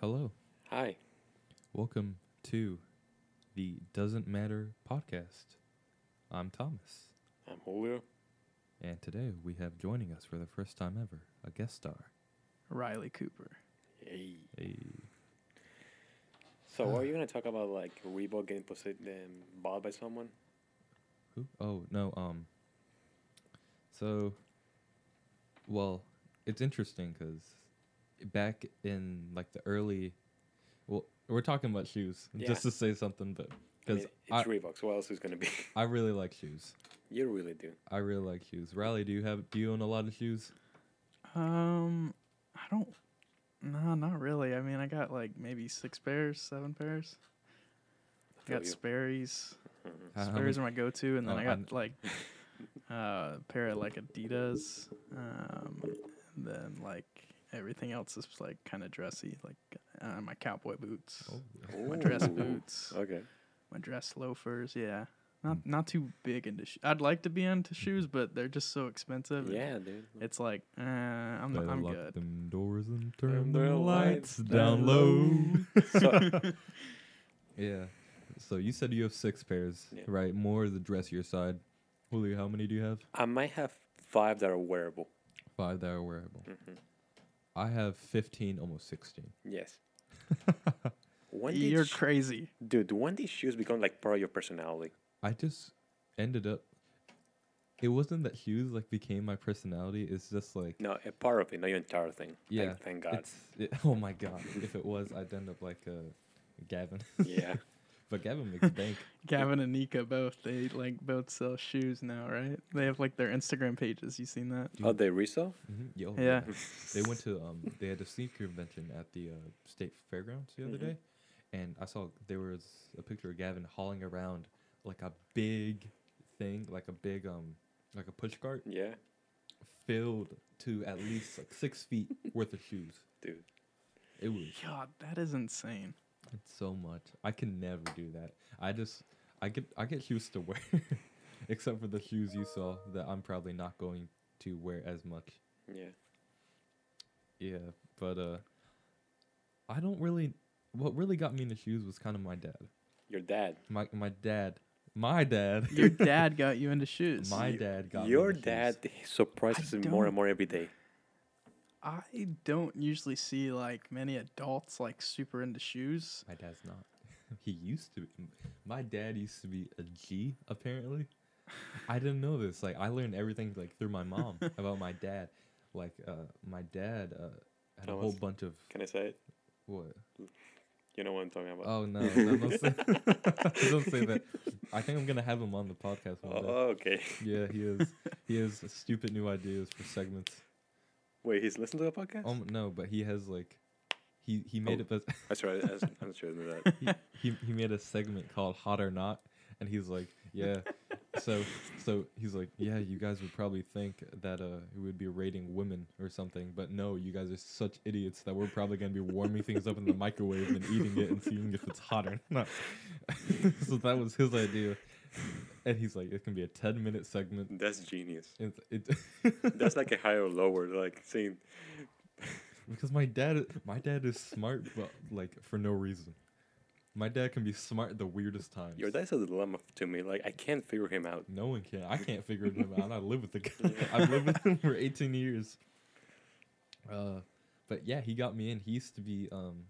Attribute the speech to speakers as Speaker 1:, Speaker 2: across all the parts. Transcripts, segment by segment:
Speaker 1: Hello.
Speaker 2: Hi.
Speaker 1: Welcome to the Doesn't Matter podcast. I'm Thomas,
Speaker 2: I'm Julio.
Speaker 1: and today we have joining us for the first time ever a guest star.
Speaker 3: Riley Cooper.
Speaker 2: Hey.
Speaker 1: Hey.
Speaker 2: So, are you going to talk about like Reebok getting posi- um, bought by someone?
Speaker 1: Who? Oh, no. Um So well, it's interesting cuz back in like the early well, we're talking about shoes
Speaker 2: Yeah.
Speaker 1: just to say something but
Speaker 2: I mean,
Speaker 1: cuz
Speaker 2: it's
Speaker 1: I,
Speaker 2: Reebok. So, what else is going to be?
Speaker 1: I really like shoes.
Speaker 2: you really do.
Speaker 1: I really like shoes. Riley, do you have do you own a lot of shoes?
Speaker 3: Um, I don't. No, not really. I mean, I got like maybe six pairs, seven pairs. I
Speaker 2: feel
Speaker 3: got
Speaker 2: you. Uh,
Speaker 3: Sperry's.
Speaker 1: How- how
Speaker 3: Sperry's
Speaker 1: many-
Speaker 3: are my go-to, and then
Speaker 1: Oh,
Speaker 3: I got
Speaker 1: I'm-
Speaker 3: like uh, a pair of like Adidas. Um, and then like everything else is like kind of dressy, like uh, my cowboy boots,
Speaker 1: Oh,
Speaker 3: my dress
Speaker 2: Ooh.
Speaker 3: boots,
Speaker 2: Okay.
Speaker 3: my dress loafers. Yeah, not not too big into. Sho- I'd like to be into shoes, but they're just so expensive. and
Speaker 2: Yeah, dude.
Speaker 3: It's like, uh, I'm,
Speaker 1: Better
Speaker 3: I'm
Speaker 1: lock
Speaker 3: good.
Speaker 1: them doors and turn
Speaker 2: Turn
Speaker 1: the
Speaker 2: the
Speaker 1: lights
Speaker 2: lights
Speaker 1: down
Speaker 3: down
Speaker 1: low.
Speaker 2: So,
Speaker 1: yeah. So you said you have six pairs,
Speaker 2: Yeah.
Speaker 1: right? More the dressier side. Julio, how many do you have?
Speaker 2: I might have five that are wearable. Mm-hmm.
Speaker 1: Five that are wearable. I have fifteen, almost sixteen.
Speaker 2: Yes. when did
Speaker 3: You're
Speaker 2: sh-
Speaker 3: crazy.
Speaker 2: dude, when did shoes become like part of your personality?
Speaker 1: I just ended up. It wasn't that shoes like became my personality. It's just like
Speaker 2: No, a part of it, not your entire thing. Thank-
Speaker 1: yeah.
Speaker 2: Thank, God.
Speaker 1: it's- it- oh my god! if it was, I'd end up like uh, Gavin.
Speaker 2: yeah.
Speaker 1: but Gavin makes bank.
Speaker 3: Gavin and Nika both they like both sell shoes now, right? They have like their Instagram pages. You seen that?
Speaker 2: Oh, they resell?
Speaker 1: hmm
Speaker 2: Oh,
Speaker 1: Yo,
Speaker 3: Yeah.
Speaker 1: They went to um they had a sneaker convention at the uh, state fairgrounds the other
Speaker 2: Mhm.
Speaker 1: day, and I saw there was a picture of Gavin hauling around like a big thing, like a big um like a push cart
Speaker 2: Yeah,
Speaker 1: filled to at least like six feet worth of shoes.
Speaker 2: dude.
Speaker 1: It was
Speaker 3: God, that is insane.
Speaker 1: it's so much. I can never do that. I just I get I get shoes to wear, except for the shoes you saw that I'm probably not going to wear as much.
Speaker 2: Yeah.
Speaker 1: Yeah, but uh I don't really what really got me into shoes was kind of my dad.
Speaker 2: Your dad.
Speaker 1: My my dad. My dad.
Speaker 3: Your dad got you into shoes.
Speaker 1: my dad got me
Speaker 2: Your
Speaker 1: into shoes.
Speaker 2: dad surprises
Speaker 3: I
Speaker 2: me more and
Speaker 3: don't-
Speaker 2: more every day.
Speaker 3: I don't usually see like many adults like super into shoes.
Speaker 1: My dad's not. he used to be. My dad used to be a G apparently. I didn't know this. Like I learned everything like through my mom about my dad. Like uh my dad uh had a whole
Speaker 2: Thomas.
Speaker 1: bunch of
Speaker 2: Can I say it?
Speaker 1: what
Speaker 2: You know what I'm talking about.
Speaker 1: Oh no! no don't, say, don't say that. I think I'm gonna have him on the podcast one day.
Speaker 2: Oh, okay.
Speaker 1: Yeah, he is. He has stupid new ideas for segments.
Speaker 2: Wait, he's listening to the podcast?
Speaker 1: Um, no, but he has like, he he made up a
Speaker 2: I tried. I, I'm sure I that.
Speaker 1: he, he he made a segment called "Hot or Not," and he's like, yeah. So so he's like, yeah, you guys would probably think that uh we would be rating women or something, but no, you guys are such idiots that we're probably gonna be warming things up in the microwave and eating it and seeing if it's hot or not. so that was his idea, and he's like, it can be a ten minute segment.
Speaker 2: That's genius.
Speaker 1: It's, it,
Speaker 2: That's like a higher or lower, like saying,
Speaker 1: Because my dad, my dad is smart, but like for no reason. My dad can be smart the weirdest times.
Speaker 2: your dad's a dilemma to me. Like, I can't figure him out.
Speaker 1: No one can. I can't figure him out. I live with the guy. I've lived with him for eighteen years. Uh, but yeah, he got me in. He used to be um,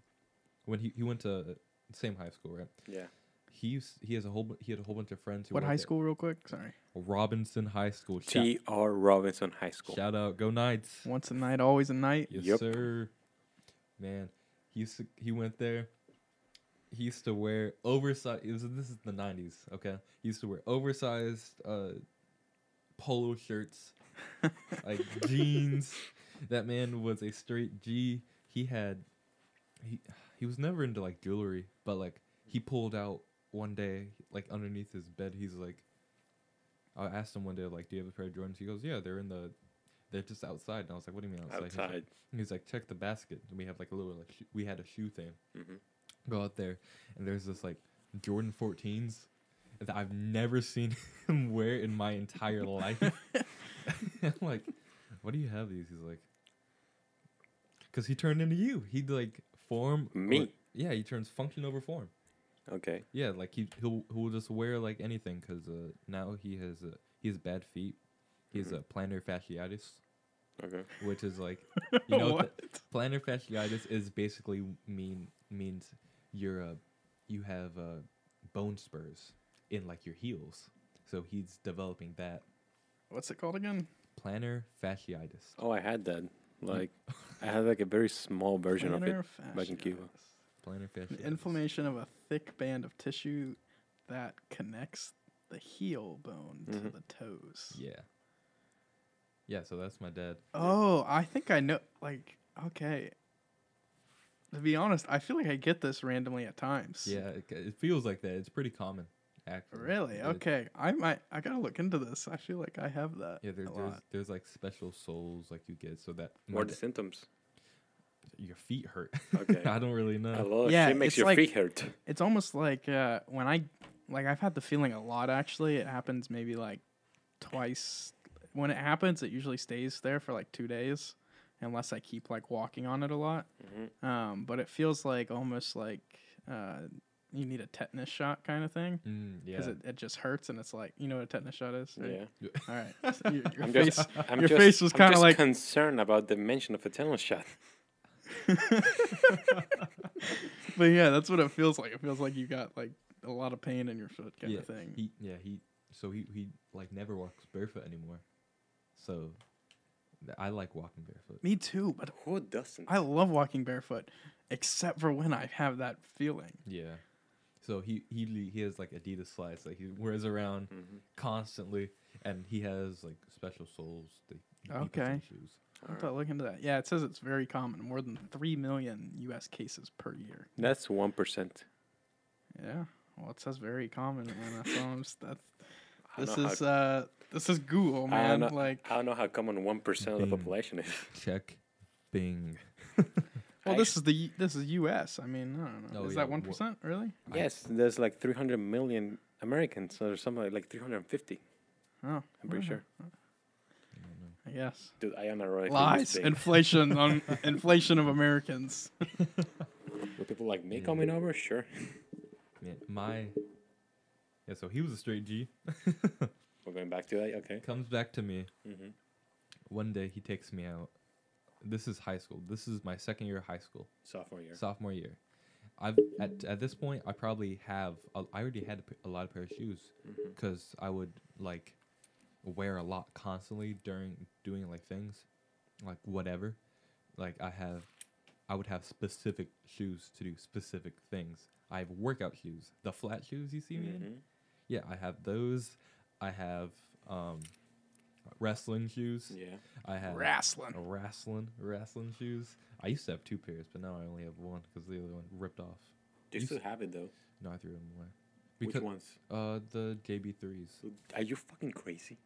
Speaker 1: when he he went to same high school, right?
Speaker 2: Yeah.
Speaker 1: He used he has a whole bu- he had a whole bunch of friends who
Speaker 3: What
Speaker 1: work
Speaker 3: high
Speaker 1: at
Speaker 3: school, real quick? Sorry.
Speaker 1: Robinson High School. Shout,
Speaker 2: T.R. Robinson High School.
Speaker 1: shout out, go Knights.
Speaker 3: Once a night, always a night.
Speaker 1: Yes,
Speaker 2: Yep.
Speaker 1: sir. Man, he used to, he went there. He used to wear oversized. It was, this is the '90s, okay? He used to wear oversized uh, polo shirts, like jeans. That man was a straight G. He had he he was never into like jewelry, but like he pulled out one day, like underneath his bed, he's like. I asked him one day, like, "Do you have a pair of Jordans?" He goes, "Yeah, they're in the, they're just outside." And I was like, "What do you mean outside?" He's like,
Speaker 2: Outside.
Speaker 1: He's like, check the basket. And we have like a little like sh- we had a shoe thing.
Speaker 2: Mhm.
Speaker 1: Go out there, and there's this like Jordan 14s that I've never seen him wear in my entire life. I'm like, what do you have these? He's like, because he turned into you. He'd like form. or-
Speaker 2: Me?
Speaker 1: yeah, he turns function over form.
Speaker 2: Okay.
Speaker 1: Yeah, like he he'll he'll just wear like anything because uh, now he has uh, he has bad feet. He has a plantar fasciitis,
Speaker 2: Okay.
Speaker 1: which is like you know
Speaker 3: what?
Speaker 1: what the- plantar fasciitis is basically mean means you're uh, you have uh, bone spurs in like your heels. So he's developing that
Speaker 3: What's it called again?
Speaker 1: plantar fasciitis.
Speaker 2: Oh, I had that.
Speaker 3: Mm-hmm.
Speaker 2: Like, I had like a very small version of it.
Speaker 3: Plantar
Speaker 2: back in Cuba.
Speaker 3: fasciitis.
Speaker 1: Plantar
Speaker 3: The
Speaker 1: fasciitis.
Speaker 3: inflammation of a thick band of tissue that connects the heel bone to
Speaker 2: Mhm.
Speaker 3: the toes.
Speaker 1: Yeah. Yeah. So that's my dad.
Speaker 3: Oh, I think I know. Like, okay. To be honest, I feel like I get this randomly at times.
Speaker 1: Yeah, it, it feels like that. It's pretty common, actually.
Speaker 3: Really?
Speaker 1: It-
Speaker 3: Okay. I might. I gotta look into this. I feel like I have that.
Speaker 1: Yeah, there,
Speaker 3: a
Speaker 1: there's
Speaker 3: lot.
Speaker 1: there's like special souls like you get so that my
Speaker 2: What are the
Speaker 1: da-
Speaker 2: symptoms?
Speaker 1: your feet hurt.
Speaker 2: Okay.
Speaker 1: I don't really
Speaker 2: A
Speaker 1: know.
Speaker 2: lot of
Speaker 3: Yeah,
Speaker 2: shit makes
Speaker 3: it's
Speaker 2: your
Speaker 3: like-
Speaker 2: feet hurt.
Speaker 3: It's almost like uh, when I, like, I've had the feeling a lot. Actually, it happens maybe like twice. When it happens, it usually stays there for like two days, unless I keep like walking on it a lot.
Speaker 2: Mhm.
Speaker 3: Um, but it feels like almost like uh, you need a tetanus shot kind of thing.
Speaker 1: Mm, yeah.
Speaker 3: because it, it just hurts and it's like you know what a tetanus shot is. right?
Speaker 2: Yeah.
Speaker 3: All right. So your your
Speaker 2: I'm
Speaker 3: face.
Speaker 2: just, I'm
Speaker 3: your
Speaker 2: just,
Speaker 3: face was
Speaker 2: I'm
Speaker 3: kinda
Speaker 2: just
Speaker 3: like-
Speaker 2: concerned about the mention of a tunnel shot.
Speaker 3: but yeah, that's what it feels like. It feels like you got like a lot of pain in your foot kind
Speaker 1: yeah,
Speaker 3: of thing.
Speaker 1: He, yeah, he so he he like never walks barefoot anymore. So th- I like walking barefoot.
Speaker 3: Me too, but
Speaker 2: Who doesn't?
Speaker 3: I love walking barefoot, except for when I have that feeling.
Speaker 1: Yeah. So he he le- he has like Adidas slides that he wears around
Speaker 2: Mm-hmm.
Speaker 1: constantly, and he has like special soles that he puts in
Speaker 3: Okay.
Speaker 1: his shoes.
Speaker 3: I have to look into that. Yeah, it says it's very common. More than three million U.S. cases per year.
Speaker 2: That's one percent.
Speaker 3: Yeah. Well, it says very common, man. That's almost that's.
Speaker 2: don't
Speaker 3: This
Speaker 2: know how-
Speaker 3: is uh, this is Google,
Speaker 2: I
Speaker 3: man.
Speaker 2: don't, know,
Speaker 3: Like,
Speaker 2: I don't know how common one percent of the
Speaker 1: Bing.
Speaker 2: population is.
Speaker 1: Check, Bing.
Speaker 3: well, this is the U- this is U.S. I mean, I don't know.
Speaker 1: Oh,
Speaker 3: is
Speaker 1: yeah,
Speaker 3: that one
Speaker 1: wha-
Speaker 3: percent really?
Speaker 2: Yes, there's like 300 million Americans, or something like, like 350.
Speaker 3: Oh,
Speaker 2: I'm pretty sure.
Speaker 3: I guess.
Speaker 2: Dude, I unironically
Speaker 3: Lies,
Speaker 2: mistake.
Speaker 3: inflation on inflation of Americans.
Speaker 2: With people like me
Speaker 1: Yeah.
Speaker 2: coming over, sure.
Speaker 1: Man, my yeah. So he was a straight G.
Speaker 2: We're going back to that. Okay.
Speaker 1: Comes back to me.
Speaker 2: hmm
Speaker 1: One day he takes me out. This is high school. This is my second year of high school,
Speaker 2: Sophomore year.
Speaker 1: sophomore year. I've at, at this point I probably have a, I already had a p- a lot of pair of shoes
Speaker 2: Mm-hmm.
Speaker 1: because I would like wear a lot constantly during doing like things, like whatever. Like I have, I would have specific shoes to do specific things. I have workout shoes, the flat shoes you see me in.
Speaker 2: Mhm.
Speaker 1: Yeah, I have those. I have um, wrestling shoes.
Speaker 2: Yeah. Oh.
Speaker 1: I have
Speaker 3: Wrestling.
Speaker 1: a wrestling wrestling shoes. I used to have two pairs, but now I only have one because the other one ripped off.
Speaker 2: Do
Speaker 1: You
Speaker 2: you still have it though?
Speaker 1: No, I threw them away.
Speaker 2: Which ones?
Speaker 1: Uh, the JB threes.
Speaker 2: Are you fucking crazy?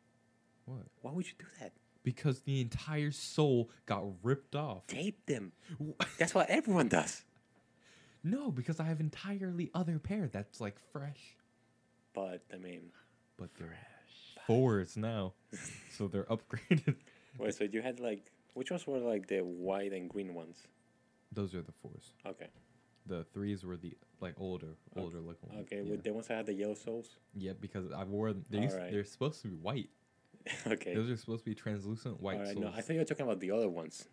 Speaker 1: What?
Speaker 2: Why would you do that?
Speaker 1: Because the entire sole got ripped off.
Speaker 2: Tape them.
Speaker 1: W-
Speaker 2: That's what everyone does.
Speaker 1: No, because I have entirely other pair that's like fresh,
Speaker 2: But I mean,
Speaker 1: but they're fours now, so they're upgraded.
Speaker 2: wait. So you had like which ones were like the white and green ones?
Speaker 1: Those are the fours.
Speaker 2: Okay.
Speaker 1: The threes were the like older, older looking ones.
Speaker 2: Okay.
Speaker 1: yeah.
Speaker 2: With the ones that had the yellow soles.
Speaker 1: Yeah, because I wore them. They used,
Speaker 2: Alright.
Speaker 1: They're supposed to be white.
Speaker 2: okay.
Speaker 1: Those are supposed to be translucent white
Speaker 2: All right.
Speaker 1: soles.
Speaker 2: No, I thought you were talking about the other ones.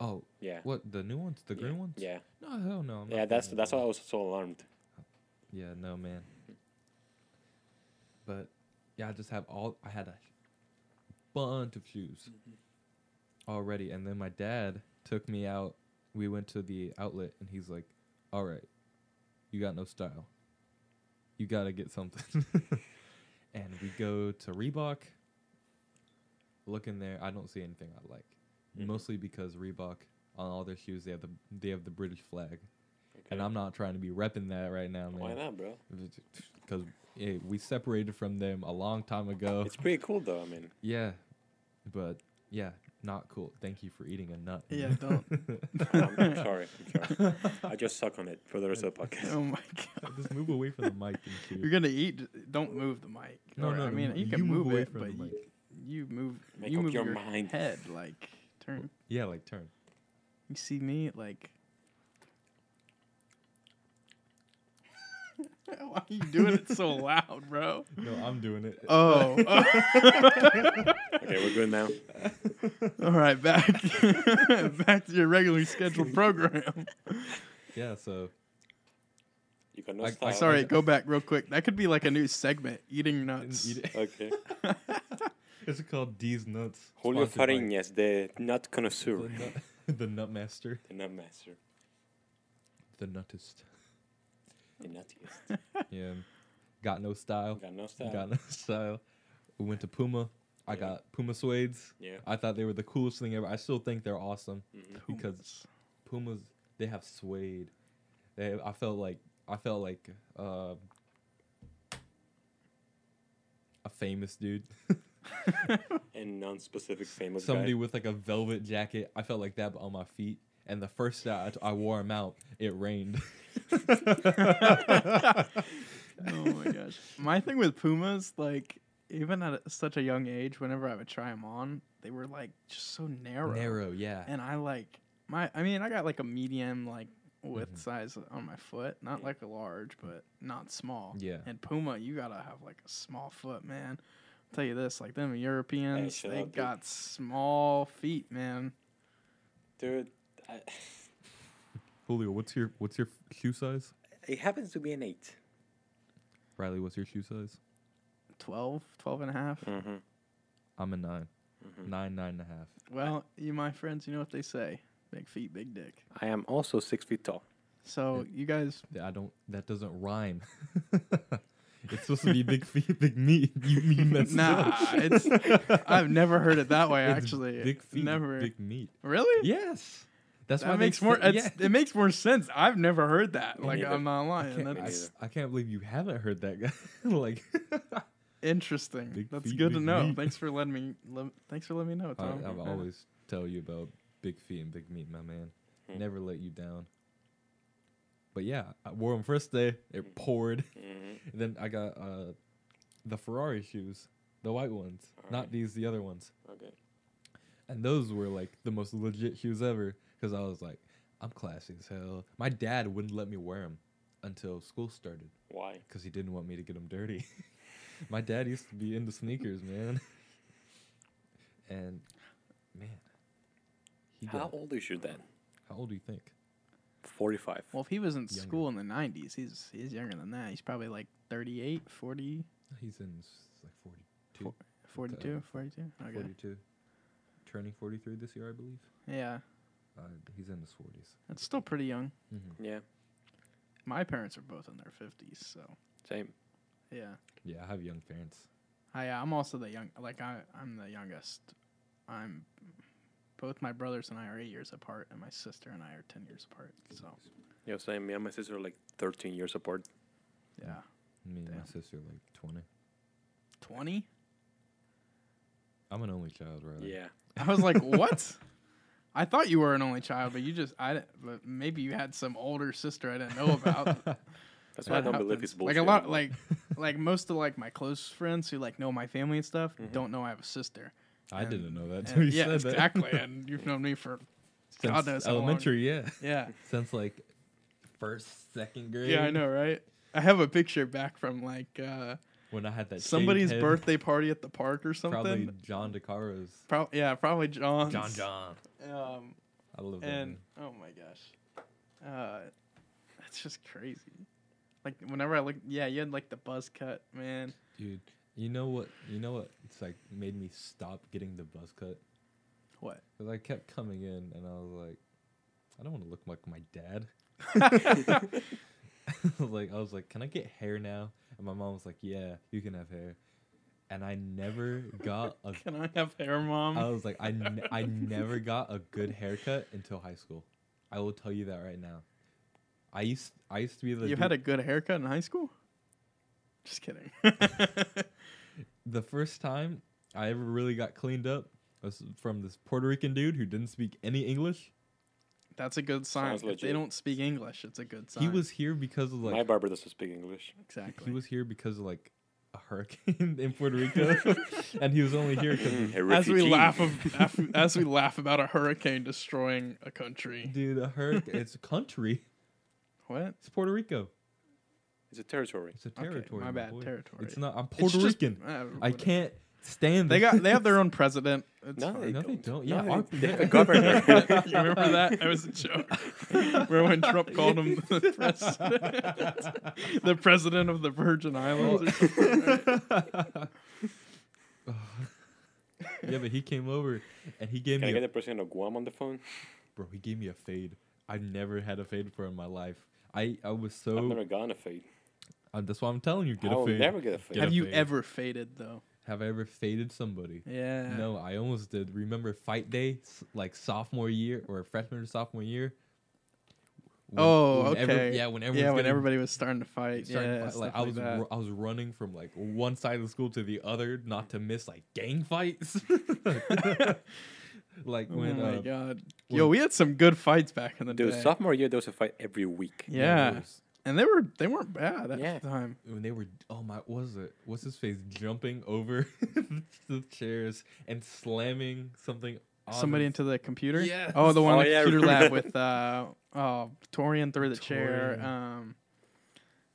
Speaker 1: oh,
Speaker 2: Yeah.
Speaker 1: what the new ones? The
Speaker 2: Yeah,
Speaker 1: green ones?
Speaker 2: Yeah.
Speaker 1: No, hell no. I'm
Speaker 2: Yeah.
Speaker 1: not
Speaker 2: That's
Speaker 1: doing
Speaker 2: that's
Speaker 1: that.
Speaker 2: why I was so alarmed.
Speaker 1: Yeah, no, man. But yeah, I just have all. I had a bunch of shoes already, and then my dad took me out. We went to the outlet, and he's like, "All right, you got no style. You gotta get something." and we go to Reebok. Look in there. I don't see anything I like,
Speaker 2: Mhm.
Speaker 1: mostly because Reebok on all their shoes they have the they have the British flag,
Speaker 2: Okay.
Speaker 1: and I'm not trying to be repping that right now, man
Speaker 2: Why not, bro?
Speaker 1: because we separated from them a long time ago.
Speaker 2: It's pretty cool though. I mean,
Speaker 1: Yeah, but yeah, not cool. Thank you for eating a nut.
Speaker 3: Yeah, don't.
Speaker 2: I'm, I'm sorry. I'm sorry. I just suck on it for the rest of the podcast.
Speaker 3: oh my god.
Speaker 1: just move away from the mic and shit.
Speaker 3: You're gonna eat. j- Don't move the mic.
Speaker 1: No,
Speaker 3: Or,
Speaker 1: no,
Speaker 3: I
Speaker 1: no,
Speaker 3: mean,
Speaker 1: no,
Speaker 3: you can
Speaker 1: you move
Speaker 3: move,
Speaker 1: away
Speaker 3: it,
Speaker 1: from
Speaker 3: but
Speaker 1: the
Speaker 3: you,
Speaker 1: mic.
Speaker 3: you move.
Speaker 2: Make
Speaker 3: you
Speaker 2: up
Speaker 3: move
Speaker 2: your
Speaker 3: your,
Speaker 2: mind.
Speaker 3: head. Like turn.
Speaker 1: Yeah, like turn.
Speaker 3: You see me like. Why are you doing it so loud, bro?
Speaker 1: No, I'm doing it.
Speaker 3: Oh.
Speaker 2: Okay, we're good now.
Speaker 3: All right, back back to your regularly scheduled program.
Speaker 1: yeah. So
Speaker 2: You got no
Speaker 1: I- I
Speaker 2: style.
Speaker 1: saw
Speaker 3: Sorry, go back real quick. That could be like a new segment, eating
Speaker 1: didn't
Speaker 3: nuts.
Speaker 1: eat it.
Speaker 2: Okay.
Speaker 1: It's called D's Nuts.
Speaker 2: Julio
Speaker 1: sponsored by
Speaker 2: Fariñas, the nut
Speaker 1: The,
Speaker 2: connoisseur,
Speaker 1: nut, the nut master,
Speaker 2: the nut master,
Speaker 1: the nuttest.
Speaker 2: the nuttiest.
Speaker 1: Yeah, got no style.
Speaker 2: Got no style.
Speaker 1: Oh. Got no style. We went to Puma. I
Speaker 2: Yeah.
Speaker 1: got Puma suedes.
Speaker 2: Yeah. mm-hmm.
Speaker 1: I thought they were the coolest thing ever. I still think they're awesome because Pumas they have suede. They have, I felt like I felt like uh, a famous dude,
Speaker 2: And non-specific famous
Speaker 1: somebody
Speaker 2: guy.
Speaker 1: with like a velvet jacket. I felt like that but on my feet. And the first day I, t- I wore them out, it rained.
Speaker 3: Oh my gosh. My thing with Pumas, like even at a- such a young age, whenever I would try them on, they were like just so narrow.
Speaker 1: Narrow, yeah.
Speaker 3: And I like my. I mean, I got like a medium like width
Speaker 1: Mm-hmm.
Speaker 3: size on my foot, not
Speaker 2: Yeah.
Speaker 3: like a large, but not small.
Speaker 1: Yeah.
Speaker 3: And Puma, you gotta have like a small foot, man. I'll tell you this, like them Europeans,
Speaker 2: shut
Speaker 3: they
Speaker 2: up, dude.
Speaker 3: got small feet, man.
Speaker 2: Dude, I,
Speaker 1: Julio, what's your what's your f- shoe size?
Speaker 2: it happens to be an 8
Speaker 1: Riley, what's your shoe size?
Speaker 3: 12, 12 and a half.
Speaker 2: Mm-hmm.
Speaker 1: I'm a 9
Speaker 3: Mm-hmm.
Speaker 1: Nine, nine and a half.
Speaker 3: Well, you my friends, you know what they say. Big feet, big dick.
Speaker 2: I am also six feet tall.
Speaker 3: So you guys
Speaker 1: Th- I don't. That doesn't rhyme. it's supposed to be big feet, big meat. You, you messed it
Speaker 3: Nah,
Speaker 1: up.
Speaker 3: it's I've never heard it that way
Speaker 1: It's
Speaker 3: actually.
Speaker 1: big feet,
Speaker 3: never
Speaker 1: big meat.
Speaker 3: really.
Speaker 1: Yes, that's why
Speaker 3: that
Speaker 1: they
Speaker 3: makes more.
Speaker 1: say-
Speaker 3: It's, It makes more sense. I've never heard that.
Speaker 2: Me
Speaker 3: like
Speaker 2: neither.
Speaker 3: I'm not
Speaker 1: I
Speaker 3: lying.
Speaker 1: can't, I,
Speaker 3: That's
Speaker 2: neither.
Speaker 1: I can't believe you haven't heard that guy. like,
Speaker 3: interesting.
Speaker 1: Big
Speaker 3: That's
Speaker 1: feet,
Speaker 3: good to
Speaker 1: big
Speaker 3: know.
Speaker 1: meat.
Speaker 3: Thanks for letting me. le- thanks for letting me know,
Speaker 1: I,
Speaker 3: Tom.
Speaker 1: I've
Speaker 3: Yeah.
Speaker 1: always tell you about big feet and big meat, my man.
Speaker 2: Hmm.
Speaker 1: Never let you down. But yeah, I wore them first day.
Speaker 3: Hmm.
Speaker 1: It poured.
Speaker 2: Mm-hmm.
Speaker 1: And then I got uh, the Ferrari shoes, the white ones, not
Speaker 2: Alright.
Speaker 1: these, the other ones.
Speaker 2: Okay.
Speaker 1: And those were like the most legit shoes ever because I was like, I'm classy as hell. My dad wouldn't let me wear them until school started
Speaker 2: Why?
Speaker 1: because he didn't want me to get them dirty. My dad used to be into sneakers, man. And man, he
Speaker 2: How
Speaker 1: got,
Speaker 2: old is your dad?
Speaker 1: how old do you think?
Speaker 2: 45.
Speaker 3: Well, if he was in
Speaker 1: Younger.
Speaker 3: school in the '90s, he's he's younger than that. He's probably like 38, 40,
Speaker 1: He's in s- like 42,
Speaker 3: Four- 42, 42. Okay.
Speaker 1: 42, turning 43 this year, I believe.
Speaker 3: Yeah,
Speaker 1: Uh, he's in his 40s.
Speaker 3: that's still pretty young.
Speaker 1: Mhm.
Speaker 2: Yeah,
Speaker 3: My parents are both in their 50s, so
Speaker 2: same.
Speaker 3: yeah.
Speaker 1: Yeah, I have young parents.
Speaker 3: I, uh, I'm also the young, like I, I'm the youngest. I'm both my brothers and I are eight years apart, and my sister and I are ten years apart. So
Speaker 2: Yeah, same. Me and my sister are like 13 years apart.
Speaker 3: yeah,
Speaker 1: Me and my
Speaker 3: Damn.
Speaker 1: sister are like 20.
Speaker 3: twenty.
Speaker 1: I'm an only child, right?
Speaker 2: Yeah.
Speaker 3: I was like, what? I thought you were an only child, but you just I, di- but maybe you had some older sister I didn't know about.
Speaker 2: That's why I
Speaker 3: That
Speaker 2: don't believe
Speaker 3: happens.
Speaker 2: it's bullshit.
Speaker 3: Like a lot, like like most of like my close friends who like know my family and stuff
Speaker 2: Mhm.
Speaker 3: don't know I have a sister.
Speaker 1: I
Speaker 3: And-
Speaker 1: didn't know that
Speaker 3: And
Speaker 1: until you
Speaker 3: yeah,
Speaker 1: said that.
Speaker 3: exactly. and you've known me for
Speaker 1: Since
Speaker 3: God knows how long.
Speaker 1: elementary, yeah.
Speaker 3: yeah.
Speaker 1: Since like first, second grade.
Speaker 3: Yeah, I know, right? I have a picture back from like uh,
Speaker 1: When I had that shaved
Speaker 3: somebody's
Speaker 1: head,
Speaker 3: birthday party at the park or
Speaker 1: Probably
Speaker 3: something.
Speaker 1: John DeCaro's.
Speaker 3: Prob- yeah, probably John's.
Speaker 1: John John.
Speaker 3: Um,
Speaker 1: I love that.
Speaker 3: and
Speaker 1: man.
Speaker 3: oh my gosh, uh, that's just crazy. Like whenever I look, yeah, you had like the buzz cut, man.
Speaker 1: Dude, you know what? You know what? It's like made me stop getting the buzz cut
Speaker 3: What?
Speaker 1: because I kept coming in and I was like, I don't want to look like my dad. like I was like, can I get hair now? And my mom was like, yeah, you can have hair. And I never got a
Speaker 3: Can I have hair, mom?
Speaker 1: I was like, I, n- I never got a good haircut until high school. I will tell you that right now. I used I used to be the
Speaker 3: you
Speaker 1: dude-
Speaker 3: had a good haircut in high school. Just kidding.
Speaker 1: the first time I ever really got cleaned up was from this Puerto Rican dude who didn't speak any English.
Speaker 3: That's a good sign.
Speaker 2: Sounds
Speaker 3: If they
Speaker 2: legit.
Speaker 3: don't speak English, it's a good sign.
Speaker 1: He was here because of
Speaker 2: my
Speaker 1: like
Speaker 2: barber doesn't speak English.
Speaker 3: exactly.
Speaker 1: he was here because of like a hurricane in Puerto Rico, and he was only here because
Speaker 2: Mm, a
Speaker 3: as we
Speaker 2: refugee.
Speaker 3: laugh of, af- as we laugh about a hurricane destroying a country.
Speaker 1: dude a hurricane. It's a country.
Speaker 3: What?
Speaker 1: It's Puerto Rico.
Speaker 2: It's a territory.
Speaker 1: It's a
Speaker 3: Okay,
Speaker 1: territory.
Speaker 3: my bad,
Speaker 1: boy.
Speaker 3: territory.
Speaker 1: It's not. I'm
Speaker 3: It's
Speaker 1: Puerto
Speaker 3: just-
Speaker 1: Rican.
Speaker 3: uh,
Speaker 1: I
Speaker 3: whatever.
Speaker 1: can't stand.
Speaker 3: They
Speaker 1: this.
Speaker 3: got. They have their own president. It's
Speaker 2: No,
Speaker 3: fine.
Speaker 2: they
Speaker 1: no, they
Speaker 2: don't.
Speaker 1: don't.
Speaker 2: No,
Speaker 1: Yeah, our
Speaker 2: they- they have a
Speaker 1: president-
Speaker 2: governor.
Speaker 3: you remember that? That was a joke. Where when Trump called him the president, the president of the Virgin Islands. Or something.
Speaker 1: yeah, but he came over and he gave
Speaker 2: Can
Speaker 1: me,
Speaker 2: I get
Speaker 1: a,
Speaker 2: the president of Guam on the phone?
Speaker 1: bro. He gave me a fade. I've never had a fade before in my life. I I was
Speaker 2: I've
Speaker 1: so.
Speaker 2: never gotten a fade.
Speaker 1: uh, that's why I'm telling you, get
Speaker 2: I
Speaker 1: a
Speaker 2: will
Speaker 1: fade.
Speaker 2: never get a fade.
Speaker 1: Get a
Speaker 3: Have you
Speaker 1: fade.
Speaker 3: ever faded though?
Speaker 1: Have I ever faded somebody?
Speaker 3: Yeah.
Speaker 1: No, I almost did. Remember fight day, S- like sophomore year or freshman or sophomore year. When-
Speaker 3: Oh,
Speaker 1: when every-
Speaker 3: okay.
Speaker 1: yeah, when everyone's
Speaker 3: yeah, when
Speaker 1: getting-
Speaker 3: everybody was starting to fight.
Speaker 1: starting to
Speaker 3: yeah,
Speaker 1: fight, like
Speaker 3: stuff
Speaker 1: I was,
Speaker 3: that.
Speaker 1: ru- I was running from like one side of the school to the other, not to miss like gang fights. like
Speaker 3: Oh
Speaker 1: when
Speaker 3: my
Speaker 1: uh,
Speaker 3: god.
Speaker 1: when-
Speaker 3: Yo, we had some good fights back in the
Speaker 2: Dude,
Speaker 3: day.
Speaker 2: sophomore year there was a fight every week.
Speaker 1: yeah,
Speaker 3: yeah.
Speaker 1: it was-
Speaker 3: and they were they weren't bad at
Speaker 2: Yeah.
Speaker 3: the time.
Speaker 1: when they were oh my what was it what's his face jumping over the chairs and slamming something on
Speaker 3: Somebody
Speaker 1: his-
Speaker 3: into the computer.
Speaker 1: Yes.
Speaker 3: Oh, the one
Speaker 2: Oh,
Speaker 3: at
Speaker 2: yeah, I
Speaker 3: computer lab
Speaker 2: remember.
Speaker 3: with uh oh Torian through the chair.
Speaker 1: Torian.
Speaker 3: Um,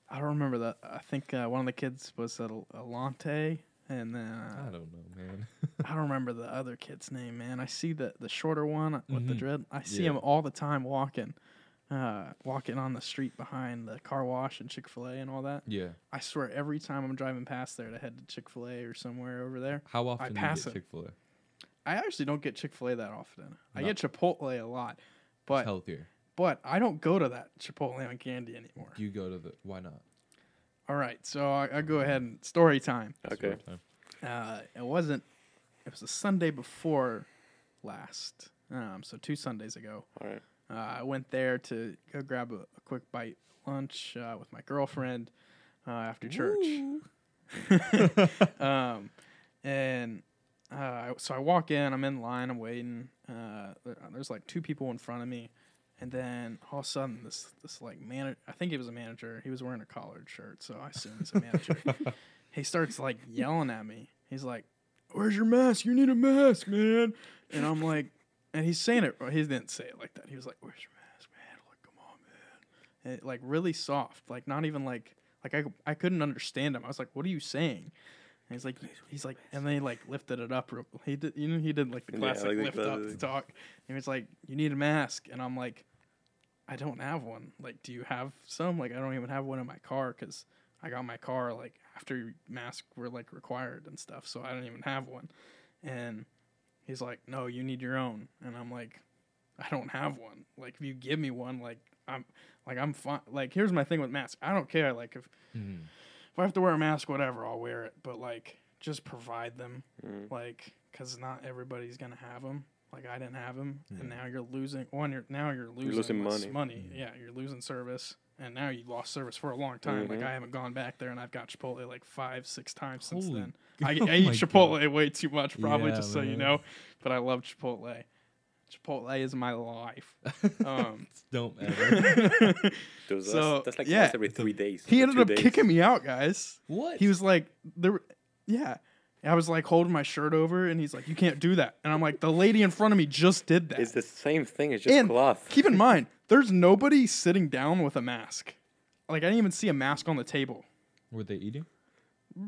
Speaker 3: I don't remember that. I think uh, one of the kids was at Alante, and then
Speaker 1: I
Speaker 3: uh,
Speaker 1: don't know man
Speaker 3: I don't remember the other kid's name. Man, I see the the shorter one with the
Speaker 1: Mhm.
Speaker 3: dread. I see
Speaker 1: Yeah.
Speaker 3: him all the time walking. Uh, walking on the street behind the car wash and Chick Fil A and all that.
Speaker 1: yeah
Speaker 3: I swear, every time I'm driving past there to head to Chick Fil A or somewhere over there,
Speaker 1: how often do you
Speaker 3: pass
Speaker 1: get
Speaker 3: him.
Speaker 1: Chick Fil A
Speaker 3: I actually don't get Chick Fil A that often. I
Speaker 1: No.
Speaker 3: get Chipotle a lot, but
Speaker 1: healthier
Speaker 3: but I don't go to that Chipotle on Candy anymore.
Speaker 1: you go to the why not
Speaker 3: All right, so I, I'll go ahead and story time.
Speaker 1: That's
Speaker 2: Okay.
Speaker 1: what I'm-
Speaker 3: Uh, it wasn't. It was the Sunday before last, um, so two Sundays ago.
Speaker 2: All right.
Speaker 3: Uh, I went there to go grab a, a quick bite lunch uh, with my girlfriend uh, after church. um, and uh, so I walk in, I'm in line, I'm waiting. Uh, there- there's like two people in front of me, and then all of a sudden, this this like manager, I think he was a manager. He was wearing a collared shirt, so I assume he's a manager. he starts like yelling at me. He's like, "Where's your mask? You need a mask, man!" And I'm like, and he's saying it. He didn't say it like that. He was like, "Where's your mask, man? Like, come on, man!" And, like really soft, like not even like like I I couldn't understand him. I was like, "What are you saying?" And he's like, he's like, and then he like lifted it up. real- He did, you know, he did like the
Speaker 2: Yeah,
Speaker 3: classic
Speaker 2: like the
Speaker 3: lift up
Speaker 2: classic.
Speaker 3: talk. And he's like, "You need a mask," and I'm like, "I don't have one. Like, do you have some? Like, I don't even have one in my car because I got my car like after masks were like required and stuff, so I don't even have one." And he's like, "No, you need your own." And I'm like, "I don't have one. Like, if you give me one, like I'm like I'm fine. Like, here's my thing with masks. I don't care. Like, if
Speaker 1: Mhm.
Speaker 3: if I have to wear a mask, whatever, I'll wear it. But like, just provide them,
Speaker 2: Mhm.
Speaker 3: like, because not everybody's gonna have them. Like I didn't have them, and
Speaker 1: Yeah.
Speaker 3: now you're losing. One, you're now you're losing,
Speaker 2: losing
Speaker 3: less
Speaker 2: money.
Speaker 3: Yeah, you're losing service, and now you lost service for a long time. Like
Speaker 2: Mhm.
Speaker 3: I haven't gone back there, and I've got Chipotle like five, six times since
Speaker 1: Holy
Speaker 3: then.
Speaker 1: God.
Speaker 3: I,
Speaker 1: Oh
Speaker 3: I eat
Speaker 1: my
Speaker 3: Chipotle way too much, probably
Speaker 1: Yeah,
Speaker 3: just so you
Speaker 1: man.
Speaker 3: know. But I love Chipotle. Chipotle is my life. Um,
Speaker 1: don't ever
Speaker 2: Dude, that's,
Speaker 3: So,
Speaker 2: that's like
Speaker 3: yeah.
Speaker 2: once every three days.
Speaker 3: he
Speaker 2: or
Speaker 3: ended
Speaker 2: two
Speaker 3: up
Speaker 2: days.
Speaker 3: kicking me out, guys.
Speaker 1: what
Speaker 3: He was like, there, were- yeah. I was like holding my shirt over, and he's like, "You can't do that." And I'm like, "The lady in front of me just did that."
Speaker 2: It's the same thing. It's just
Speaker 3: And
Speaker 2: cloth.
Speaker 3: Keep in mind, there's nobody sitting down with a mask. Like I didn't even see a mask on the table,
Speaker 1: were they eating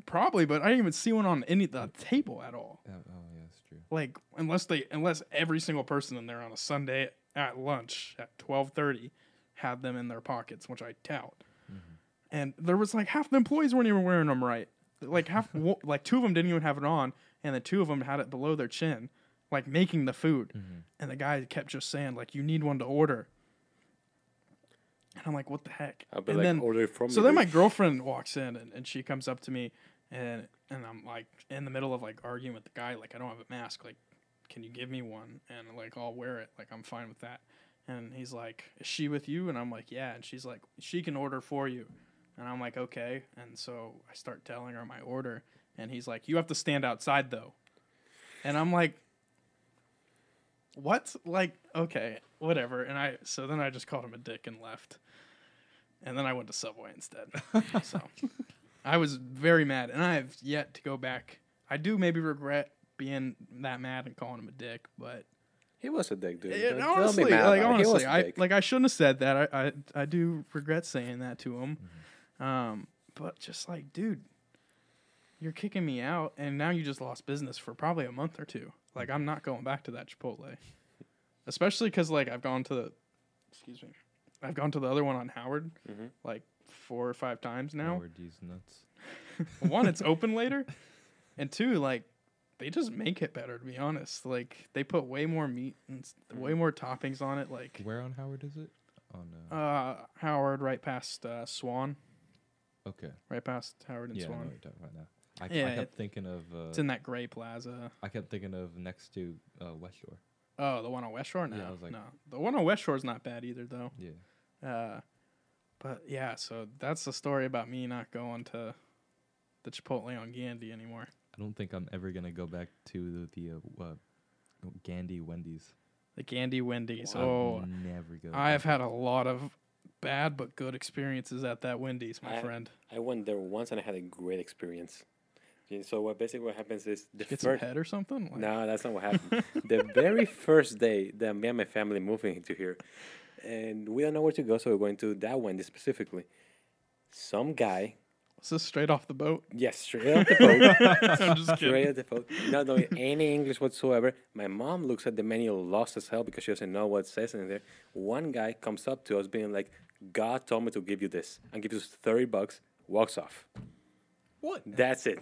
Speaker 3: probably, but I didn't even see one on any the table at all.
Speaker 1: oh, oh yeah that's true
Speaker 3: Like unless they, unless every single person in there on a Sunday at lunch at 12:30 had them in their pockets, which I doubt.
Speaker 2: Mm-hmm.
Speaker 3: And there was like half the employees weren't even wearing them right. Like half, wo- like two of them didn't even have it on, and the two of them had it below their chin, like making the food.
Speaker 2: Mm-hmm.
Speaker 3: And the guy kept just saying like, "You need one to order." And I'm like, "What the heck?"
Speaker 2: I'll be
Speaker 3: and
Speaker 2: like,
Speaker 3: then,
Speaker 2: order it from
Speaker 3: so
Speaker 2: me,
Speaker 3: then my
Speaker 2: dude."
Speaker 3: girlfriend walks in and, and she comes up to me, and and I'm like in the middle of like arguing with the guy, like I don't have a mask, like can you give me one? And like I'll wear it, like I'm fine with that. And he's like, Is she with you? And I'm like, Yeah. And she's like, She can order for you. And I'm like, Okay. And so I start telling her my order. And he's like, You have to stand outside though. And I'm like, What? Like, okay, whatever. And I, so then I just called him a dick and left. And then I went to Subway instead. so I was very mad. And I have yet to go back. I do maybe regret being that mad and calling him a dick, but
Speaker 2: He was a dick, dude.
Speaker 3: yeah,
Speaker 2: Don't- don't be
Speaker 3: honestly,
Speaker 2: mad
Speaker 3: like
Speaker 2: about it. He was
Speaker 3: honestly,
Speaker 2: a
Speaker 3: I
Speaker 2: dick.
Speaker 3: like I shouldn't have said that. I, I I do regret saying that to him. Um, but just like, dude, you're kicking me out, and now you just lost business for probably a month or two. Like, I'm not going back to that Chipotle, especially because like I've gone to the, excuse me, I've gone to the other one on Howard
Speaker 2: Mhm.
Speaker 3: like four or five times now.
Speaker 1: Howard D's nuts.
Speaker 3: one, it's open later, and two, like they just make it better. To be honest, like they put way more meat and s- way more toppings on it. Like
Speaker 1: Where on Howard is it? On uh,
Speaker 3: uh, Howard, right past uh, Swan,
Speaker 1: okay.
Speaker 3: right past Howard and
Speaker 1: Yeah, I know
Speaker 3: Swan.
Speaker 1: what you're talking about now. I, I
Speaker 3: Yeah,
Speaker 1: kept thinking of uh,
Speaker 3: It's in that gray plaza.
Speaker 1: I kept thinking of next to uh, West Shore.
Speaker 3: Oh, the one on West Shore. No,
Speaker 1: Yeah, I was like-
Speaker 3: no, the one on West Shore is not bad either, though.
Speaker 1: Yeah.
Speaker 3: Uh, but yeah, so that's the story about me not going to the Chipotle on Gandhi anymore.
Speaker 1: I don't think I'm ever gonna go back to the, the uh, uh, Gandhi Wendy's.
Speaker 3: The Gandhi Wendy's.
Speaker 1: I'll
Speaker 3: Oh,
Speaker 1: never go.
Speaker 3: I've
Speaker 1: back.
Speaker 3: had a lot of bad but good experiences at that Wendy's, my
Speaker 2: I-
Speaker 3: friend.
Speaker 2: I went there once and I had a great experience. Yeah, so what basically what happens is the
Speaker 3: Get some
Speaker 2: first
Speaker 3: head or something? Like,
Speaker 2: no, that's not what happened. the very first day that me and my family moving into here, and we don't know where to go, so we're going to that Wendy specifically. Some guy,
Speaker 3: Is this straight off the boat?
Speaker 2: yes, straight off the boat,
Speaker 3: I'm just
Speaker 2: straight
Speaker 3: kidding.
Speaker 2: off the boat, not knowing any English whatsoever. My mom looks at the menu lost as hell because she doesn't know what it says in there. One guy comes up to us being like, "God told me to give you this," and gives us thirty bucks, walks off.
Speaker 3: What?
Speaker 2: That's it.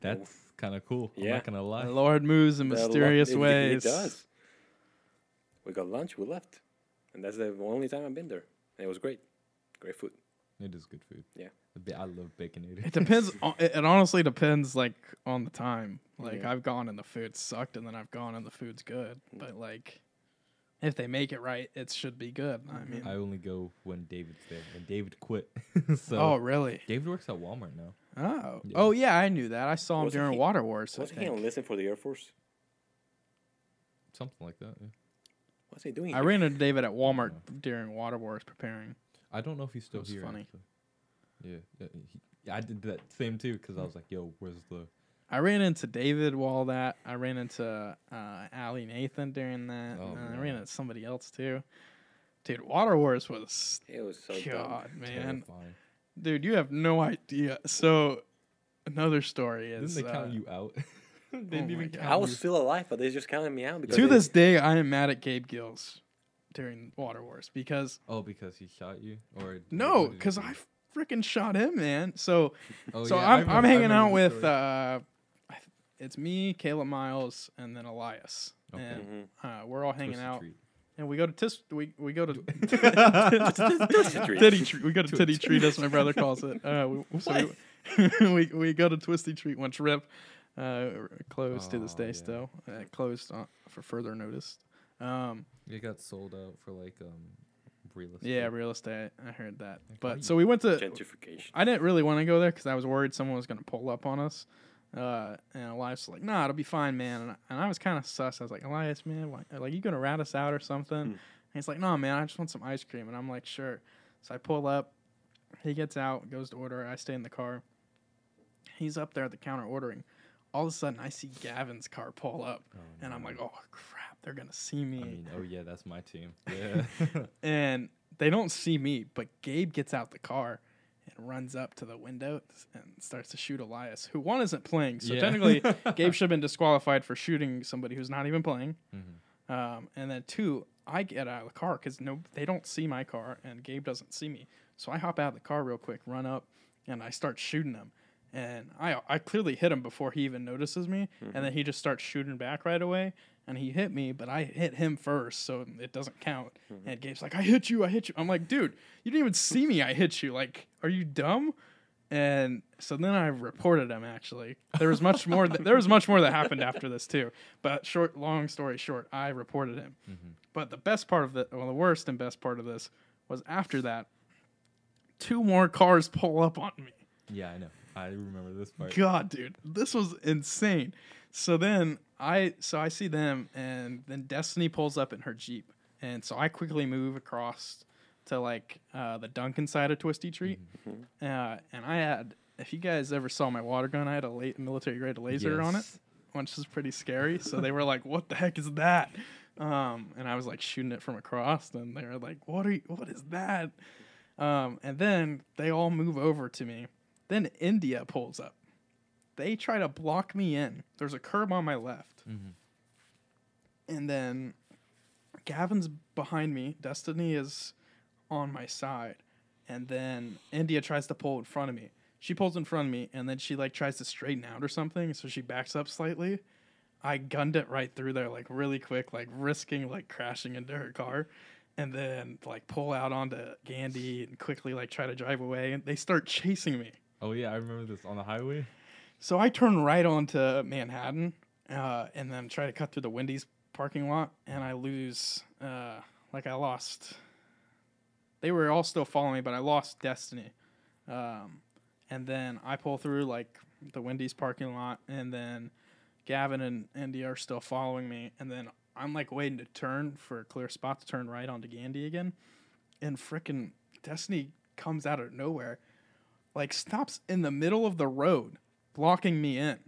Speaker 1: That's kind of cool. I'm
Speaker 2: Yeah.
Speaker 1: not gonna
Speaker 3: The
Speaker 1: lie.
Speaker 3: Lord moves in
Speaker 2: The lo-
Speaker 3: mysterious
Speaker 2: it- it-
Speaker 3: ways.
Speaker 2: It does. We got lunch, we left. And that's the only time I've been there. And it was great. Great food.
Speaker 1: It is good food.
Speaker 2: Yeah.
Speaker 1: The ba- I love baconator.
Speaker 3: It depends. on, it it honestly depends, like on the time. Like
Speaker 2: Yeah. Mm.
Speaker 3: I've gone and the food sucked, and then I've gone and the food's good. But like, if they make it right, it should be good.
Speaker 2: Mm-hmm.
Speaker 3: I mean,
Speaker 1: I only go when David's there, and David quit. so
Speaker 3: oh really?
Speaker 1: David works at Walmart now.
Speaker 3: Oh,
Speaker 1: uh, Yeah.
Speaker 3: oh yeah, I knew that. I saw him
Speaker 2: Wasn't
Speaker 3: during
Speaker 2: he-
Speaker 3: Water Wars. I
Speaker 2: Wasn't he on
Speaker 3: think.
Speaker 2: listen for the Air Force?
Speaker 1: Something like that. Yeah.
Speaker 2: What's he doing?
Speaker 3: I
Speaker 2: here?
Speaker 3: ran into David at Walmart during Water Wars preparing.
Speaker 1: I don't know if he's still
Speaker 3: was
Speaker 1: here.
Speaker 3: funny.
Speaker 1: actually. Yeah. yeah, he- yeah, I did that same too because I was like, "Yo, where's the?"
Speaker 3: I ran into David while that. I ran into uh, Allie Nathan during that.
Speaker 1: Oh,
Speaker 3: and I
Speaker 1: man.
Speaker 3: ran into somebody else too. Dude, Water Wars was
Speaker 2: It was so dumb.
Speaker 3: God, man.
Speaker 1: terrifying.
Speaker 3: Dude, you have no idea. So another story
Speaker 1: Didn't
Speaker 3: is
Speaker 1: they count
Speaker 3: uh,
Speaker 1: you out? they didn't
Speaker 3: my
Speaker 1: even
Speaker 3: God.
Speaker 1: count.
Speaker 2: I was
Speaker 1: you.
Speaker 2: still alive, but they just counted me out because
Speaker 3: to
Speaker 2: they-
Speaker 3: this day I am mad at Gabe Gills during Water Wars because
Speaker 1: Oh, because he shot you, or
Speaker 3: no, because I freaking shot him, man. So
Speaker 1: Oh,
Speaker 3: so
Speaker 1: yeah, I
Speaker 3: I'm
Speaker 1: remember-
Speaker 3: I'm
Speaker 1: I
Speaker 3: hanging out
Speaker 1: remember the
Speaker 3: with
Speaker 1: story.
Speaker 3: uh, I th- it's me, Caleb Miles, and then Elias,
Speaker 1: Okay.
Speaker 3: and
Speaker 2: mm-hmm,
Speaker 3: uh, we're all hanging
Speaker 1: Twisted
Speaker 3: out,
Speaker 1: Treat.
Speaker 3: and we go to tis we we go to
Speaker 2: Twisted Treat.
Speaker 3: Titty treat. We go to
Speaker 1: Twi-
Speaker 3: titty treat, as my brother calls it. Uh, we, so we, we we go to twisty treat once rip. Uh, r- closed to this
Speaker 1: Aw,
Speaker 3: day
Speaker 1: yeah.
Speaker 3: still. Uh, closed on, for further notice. Um,
Speaker 1: It got sold out for like um, real estate.
Speaker 3: yeah, real estate. I heard that.
Speaker 1: Like, why
Speaker 3: But
Speaker 1: you-
Speaker 3: so we went to.
Speaker 2: gentrification.
Speaker 3: I didn't really want to go there because I was worried someone was going to pull up on us. Uh, and Elias was like, "Nah, it'll be fine, man." And I, and I was kind of sus. I was like, "Elias, man, why, like you gonna rat us out or something?"
Speaker 1: Hmm.
Speaker 3: And he's like, "No, man, I just want some ice cream." And I'm like, "Sure." So I pull up. He gets out, goes to order. I stay in the car. He's up there at the counter ordering. All of a sudden, I see Gavin's car pull up,
Speaker 1: Oh,
Speaker 3: and I'm
Speaker 1: no.
Speaker 3: like, "Oh crap, they're gonna see me."
Speaker 1: I mean, oh yeah, that's my team. Yeah.
Speaker 3: and they don't see me, but Gabe gets out the car and runs up to the window and starts to shoot Elias, who one isn't playing. So
Speaker 1: Yeah.
Speaker 3: technically, Gabe should have been disqualified for shooting somebody who's not even playing.
Speaker 1: Mhm.
Speaker 3: Um, and then two, I get out of the car because no, they don't see my car, and Gabe doesn't see me. So I hop out of the car real quick, run up, and I start shooting him. And I I clearly hit him before he even notices me, and then he just starts shooting back right away. And he hit me, but I hit him first, so it doesn't count. And Gabe's like, "I hit you, I hit you." I'm like, "Dude, you didn't even see me. I hit you. Like, are you dumb?" And so then I reported him. Actually, there was much more. Th- there was much more that happened after this too. But short, long story short, I reported him. But the best part of the, well, the worst and best part of this was after that, two more cars pull up on me.
Speaker 1: yeah, I know. I remember this part.
Speaker 3: God, dude, this was insane. So then I so I see them, and then Destiny pulls up in her jeep, and so I quickly move across to like uh, the Duncan side of Twisty Treat, uh, and I had. If you guys ever saw my water gun, I had a late military grade laser on it
Speaker 1: Yes.
Speaker 3: which is pretty scary. So they were like, "What the heck is that?" Um, and I was like shooting it from across, and they were like, "What are you? What is that?" Um, and then they all move over to me. Then India pulls up. They try to block me in. There's a curb on my left.
Speaker 1: Mhm.
Speaker 3: And then Gavin's behind me. Destiny is on my side. And then India tries to pull in front of me. She pulls in front of me and then she like tries to straighten out or something. So she backs up slightly. I gunned it right through there like really quick, like risking like crashing into her car and then like pull out onto Gandhi and quickly like try to drive away and they start chasing me.
Speaker 1: Oh yeah, I remember this on the highway.
Speaker 3: So I turn right onto Manhattan uh, and then try to cut through the Wendy's parking lot and I lose uh, like I lost they were all still following me, but I lost Destiny. Um, and then I pull through like the Wendy's parking lot, and then Gavin and Andy are still following me. And then I'm like waiting to turn for a clear spot to turn right onto Gandhi again. And frickin' Destiny comes out of nowhere, like stops in the middle of the road, blocking me in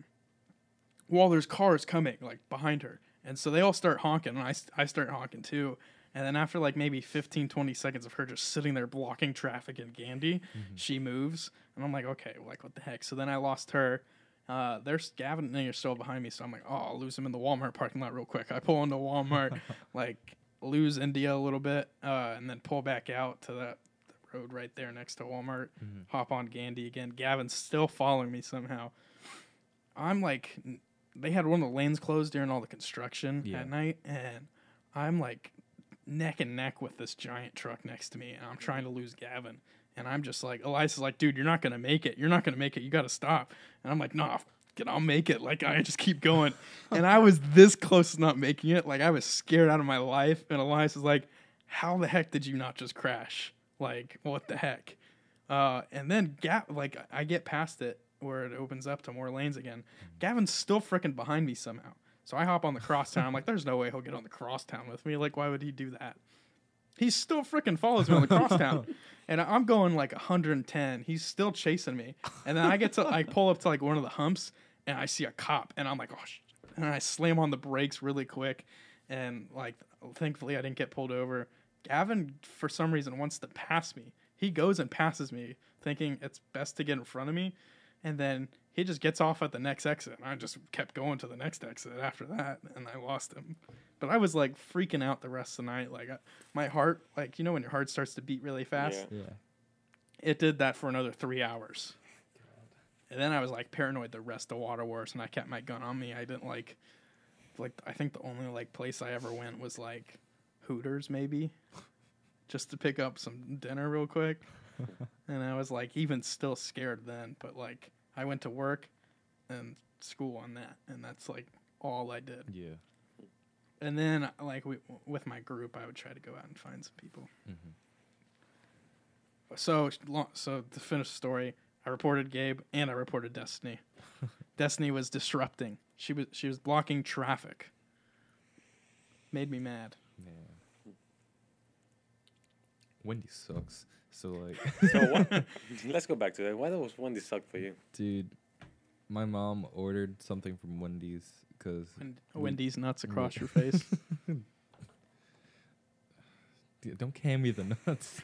Speaker 3: while there's cars coming like behind her. And so they all start honking, and I, st- I start honking too. And then after like maybe 15, 20 seconds of her just sitting there blocking traffic in Gandhi, she moves. And I'm like, okay, like what the heck? So then I lost her. Uh, there's Gavin and you're still behind me, so I'm like, oh, I'll lose him in the Walmart parking lot real quick. I pull into Walmart, like lose India a little bit, uh, and then pull back out to that the road right there next to Walmart. Hop on Gandhi again. Gavin's still following me somehow. I'm like, n- they had one of the lanes closed during all the construction
Speaker 1: Yeah.
Speaker 3: at night, and I'm like neck and neck with this giant truck next to me, and I'm trying to lose Gavin. And I'm just like, Elias is like, dude, you're not gonna make it. You're not gonna make it. You gotta stop. And I'm like, nah, f- it, I'll make it. Like I just keep going. and I was this close to not making it. Like I was scared out of my life. And Elias is like, how the heck did you not just crash? Like what the heck? Uh, and then Gap, like I get past it where it opens up to more lanes again. Gavin's still freaking behind me somehow. So I hop on the crosstown. I'm like, there's no way he'll get on the crosstown with me. Like, why would he do that? He still freaking follows me on the crosstown. and I'm going like 110. He's still chasing me. And then I get to, I pull up to like one of the humps and I see a cop and I'm like, oh, shit. And I slam on the brakes really quick. And like, thankfully, I didn't get pulled over. Gavin, for some reason, wants to pass me. He goes and passes me, thinking it's best to get in front of me. And then he just gets off at the next exit. And I just kept going to the next exit after that. And I lost him. But I was like freaking out the rest of the night. Like, I, my heart, like, you know, when your heart starts to beat really fast?
Speaker 2: Yeah.
Speaker 1: Yeah.
Speaker 3: it did that for another three hours. And then I was like paranoid the rest of Waterworks, and I kept my gun on me. I didn't like, like I think the only like place I ever went was like Hooters maybe, just to pick up some dinner real quick. and I was like even still scared then, but like I went to work and school on that, and that's like all I did.
Speaker 1: Yeah.
Speaker 3: And then like we, with my group, I would try to go out and find some people. So lo- so to finish the story, I reported Gabe and I reported Destiny. Destiny was disrupting. She was she was blocking traffic. Made me mad.
Speaker 1: Man. Wendy sucks. So like,
Speaker 2: So what, let's go back to that. Why does Wendy suck for you?
Speaker 1: dude, my mom ordered something from Wendy's because
Speaker 3: And Wendy's nuts across your face.
Speaker 1: don't hand me the nuts.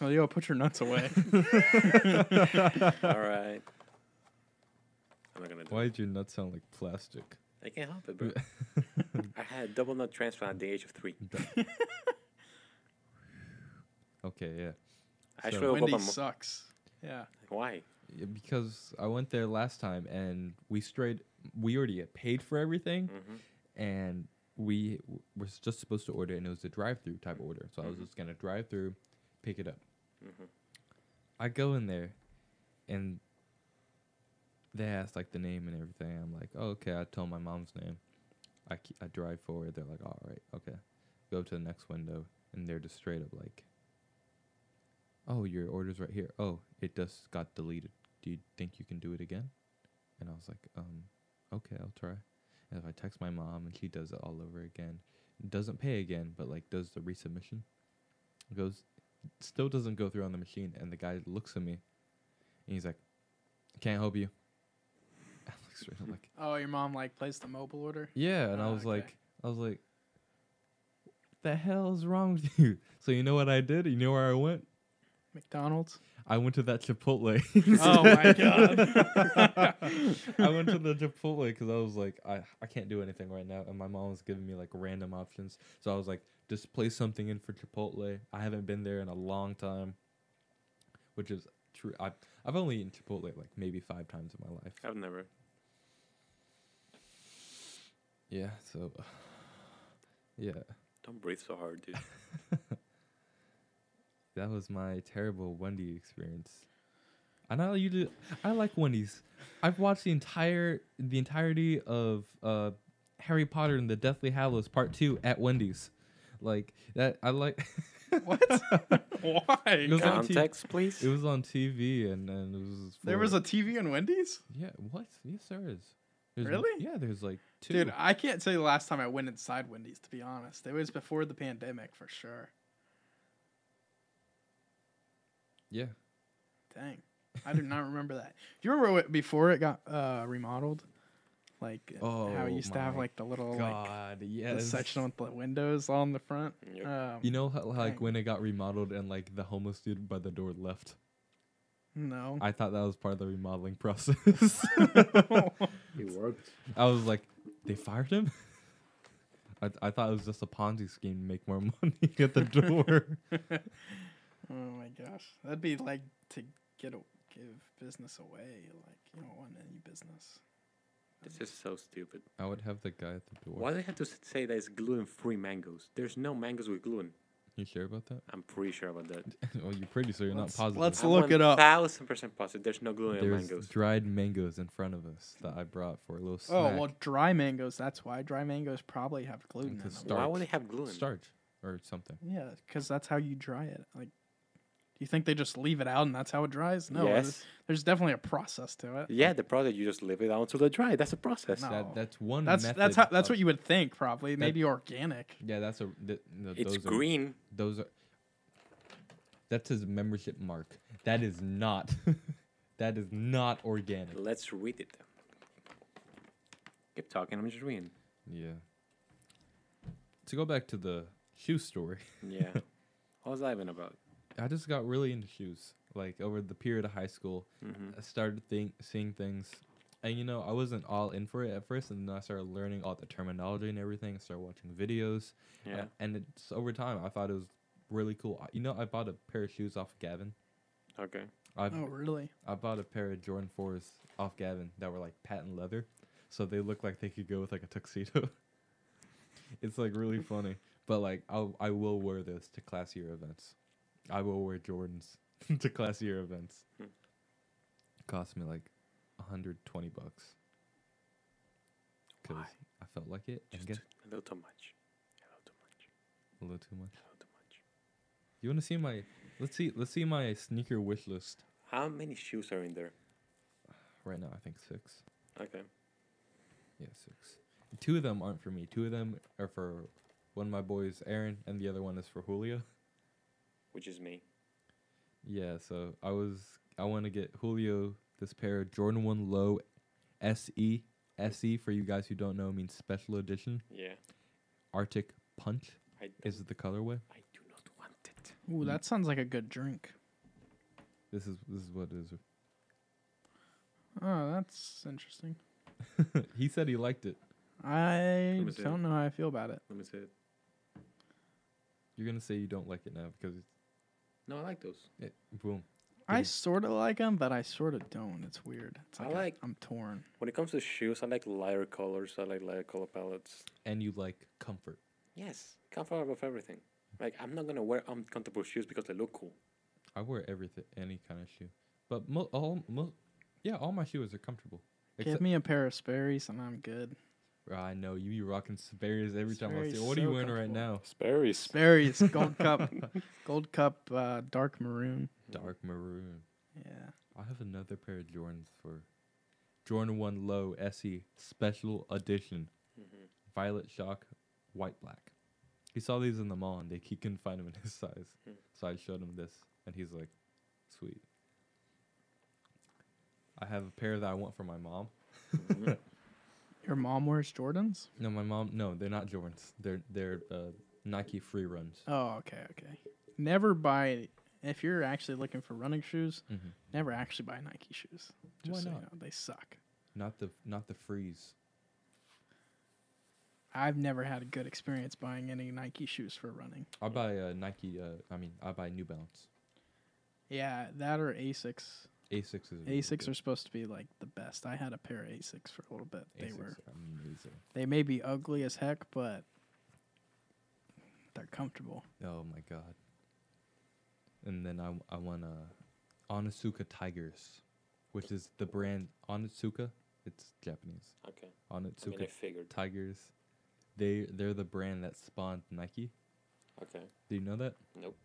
Speaker 3: Oh, yo, put your nuts away.
Speaker 2: All right. I'm not gonna do
Speaker 1: Why did your nuts sound like plastic?
Speaker 2: it. I can't help it, bro. I had a double nut transplant at the age of three.
Speaker 1: Okay, yeah.
Speaker 2: I
Speaker 1: So-
Speaker 2: should have
Speaker 3: Wendy
Speaker 2: my mom.
Speaker 3: sucks. Yeah.
Speaker 2: Why?
Speaker 1: Yeah, because I went there last time and we straight we already had paid for everything
Speaker 2: Mm-hmm.
Speaker 1: and we w- were just supposed to order and it was a drive through type order. So I was just gonna drive through, pick it up. I go in there and they ask like the name and everything. I'm like, oh, okay. I tell my mom's name. I, ke- I drive forward. They're like, all right, okay. Go to the next window and they're just straight up like, oh, your order's right here. Oh, it just got deleted. Do you think you can do it again? And I was like, um, okay, I'll try. And I text my mom and she does it all over again. Doesn't pay again, but like does the resubmission. Goes, still doesn't go through on the machine. And the guy looks at me and he's like, can't help you. I'm like, straight up like,
Speaker 3: Oh, your mom like plays the mobile order.
Speaker 1: yeah, and I
Speaker 3: Ah,
Speaker 1: was
Speaker 3: okay.
Speaker 1: like, I was like, the hell's wrong with you? So you know what I did? You know where I went?
Speaker 3: McDonald's.
Speaker 1: I went to that Chipotle.
Speaker 3: Oh my God.
Speaker 1: I went to the Chipotle because I was like, I, I can't do anything right now, and my mom was giving me like random options. So I was like, just place something in for Chipotle. I haven't been there in a long time, which is true. I I've only eaten Chipotle like maybe five times in my life.
Speaker 2: I've never.
Speaker 1: Yeah. So. Yeah,
Speaker 2: Don't breathe so hard, dude.
Speaker 1: that was my terrible Wendy experience. And I you do, I like Wendy's. I've watched the entire the entirety of uh, Harry Potter and the Deathly Hallows Part Two at Wendy's. Like that, I like.
Speaker 3: What? Why?
Speaker 1: was on T-
Speaker 2: Context, please.
Speaker 1: It was on TV, and and it was.
Speaker 3: There
Speaker 1: for-
Speaker 3: was a TV in Wendy's?
Speaker 1: yeah. What? Yes, there is. There's,
Speaker 3: Really?
Speaker 1: Yeah, there's like two.
Speaker 3: Dude, I can't tell you the last time I went inside Wendy's, to be honest. It was before the pandemic for sure.
Speaker 1: yeah.
Speaker 3: Dang. I do not remember that. Do you remember what, before it got uh, remodeled? Like uh,
Speaker 1: Oh,
Speaker 3: how it used to have
Speaker 1: my
Speaker 3: like the little like
Speaker 1: God.
Speaker 3: Oh the
Speaker 1: yes.
Speaker 3: section with the windows on the front.
Speaker 2: Yep.
Speaker 3: Um,
Speaker 1: You know, how, like
Speaker 3: Dang.
Speaker 1: when it got remodeled, and like the homeless dude by the door left.
Speaker 3: no.
Speaker 1: I thought that was part of the remodeling process.
Speaker 2: It worked.
Speaker 1: I was like, they fired him? I, I thought it was just a Ponzi scheme to make more money at the door.
Speaker 3: Oh my gosh, that'd be like to get a, give business away. Like you don't want any business.
Speaker 2: This is so stupid.
Speaker 1: I would have the guy at the door.
Speaker 2: Why do they have to s- say that it's gluten-free mangoes? There's no mangoes with gluten.
Speaker 1: You sure about that?
Speaker 2: I'm pretty sure about that.
Speaker 1: well, you're pretty sure you're not
Speaker 3: Let's-
Speaker 1: positive.
Speaker 3: let's-
Speaker 2: I'm
Speaker 3: look it up.
Speaker 2: Thousand percent positive. There's no gluten in
Speaker 1: There's
Speaker 2: mangoes.
Speaker 1: dried mangoes in front of us that I brought for a little snack.
Speaker 3: Oh well, dry mangoes. That's why dry mangoes probably have gluten in
Speaker 1: Because
Speaker 3: them.
Speaker 1: starch.
Speaker 2: Why would they have gluten?
Speaker 1: starch or something.
Speaker 3: Yeah, because that's how you dry it. Like, you think they just leave it out and that's how it dries? No,
Speaker 2: yes.
Speaker 3: there's, there's definitely a process to it.
Speaker 2: Yeah, the product you just leave it out until they dry. That's a process.
Speaker 3: No.
Speaker 1: That that's one.
Speaker 3: That's
Speaker 1: method
Speaker 3: that's how that's
Speaker 1: of-
Speaker 3: what you would think probably. Maybe organic.
Speaker 1: Yeah, that's a. Th- no,
Speaker 2: It's
Speaker 1: those Are,
Speaker 2: green.
Speaker 1: those are. That's his membership mark. That is not. that is not organic.
Speaker 2: Let's read it. Keep talking. I'm just reading.
Speaker 1: Yeah. To go back to the shoe story,
Speaker 2: Yeah. what was I even about?
Speaker 1: I just got really into shoes. Like over the period of high school, I started think- seeing things, and you know I wasn't all in for it at first, and then I started learning all the terminology and everything. I started watching videos, uh,
Speaker 2: Yeah.
Speaker 1: and it's over time I thought it was really cool. I- You know, I bought a pair of shoes off of Gavin.
Speaker 2: Okay.
Speaker 1: I
Speaker 3: Oh really?
Speaker 1: I bought a pair of Jordan fours off Gavin that were like patent leather, so they look like they could go with like a tuxedo. it's like really funny, but like I'll, I will wear this to classier events. I will wear Jordans to classier events.
Speaker 2: Hmm.
Speaker 1: Cost me like 120 bucks. Cause
Speaker 2: Why?
Speaker 1: I felt like it. and
Speaker 2: Just
Speaker 1: guess-
Speaker 2: a little too much. A little too much.
Speaker 1: a little too much.
Speaker 2: A little too much.
Speaker 1: You want to see my? Let's see. Let's see my sneaker wish list
Speaker 2: How many shoes are in there?
Speaker 1: right now. I think six.
Speaker 2: Okay.
Speaker 1: Yeah, six. Two of them aren't for me. Two of them are for one of my boys, Aaron, and the other one is for Julio.
Speaker 2: Which is me.
Speaker 1: Yeah, so I was I want to get Julio this pair of Jordan One Low SE SE E, for you guys who don't know means special edition
Speaker 2: Yeah.
Speaker 1: Arctic Punch
Speaker 2: I,
Speaker 1: is the colorway.
Speaker 2: I do not want it.
Speaker 3: Ooh, that sounds like a good drink.
Speaker 1: This is this is what it is.
Speaker 3: Oh, that's interesting.
Speaker 1: he said he liked it.
Speaker 3: I
Speaker 2: me see
Speaker 3: don't know how I feel about it.
Speaker 2: Let me see it.
Speaker 1: You're gonna say you don't like it now because it's,
Speaker 2: No, I like those.
Speaker 1: it, boom.
Speaker 3: I
Speaker 1: Yeah.
Speaker 3: sort of like them, but I sort of don't. It's weird. It's
Speaker 2: I
Speaker 3: like,
Speaker 2: like-
Speaker 3: I am torn.
Speaker 2: When it comes to shoes, I like lighter colors. I like lighter color palettes.
Speaker 1: And you like comfort.
Speaker 2: Yes, comfort above everything. Like I'm not gonna wear uncomfortable shoes because they look cool.
Speaker 1: I wear everything, any kind of shoe, but mo- all mo- yeah, all my shoes are comfortable.
Speaker 3: Give me a pair of Sperry's and I'm good.
Speaker 1: Bro, I know you be rocking Sperry's every time I see.
Speaker 3: Sperry's
Speaker 1: it. What are you
Speaker 3: so
Speaker 1: wearing right now?
Speaker 3: comfortable.
Speaker 2: Sperry's.
Speaker 3: Sperry's gold cup, gold cup, uh, dark maroon.
Speaker 1: Dark maroon.
Speaker 3: Yeah.
Speaker 1: I have another pair of Jordans for Jordan One Low SE Special Edition,
Speaker 3: Mm-hmm.
Speaker 1: Violet Shock, White Black. He saw these in the mall and they, he couldn't find them in his size,
Speaker 3: Hmm.
Speaker 2: Mm.
Speaker 1: so I showed him this and he's like, "Sweet." I have a pair that I want for my mom.
Speaker 2: Mm-hmm.
Speaker 3: Your mom wears Jordans.
Speaker 1: No, my mom. No, they're not Jordans. They're they're uh, Nike free runs.
Speaker 3: Oh, okay, okay. Never buy if you're actually looking for running shoes.
Speaker 1: Mhm.
Speaker 3: Never actually buy Nike shoes. Just
Speaker 1: Why
Speaker 3: so
Speaker 1: not?
Speaker 3: you know, they suck.
Speaker 1: Not the not the freeze.
Speaker 3: I've never had a good experience buying any Nike shoes for running.
Speaker 1: I buy uh, Nike. Uh, I mean, I buy New Balance.
Speaker 3: Yeah, that or Asics.
Speaker 1: Asics is really
Speaker 3: Asics
Speaker 1: good.
Speaker 3: are supposed to be like the best. I had a pair of Asics for a little bit. They
Speaker 1: Asics
Speaker 3: were
Speaker 1: are amazing.
Speaker 3: they may be ugly as heck, but they're comfortable.
Speaker 1: Oh my god. And then I I want uh, Onitsuka Tigers, which is the brand Onitsuka. It's Japanese.
Speaker 2: Okay. I mean, I
Speaker 1: Onitsuka
Speaker 2: figured.
Speaker 1: Tigers. They they're the brand that spawned Nike.
Speaker 2: Okay.
Speaker 1: Do you know that?
Speaker 2: Nope.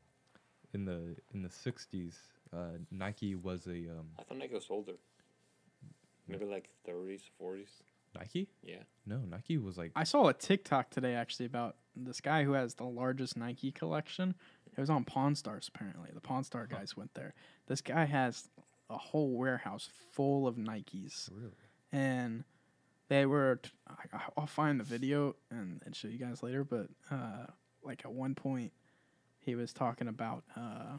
Speaker 1: In the in the sixties, uh, Nike was a um,
Speaker 2: I thought Nike was older. Maybe like 30s, 40s.
Speaker 1: Nike.
Speaker 2: Yeah.
Speaker 1: No, Nike was like
Speaker 3: I saw a TikTok today actually about this guy who has the largest Nike collection. It was on Pawn Stars apparently. The Pawn Star
Speaker 1: Huh.
Speaker 3: guys went there. This guy has a whole warehouse full of Nikes,
Speaker 1: really.
Speaker 3: and they were. T- I, I'll find the video and, and show you guys later. But uh, like at one point, he was talking about uh,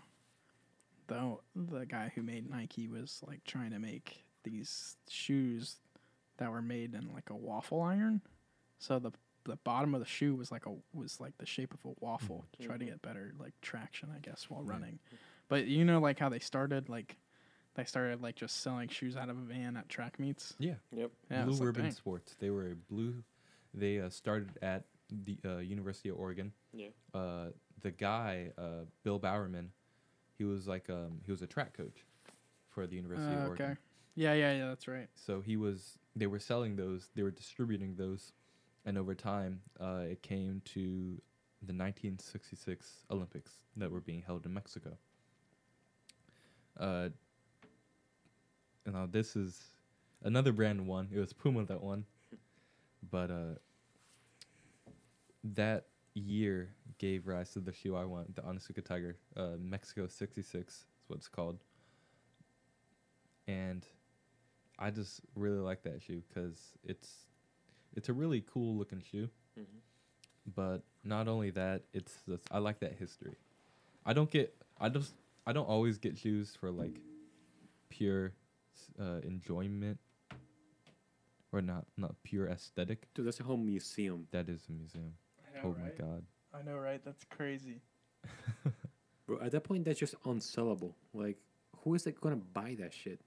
Speaker 3: the the guy who made Nike was like trying to make these shoes that were made in like a waffle iron. So the the bottom of the shoe was like a was like the shape of a waffle to try to get better like traction, I guess, while
Speaker 1: Yeah.
Speaker 3: running. But you know, like how they started, like they started like just selling shoes out of a van at track meets.
Speaker 1: Yeah,
Speaker 2: Yep.
Speaker 3: Yeah,
Speaker 1: Blue
Speaker 3: it's like,
Speaker 1: Ribbon
Speaker 3: dang.
Speaker 1: Sports. They were a blue. They uh, started at the uh, University of Oregon.
Speaker 2: Yeah.
Speaker 1: Uh, the guy, uh, Bill Bowerman, he was like um, he was a track coach for the University
Speaker 3: Uh,
Speaker 1: of Oregon.
Speaker 3: okay. Yeah, yeah, yeah. That's right.
Speaker 1: So he was. They were selling those. They were distributing those, and over time, uh, it came to the 1966 Olympics that were being held in Mexico. Uh, and now this is another brand one. It was Puma that won, but uh, that year gave rise to the shoe I want, the Onitsuka Tiger, uh, Mexico '66 is what it's called, and I just really like that shoe because it's it's a really cool looking shoe.
Speaker 2: Mhm.
Speaker 1: But not only that, it's this, I like that history. I don't get I just I don't always get shoes for like pure uh, enjoyment or not not pure aesthetic.
Speaker 2: Dude, that's a whole museum.
Speaker 1: That is a museum.
Speaker 3: I
Speaker 1: oh my god.
Speaker 3: I know, right? That's crazy.
Speaker 2: Bro, at that point, that's just unsellable. Like, who is that gonna buy that shit?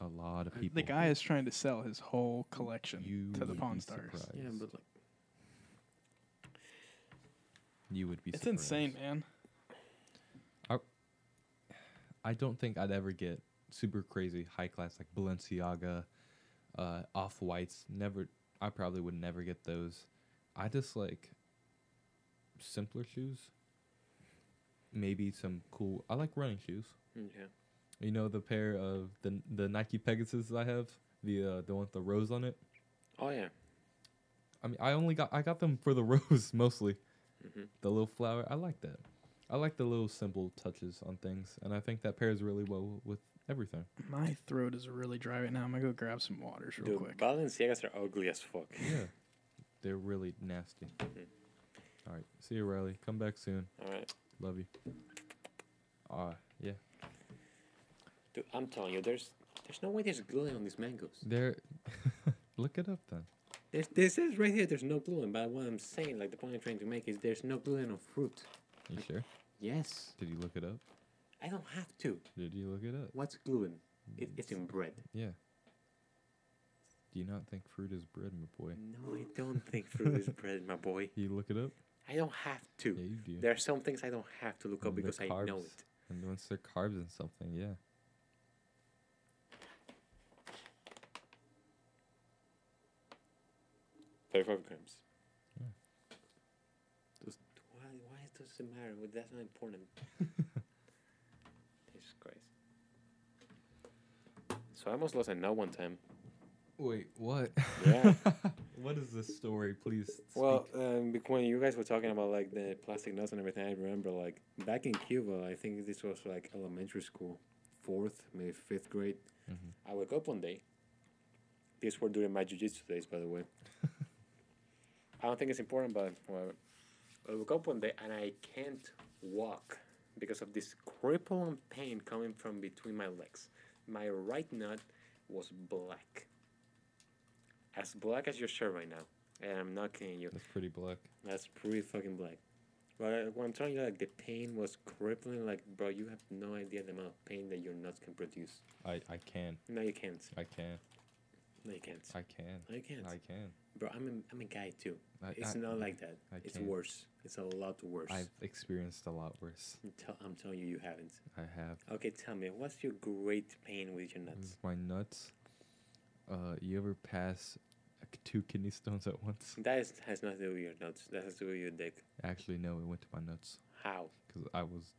Speaker 1: A lot of
Speaker 2: The
Speaker 1: people.
Speaker 3: The guy is trying to sell his whole collection
Speaker 1: You
Speaker 3: to the
Speaker 1: would
Speaker 3: Pawn
Speaker 1: be
Speaker 3: Stars.
Speaker 1: surprised.
Speaker 2: Yeah, but like,
Speaker 1: you would be
Speaker 3: It's
Speaker 1: surprised.
Speaker 3: insane, man.
Speaker 1: I don't think I'd ever get super crazy high class like Balenciaga, uh, off whites. Never, I probably would never get those. I just like simpler shoes. Maybe some cool. I like running shoes.
Speaker 2: Mm, yeah.
Speaker 1: You know the pair of the the Nike Pegasus I have, the uh, the one with the rose on it.
Speaker 2: Oh yeah.
Speaker 1: I mean, I only got I got them for the rose mostly.
Speaker 2: Mhm.
Speaker 1: The little flower. I like that. I like the little simple touches on things, and I think that pairs really well with everything.
Speaker 3: My throat is really dry right now. I'm gonna go grab some waters
Speaker 2: Dude,
Speaker 3: real quick.
Speaker 2: Balenciagas are ugly as fuck.
Speaker 1: Yeah. They're really nasty.
Speaker 2: Mm-hmm.
Speaker 1: All right. See you, Riley. Come back soon.
Speaker 2: All right,
Speaker 1: Love you. Ah, yeah.
Speaker 2: dude. I'm telling you, there's there's no way there's glue on these mangoes.
Speaker 1: They're. Look it up then.
Speaker 2: There's, this is right here. There's no gluten. But what I'm saying, like the point I'm trying to make, is there's no gluten on fruit.
Speaker 1: You sure?
Speaker 2: Yes.
Speaker 1: Did you look it up?
Speaker 2: I don't have to.
Speaker 1: Did you look it up?
Speaker 2: What's gluten? It, it's in bread.
Speaker 1: Yeah. Do you not think fruit is bread, my boy?
Speaker 2: No, I don't think fruit is bread, my boy.
Speaker 1: You look it up?
Speaker 2: I don't have to.
Speaker 1: Yeah, you do.
Speaker 2: There are some things I don't have to look up
Speaker 1: And they're
Speaker 2: because I know
Speaker 1: carbs.
Speaker 2: it.
Speaker 1: And once they're carbs in something, yeah.
Speaker 2: Thirty-five grams. Those- Why, why does it matter? Well, That's not important. Jesus Christ. So I almost lost a nut one time.
Speaker 1: Wait, what?
Speaker 2: Yeah.
Speaker 1: what is this story? Please.
Speaker 2: Well, um, bec- when you guys were talking about like the plastic nuts and everything, I remember like back in Cuba, I think this was like elementary school, fourth, maybe fifth grade.
Speaker 1: Mm-hmm.
Speaker 2: I woke up one day. These were during my jiu-jitsu days, by the way. I don't think it's important, but whatever. I woke up one day and I can't walk because of this crippling pain coming from between my legs. My right nut was black. As black as your shirt right now. And I'm not kidding you.
Speaker 1: That's pretty black.
Speaker 2: That's pretty fucking black. But uh, what I'm telling you, like, the pain was crippling. Like, bro, you have no idea the amount of pain that your nuts can produce.
Speaker 1: I, I can.
Speaker 2: No, you can't.
Speaker 1: I can.
Speaker 2: No, you can't.
Speaker 1: I can.
Speaker 2: No, you can't.
Speaker 1: I can.
Speaker 2: Bro, I'm a, I'm a guy too.
Speaker 1: I,
Speaker 2: It's
Speaker 1: I-
Speaker 2: not like that.
Speaker 1: I
Speaker 2: it's
Speaker 1: can't.
Speaker 2: worse. It's a lot worse.
Speaker 1: I've experienced a lot worse.
Speaker 2: I'm, tell- I'm telling you, you haven't.
Speaker 1: I have.
Speaker 2: Okay, tell me, what's your great pain with your nuts?
Speaker 1: With my nuts. Uh, you ever pass like, two kidney stones at once?
Speaker 2: That is, has nothing to do with your nuts. That has to do with your dick.
Speaker 1: Actually, no. It went to my nuts
Speaker 2: How?
Speaker 1: because I was.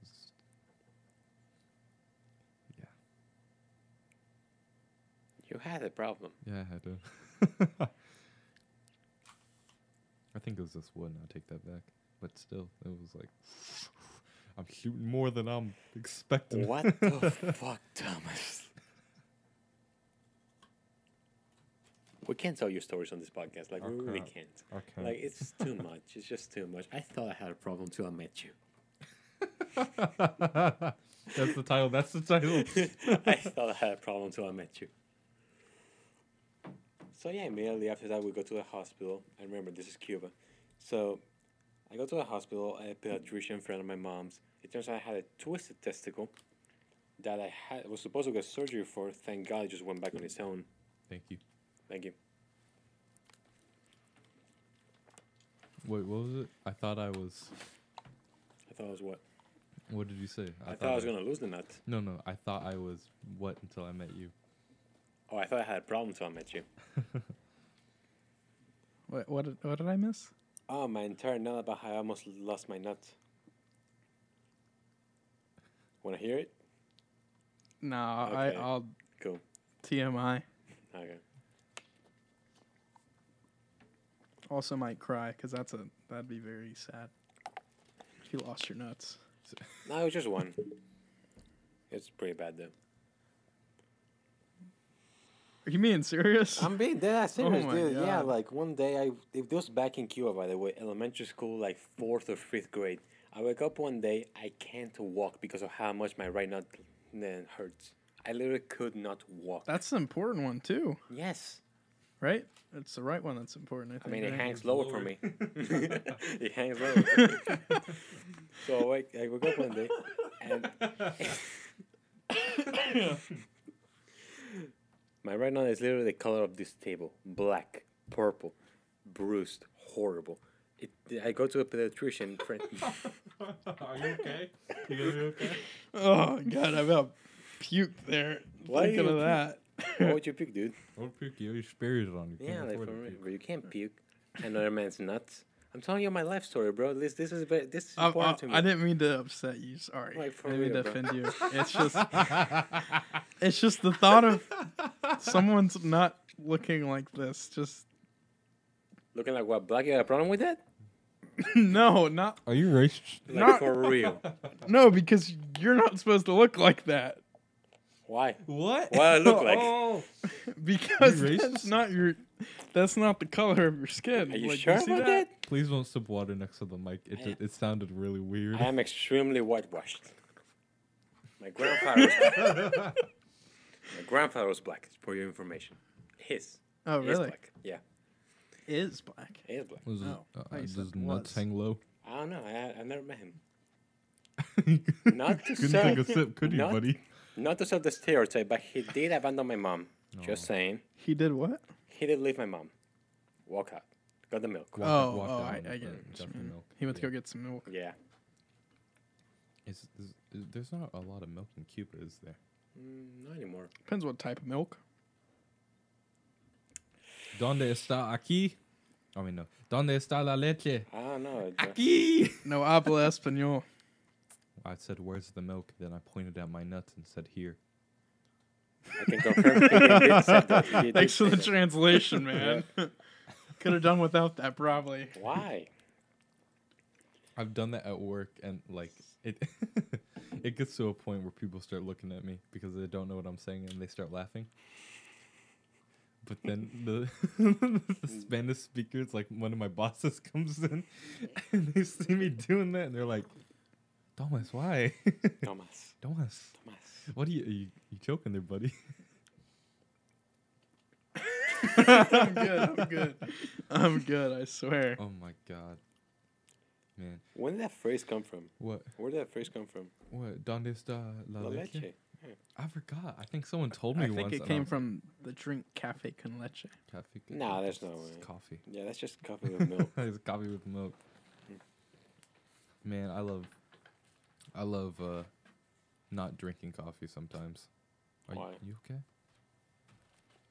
Speaker 1: Just...
Speaker 2: You had a problem.
Speaker 1: Yeah, I do. I think it was just one. I'll take that back. But still, it was like I'm shooting more than I'm expecting.
Speaker 2: What the fuck, Thomas? We can't tell your stories on this podcast. Like, we really
Speaker 1: Okay.
Speaker 2: can't.
Speaker 1: Okay.
Speaker 2: Like, it's too much. It's just too much. I thought I had a problem till I met you.
Speaker 1: that's the title. That's the title.
Speaker 2: I thought I had a problem until I met you. So yeah, immediately after that, we go to the hospital. And remember, this is Cuba. So I go to the hospital. A pediatrician friend of my mom's. It turns out I had a twisted testicle that I had was supposed to get surgery for. Thank God it just went back on its own.
Speaker 1: Thank you.
Speaker 2: Thank you.
Speaker 1: Wait, what was it? I thought I was.
Speaker 2: I thought I was what?
Speaker 1: What did you say?
Speaker 2: I, thought, I was gonna lose the nut.
Speaker 1: No, no. I thought I was what until I met you.
Speaker 2: Oh, I thought I had a problem until I met you.
Speaker 3: What what did, what did I miss?
Speaker 2: Oh, my entire nut about how I almost lost my nut. Wanna hear it?
Speaker 3: No,
Speaker 2: Okay.
Speaker 3: I I'll
Speaker 2: Cool.
Speaker 3: TMI.
Speaker 2: Okay.
Speaker 3: Also might cry because that's a that'd be very sad. If you lost your nuts.
Speaker 2: No, it was just one. It's pretty bad though.
Speaker 3: Are you being serious?
Speaker 2: I'm being dead ass
Speaker 3: Oh
Speaker 2: serious,
Speaker 3: my
Speaker 2: dude. Yeah,
Speaker 3: God.
Speaker 2: like one day I it was back in Cuba by the way, elementary school, like fourth or fifth grade. I wake up one day, I can't walk because of how much my right nut then hurts. I literally could not walk.
Speaker 3: that's an important one too,
Speaker 2: yes.
Speaker 3: right? It's the right one that's important. I
Speaker 2: I
Speaker 3: think.
Speaker 2: mean it
Speaker 3: right?
Speaker 2: hangs lower for
Speaker 1: Lower.
Speaker 2: me. it hangs lower. so I wake, I wake up one day and My right now is literally the color of this table black, purple, bruised, horrible. It, I go to a pediatrician. Friend,
Speaker 1: Are you okay? You gonna be okay?
Speaker 3: Oh god, I about puke there.
Speaker 2: Why
Speaker 3: thinking
Speaker 2: you
Speaker 3: of that.
Speaker 2: what would you pick, dude?
Speaker 1: Don't puke. You already spirited it on you.
Speaker 2: Yeah,
Speaker 1: Can't
Speaker 2: like
Speaker 1: afford
Speaker 2: for
Speaker 1: to
Speaker 2: real,
Speaker 1: puke.
Speaker 2: bro, you can't puke. Another man's nuts. I'm telling you my life story, bro. At least this is very, this is
Speaker 3: I,
Speaker 2: important to me.
Speaker 3: Uh, I, I didn't mean to upset you. Sorry,
Speaker 2: Like, for
Speaker 3: I didn't mean
Speaker 2: real,
Speaker 3: to
Speaker 2: bro.
Speaker 3: offend you. It's just, it's just the thought of someone's not looking like this. Just
Speaker 2: Looking like what? Black? You got a problem with that?
Speaker 3: no, not
Speaker 1: Are you racist?
Speaker 2: Like
Speaker 3: Not-
Speaker 2: for real?
Speaker 3: no, because you're not supposed to look like that.
Speaker 2: Why?
Speaker 1: What?
Speaker 2: What I look like?
Speaker 1: Oh,
Speaker 3: Because
Speaker 1: You racist?
Speaker 3: that's not your, that's not the color of your skin.
Speaker 2: Are you
Speaker 3: Like,
Speaker 2: sure
Speaker 3: see
Speaker 2: about that?
Speaker 1: please don't sip water next to the mic. It
Speaker 2: I-
Speaker 1: it, it sounded really weird.
Speaker 2: I am extremely whitewashed. My grandfather. Was, my grandfather was black. For your information, his.
Speaker 3: Oh,
Speaker 2: He is
Speaker 3: really?
Speaker 2: black. Yeah,
Speaker 3: Is black.
Speaker 2: he is black.
Speaker 1: Was it,
Speaker 3: Oh,
Speaker 1: uh,
Speaker 3: I
Speaker 1: does
Speaker 3: said
Speaker 1: nuts
Speaker 3: was.
Speaker 1: hang low?
Speaker 2: I don't know. Ah, I, I've never met him.
Speaker 1: Not
Speaker 2: to
Speaker 1: Couldn't
Speaker 2: say-
Speaker 1: take a sip, could you,
Speaker 2: not-
Speaker 1: buddy?
Speaker 2: Not to set the stereotype, but he did abandon my mom. Just saying.
Speaker 3: He did what?
Speaker 2: He did leave my mom. Walk out. Got the milk.
Speaker 1: Walk-
Speaker 3: oh,
Speaker 1: walked
Speaker 3: oh,
Speaker 1: out
Speaker 3: I, I
Speaker 1: and,
Speaker 3: get
Speaker 1: uh,
Speaker 3: it.
Speaker 1: got the milk.
Speaker 3: He went
Speaker 1: Yeah.
Speaker 3: to go get some milk.
Speaker 2: Yeah.
Speaker 1: Is, is, is- there's not a lot of milk in Cuba, is there?
Speaker 2: Mm, not anymore.
Speaker 3: Depends what type of milk.
Speaker 1: Donde está aquí? I mean, no. Donde está la leche?
Speaker 2: Ah, I don't know.
Speaker 1: Ah, Aquí!
Speaker 3: No habla español.
Speaker 1: I said, where's the milk? Then I pointed at my nuts and said, here.
Speaker 2: I can confirm. he did say that. He did
Speaker 3: Thanks for
Speaker 2: say
Speaker 3: the
Speaker 2: that.
Speaker 3: translation, man. Could have done without that, probably.
Speaker 2: Why?
Speaker 1: I've done that at work, and like it, it gets to a point where people start looking at me because they don't know what I'm saying, and they start laughing. But then the, the Spanish speakers, like one of my bosses, comes in, and they see me doing that, and they're like, "Thomas, why?
Speaker 2: Thomas.
Speaker 1: Thomas,
Speaker 2: Thomas.
Speaker 1: what are you? Are you, you joking there, buddy?"
Speaker 3: I'm good. I'm good. I'm good. I swear.
Speaker 1: Oh my god, man,
Speaker 2: When did that phrase come from?
Speaker 1: what?
Speaker 2: Where did that phrase come from?
Speaker 1: What? Donde está la,
Speaker 2: La
Speaker 1: leche?
Speaker 2: leche.
Speaker 1: I forgot. I think someone told me
Speaker 3: I think
Speaker 1: once.
Speaker 3: it
Speaker 1: and
Speaker 3: came
Speaker 1: was
Speaker 3: from the drink Cafe Con Leche.
Speaker 1: like, "Coffee, good
Speaker 2: Nah,
Speaker 1: God,
Speaker 2: there's
Speaker 1: it's-
Speaker 2: no
Speaker 1: it's
Speaker 2: way.
Speaker 1: Coffee.
Speaker 2: Yeah, that's just coffee with milk.
Speaker 1: it's coffee with milk. Man, I love, I love uh, not drinking coffee sometimes. Are
Speaker 2: Why?
Speaker 1: You, you okay?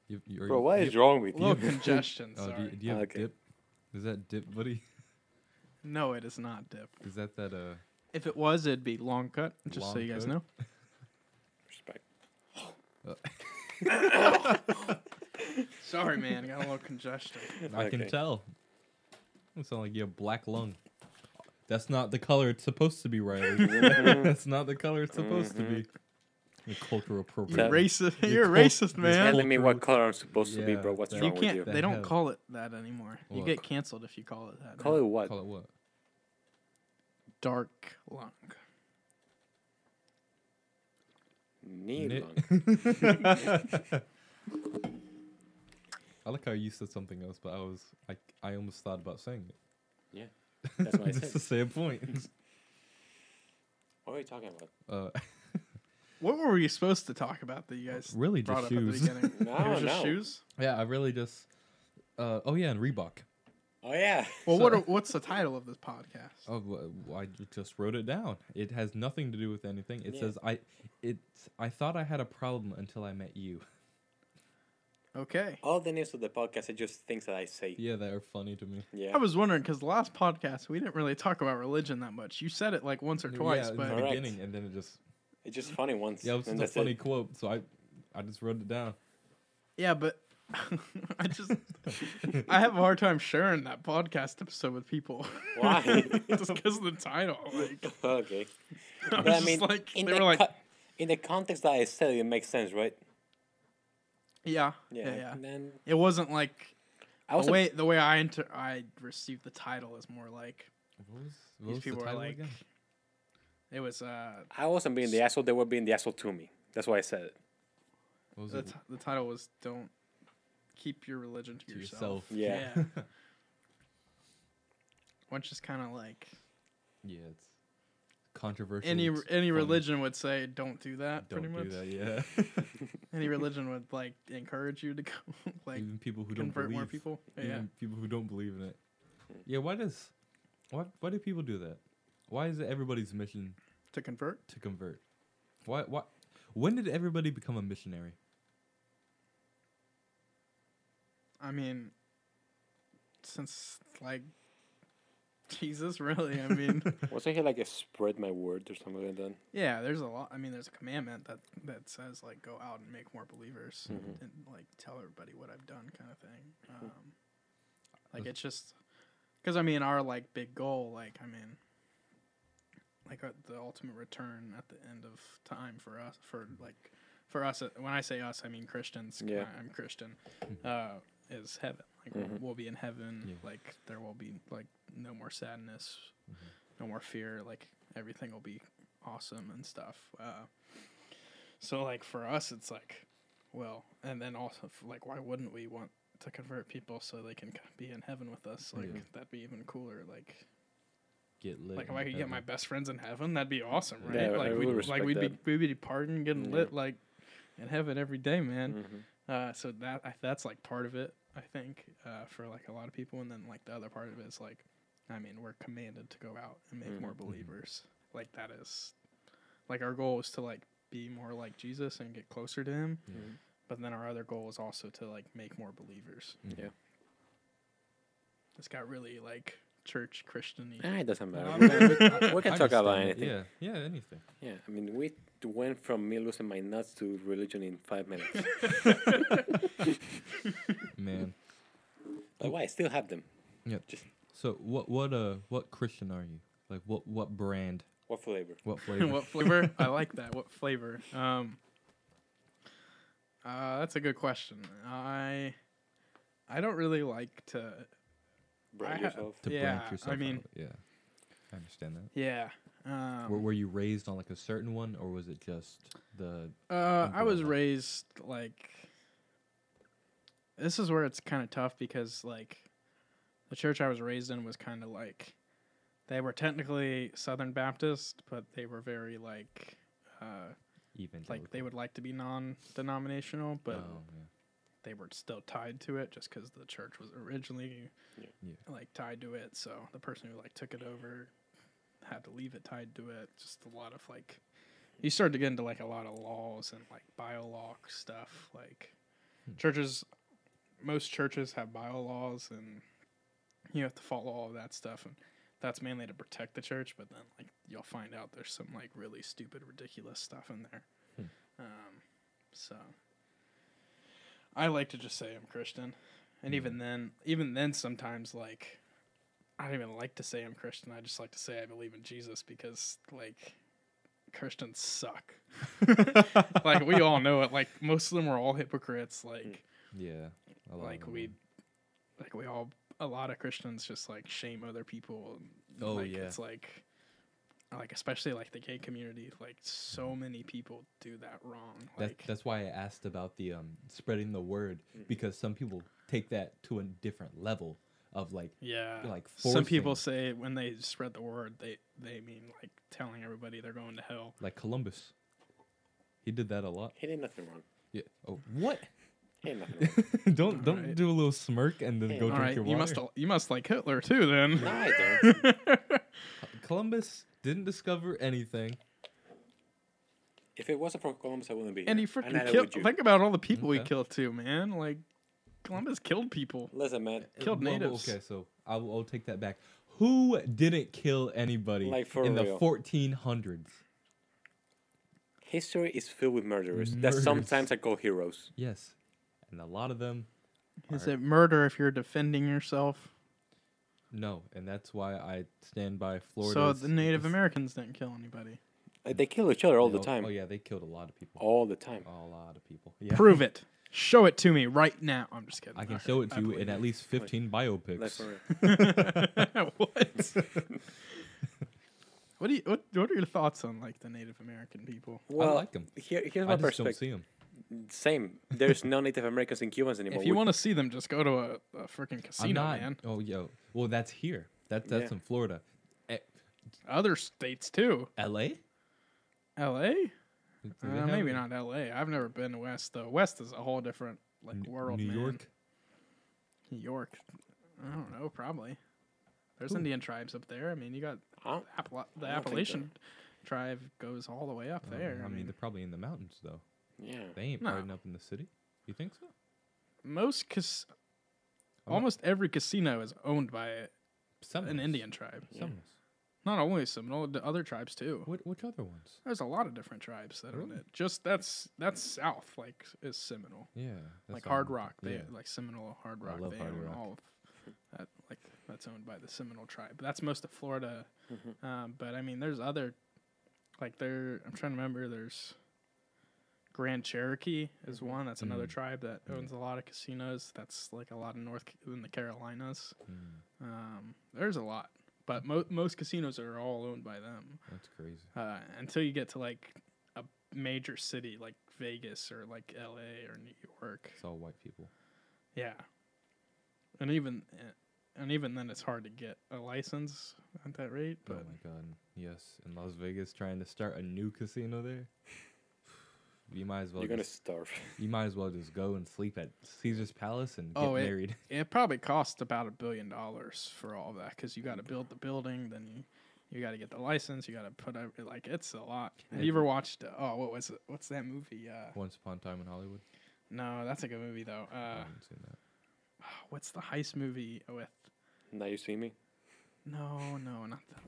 Speaker 1: You, you, are
Speaker 2: Bro,
Speaker 1: you-
Speaker 2: what
Speaker 1: you-
Speaker 2: is wrong
Speaker 3: A
Speaker 2: with
Speaker 3: little
Speaker 2: you?
Speaker 3: congestion.
Speaker 1: Oh, do you,
Speaker 3: Sorry.
Speaker 1: do you have
Speaker 2: Okay.
Speaker 1: dip? Is that dip, buddy?
Speaker 3: No, it is not dip.
Speaker 1: Is that that uh?
Speaker 3: If it was, it'd be long cut. Just so
Speaker 1: Long
Speaker 3: you guys
Speaker 1: cut?
Speaker 3: know.
Speaker 2: Respect.
Speaker 3: Sorry, man. I got a little congestion.
Speaker 1: I can
Speaker 2: Okay.
Speaker 1: tell. It sound like you have black lung. That's not the color it's supposed to be, Riley. That's not the color it's supposed to be.
Speaker 2: Mm-hmm.
Speaker 1: The cultural
Speaker 3: You're
Speaker 1: appropriate.
Speaker 2: That-
Speaker 3: racist.
Speaker 1: You're
Speaker 3: You're
Speaker 1: cold-
Speaker 3: racist,
Speaker 1: you're
Speaker 3: man.
Speaker 1: cold.
Speaker 2: Telling me
Speaker 1: through-
Speaker 2: what color I'm supposed to be,
Speaker 1: Yeah,
Speaker 2: bro. What's
Speaker 1: that-
Speaker 3: You
Speaker 2: wrong with you?
Speaker 3: can't. They don't
Speaker 1: hell.
Speaker 3: call it that anymore. You
Speaker 1: What?
Speaker 3: get canceled if you call it that.
Speaker 2: Call
Speaker 3: now.
Speaker 2: it what?
Speaker 1: Call it what?
Speaker 3: dark lung.
Speaker 2: Knee
Speaker 1: Knit.
Speaker 2: lung.
Speaker 1: I like how you said something else, but I was I I almost thought about saying it.
Speaker 2: Yeah. That's what I
Speaker 1: Just to
Speaker 2: said.
Speaker 1: say a point.
Speaker 2: What are you talking about?
Speaker 1: Uh,
Speaker 3: What were we supposed to talk about that you guys
Speaker 1: really,
Speaker 3: brought
Speaker 1: just
Speaker 3: up
Speaker 1: shoes.
Speaker 3: at the beginning?
Speaker 2: No,
Speaker 3: it was just
Speaker 2: no.
Speaker 3: shoes.
Speaker 1: yeah, I really just. Uh, oh yeah, and Reebok.
Speaker 2: Oh yeah.
Speaker 3: Well, what
Speaker 1: So-
Speaker 3: are, what's the title of this podcast?
Speaker 1: Oh, wh- I ju- just wrote it down. It has nothing to do with anything. It
Speaker 2: Yeah.
Speaker 1: says I. It. I thought I had a problem until I met you.
Speaker 3: Okay.
Speaker 2: All the names of the podcast are just things that I say.
Speaker 1: Yeah, that are funny to me.
Speaker 2: Yeah.
Speaker 3: I was wondering because the last podcast we didn't really talk about religion that much. You said it like once or twice,
Speaker 1: yeah, in
Speaker 3: but
Speaker 1: the
Speaker 2: Correct.
Speaker 1: beginning, and then it just.
Speaker 2: It's just funny once.
Speaker 1: Yeah, it was
Speaker 2: and
Speaker 1: just a
Speaker 2: that's
Speaker 1: funny
Speaker 2: it.
Speaker 1: quote. So I, I just wrote it down.
Speaker 3: yeah, but I just I have a hard time sharing that podcast episode with people.
Speaker 2: Why?
Speaker 3: just because of the title. Like,
Speaker 2: okay.
Speaker 3: I
Speaker 2: But
Speaker 3: was
Speaker 2: I mean,
Speaker 3: just like
Speaker 2: in,
Speaker 3: they
Speaker 2: the
Speaker 3: were like,
Speaker 2: co- in the context that I said, it makes sense, right?
Speaker 3: yeah, yeah,
Speaker 2: Yeah.
Speaker 3: yeah, Oh,
Speaker 2: And then
Speaker 3: It wasn't like
Speaker 2: I was
Speaker 3: the way the way I inter- I received the title is more like
Speaker 1: What was, what
Speaker 3: these
Speaker 1: was the
Speaker 3: people are
Speaker 1: title
Speaker 3: like.
Speaker 1: again?
Speaker 3: It was uh
Speaker 2: I wasn't being the asshole. They were being the asshole to me. That's why I said it.
Speaker 1: What was
Speaker 3: the,
Speaker 1: it?
Speaker 3: t- the title was don't keep your religion to,
Speaker 1: To
Speaker 3: yourself.
Speaker 1: yourself.
Speaker 2: Yeah.
Speaker 3: Which is kind of like
Speaker 1: Yeah, it's controversial.
Speaker 3: any
Speaker 1: it's
Speaker 3: any
Speaker 1: funny.
Speaker 3: religion would say don't do that.
Speaker 1: Don't
Speaker 3: pretty
Speaker 1: do
Speaker 3: much.
Speaker 1: that. Yeah.
Speaker 3: Any religion would like encourage you to go like
Speaker 1: even people who don't
Speaker 3: convert
Speaker 1: believe.
Speaker 3: more people. Yeah.
Speaker 1: Even people who don't believe in it. Yeah. Why does, why why do people do that? Why is it everybody's mission
Speaker 3: to convert.
Speaker 1: to convert? Why why? When did everybody become a missionary?
Speaker 3: I mean, since like Jesus, really. I mean,
Speaker 2: Wasn't he like a spread my word or something like that?
Speaker 3: yeah. There's a lot. I mean, there's a commandment that that says like go out and make more believers
Speaker 2: Mhm.
Speaker 3: and like tell everybody what I've done, kind of thing. Um, like it's just because I mean our like big goal, like I mean, like uh, the ultimate return at the end of time for us for like for us uh, when I say us I mean Christians 'cause
Speaker 2: Yeah.
Speaker 3: I, am Christian uh, is heaven like we'll, we'll be in heaven
Speaker 1: Yeah.
Speaker 3: like there will be like no more sadness no more fear like everything will be awesome and stuff uh, so like for us it's like well and then also f- like why wouldn't we want to convert people so they can c- be in heaven with us like
Speaker 1: Yeah.
Speaker 3: that'd be even cooler like
Speaker 1: Get lit.
Speaker 3: like if
Speaker 1: in
Speaker 3: I could get my
Speaker 1: heaven.
Speaker 3: best friends in heaven, that'd be awesome, right?
Speaker 2: Yeah, I
Speaker 3: like
Speaker 2: would
Speaker 3: we'd like
Speaker 2: respect
Speaker 3: we'd
Speaker 2: that.
Speaker 3: be we'd be partying, getting
Speaker 2: Yeah.
Speaker 3: lit like in heaven every day, man.
Speaker 2: Mm-hmm.
Speaker 3: Uh, so that I, that's like part of it, I think, uh, for like a lot of people, and then like the other part of it is like, I mean, we're commanded to go out and make
Speaker 2: Mhm.
Speaker 3: more believers. Like that is, like our goal is to like be more like Jesus and get closer to Him,
Speaker 1: Yeah.
Speaker 2: Mhm.
Speaker 3: but then our other goal is also to like make more believers.
Speaker 1: Mhm.
Speaker 2: Yeah.
Speaker 3: It's got really like church Christian.
Speaker 2: Ah, it doesn't matter.
Speaker 1: I
Speaker 2: We can-
Speaker 1: understand
Speaker 2: we- we can
Speaker 1: I
Speaker 2: talk about
Speaker 1: understand
Speaker 2: anything. Yeah.
Speaker 1: it. Yeah, yeah, anything.
Speaker 2: I mean, we t- went from me losing my nuts to religion in five minutes.
Speaker 1: Man.
Speaker 2: but why? I still have them.
Speaker 1: So what what uh what Christian are you? Like what what brand?
Speaker 2: What flavor?
Speaker 1: What flavor?
Speaker 3: what flavor? I like that. What flavor? Um, Uh, that's a good question. I I don't really like to.
Speaker 2: Brand
Speaker 3: ha-
Speaker 2: yourself.
Speaker 1: to
Speaker 3: Yeah, I
Speaker 1: branch yourself.
Speaker 3: mean-
Speaker 1: out. yeah, I understand that.
Speaker 3: Yeah.
Speaker 1: were,
Speaker 3: Um,
Speaker 1: were you raised on like a certain one, or was it just the?
Speaker 3: uh, I was
Speaker 1: umbrella?
Speaker 3: raised like. This is where it's kind of tough because like, the church I was raised in was kind of like, they were technically Southern Baptist, but they were very like, uh,
Speaker 1: Even
Speaker 3: like they would like to be non-denominational, but
Speaker 1: Oh, yeah.
Speaker 3: they were still tied to it just because the church was originally
Speaker 2: Yeah.
Speaker 1: Yeah.
Speaker 3: like tied to it. So the person who like took it over had to leave it tied to it. Just a lot of like, you started to get into like a lot of laws and like biolock stuff. Like
Speaker 1: Hmm.
Speaker 3: churches, most churches have biolaws and you have to follow all of that stuff. And that's mainly to protect the church. But then like you'll find out there's some like really stupid, ridiculous stuff in there. Um, so I like to just say I'm Christian, and
Speaker 1: Yeah.
Speaker 3: even then, even then, sometimes like I don't even like to say I'm Christian. I just like to say I believe in Jesus because like Christians suck. like we all know it. Like most of them are all hypocrites. Like
Speaker 1: Yeah, a lot
Speaker 3: like
Speaker 1: of them
Speaker 3: we
Speaker 1: were.
Speaker 3: like we all a lot of Christians just like shame other people. and,
Speaker 1: Oh,
Speaker 3: like,
Speaker 1: yeah.
Speaker 3: it's like like especially like the gay community. Like so many people do that wrong.
Speaker 1: That,
Speaker 3: Like Mm-hmm.
Speaker 1: that's why I asked about the um spreading the word because some people take that to a different level of like
Speaker 3: Yeah.
Speaker 1: like
Speaker 3: Uh, some people
Speaker 1: forcing-
Speaker 3: say when they spread the word, they they mean like telling everybody they're going to hell.
Speaker 1: like Columbus. He did that a lot.
Speaker 2: He did nothing wrong.
Speaker 1: Yeah. Oh, what?
Speaker 2: He did nothing wrong.
Speaker 1: don't don't
Speaker 3: Alright.
Speaker 1: do a little smirk and then
Speaker 2: Hey,
Speaker 1: go
Speaker 3: All
Speaker 1: drink
Speaker 3: right,
Speaker 1: your water.
Speaker 3: you must al- you must like Hitler too then.
Speaker 2: no, I don't.
Speaker 1: Columbus didn't discover anything.
Speaker 2: If it wasn't for Columbus, I wouldn't be.
Speaker 3: and he
Speaker 2: here.
Speaker 3: freaking
Speaker 2: neither
Speaker 3: killed.
Speaker 2: would you.
Speaker 3: Think about all the people he
Speaker 1: Okay.
Speaker 3: killed too, man. Like Columbus killed people.
Speaker 2: Listen, man.
Speaker 3: Killed
Speaker 1: Well, well,
Speaker 3: natives.
Speaker 1: Okay, so I'll, I'll take that back. Who didn't kill anybody
Speaker 2: Like, for
Speaker 1: in
Speaker 2: real.
Speaker 1: the 1400s?
Speaker 2: History is filled with murderers that
Speaker 1: Murders.
Speaker 2: sometimes I call heroes.
Speaker 1: Yes, and a lot of them
Speaker 3: Is
Speaker 1: Alright.
Speaker 3: it murder if you're defending yourself?
Speaker 1: no, and that's why I stand by Florida.
Speaker 3: so the Native Americans didn't kill anybody.
Speaker 2: Like, they kill each other all the time.
Speaker 1: Oh yeah, Oh, they killed a lot of people.
Speaker 2: All the time.
Speaker 1: A lot of people. Yeah.
Speaker 3: Prove it. Show it to me right now. I'm just kidding.
Speaker 1: I can
Speaker 3: Alright,
Speaker 1: show it
Speaker 3: I
Speaker 1: to you
Speaker 3: believe
Speaker 1: in at least 15
Speaker 2: Like,
Speaker 1: biopics.
Speaker 2: for real.
Speaker 3: what? what do you what What are your thoughts on like the Native American people?
Speaker 2: Well,
Speaker 1: like 'em.
Speaker 2: Here, here's my
Speaker 1: I just don't
Speaker 2: perspective.
Speaker 1: see them.
Speaker 2: Same. There's no Native Americans in Cubans anymore.
Speaker 3: If you
Speaker 2: We-
Speaker 3: want to see them, just go to a, a freaking
Speaker 1: I'm
Speaker 3: casino,
Speaker 1: not.
Speaker 3: man.
Speaker 1: Oh, yo. Well, that's here. That, that's
Speaker 2: Yeah.
Speaker 1: in Florida. Eh,
Speaker 3: Other states too.
Speaker 1: L.A.
Speaker 3: L.A.
Speaker 1: Do
Speaker 3: Uh,
Speaker 1: they have
Speaker 3: maybe not L.A. I've never been to West though. West is a whole different like
Speaker 1: N-
Speaker 3: world.
Speaker 1: New
Speaker 3: man.
Speaker 1: York.
Speaker 3: New York. I don't know. Probably. There's
Speaker 1: Who?
Speaker 3: Indian tribes up there. I mean, you got
Speaker 2: Huh?
Speaker 3: Appala- the
Speaker 2: I don't think
Speaker 3: Appalachian tribe goes all the way up
Speaker 1: Oh,
Speaker 3: there.
Speaker 1: I mean, they're probably in the mountains though.
Speaker 2: Yeah.
Speaker 1: They ain't
Speaker 3: No.
Speaker 1: partying up in the city. You think so?
Speaker 3: most cas-
Speaker 1: I'm not-
Speaker 3: almost every casino is owned by a- an
Speaker 1: Seminoles.
Speaker 3: Indian tribe.
Speaker 1: Seminoles.
Speaker 3: Not only Seminole, the other tribes too.
Speaker 1: What? Which other ones?
Speaker 3: There's a lot of different tribes that own
Speaker 1: Really?
Speaker 3: it. Just that's that's South, like is Seminole,
Speaker 1: Yeah.
Speaker 3: like
Speaker 1: that's
Speaker 3: Hard
Speaker 1: all-
Speaker 3: Rock. They
Speaker 1: yeah.
Speaker 3: like Seminole Hard
Speaker 1: I
Speaker 3: Rock.
Speaker 1: love
Speaker 3: they
Speaker 1: Hard
Speaker 3: own
Speaker 1: Rock.
Speaker 3: all of that. Like that's owned by the Seminole tribe. That's most of Florida. Um, but I mean, there's other, like there. I'm trying to remember. There's Grand Cherokee is one. That's another
Speaker 1: Mm.
Speaker 3: tribe that owns a lot of casinos. That's like a lot of North Ca- in the Carolinas.
Speaker 1: Mm,
Speaker 3: Um, there's a lot, but mo- most casinos are all owned by them.
Speaker 1: that's crazy.
Speaker 3: Uh, until you get to like a major city like Vegas or like L.A. or New York,
Speaker 1: It's all white people.
Speaker 3: yeah. And even eh, and even then, it's hard to get a license at that rate. But
Speaker 1: oh my god. Yes, in Las Vegas, trying to start a new casino there. You might as well.
Speaker 2: You're going to
Speaker 1: just,
Speaker 2: starve.
Speaker 1: You might as well just go and sleep at Caesar's Palace and
Speaker 3: Oh,
Speaker 1: get
Speaker 3: it-
Speaker 1: married.
Speaker 3: it probably costs about a billion dollars for all of that because you got to build the building, then you you got to get the license, you got to put every, like it's a lot. Have you ever watched? uh, Oh, what was it? What's that movie? Uh,
Speaker 1: Once upon a time in Hollywood.
Speaker 3: no, that's a good movie though.
Speaker 1: I
Speaker 3: Uh,
Speaker 1: haven't seen that. Uh.
Speaker 3: what's the heist movie with?
Speaker 2: Now you see me?
Speaker 3: No, no, not that.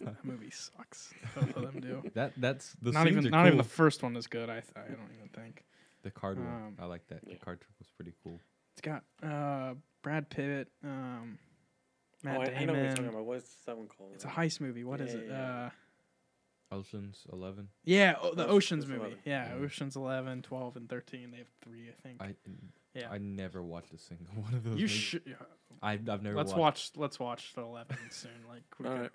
Speaker 3: that movie sucks. Both of them do.
Speaker 1: That that's the
Speaker 3: not even
Speaker 1: scenes are
Speaker 3: not even the
Speaker 1: cool.
Speaker 3: first one is good. I th- I don't even think
Speaker 1: the card one.
Speaker 3: um,
Speaker 1: I like that. The
Speaker 2: yeah.
Speaker 1: card trick was pretty cool.
Speaker 3: it's got uh Brad Pitt, um, Matt
Speaker 2: oh, I, I know what you're talking
Speaker 3: Damon.
Speaker 2: about. What's that one called?
Speaker 3: It's a heist movie. What is
Speaker 2: Yeah,
Speaker 3: it?
Speaker 2: yeah, yeah.
Speaker 3: Uh,
Speaker 1: Ocean's Eleven.
Speaker 3: Yeah, oh, the
Speaker 2: Ocean's-
Speaker 3: Ocean's,
Speaker 2: Ocean's
Speaker 3: movie.
Speaker 2: 11.
Speaker 3: Yeah,
Speaker 1: Yeah.
Speaker 3: Ocean's 11, 12, and 13. They have three, I think.
Speaker 1: I
Speaker 3: yeah.
Speaker 1: I never watched a single one of those.
Speaker 3: you
Speaker 1: movies.
Speaker 3: should.
Speaker 1: I I've never.
Speaker 3: Let's
Speaker 1: watched.
Speaker 3: watch. Let's watch the 11 soon. Like, we
Speaker 2: All
Speaker 3: could-
Speaker 2: right.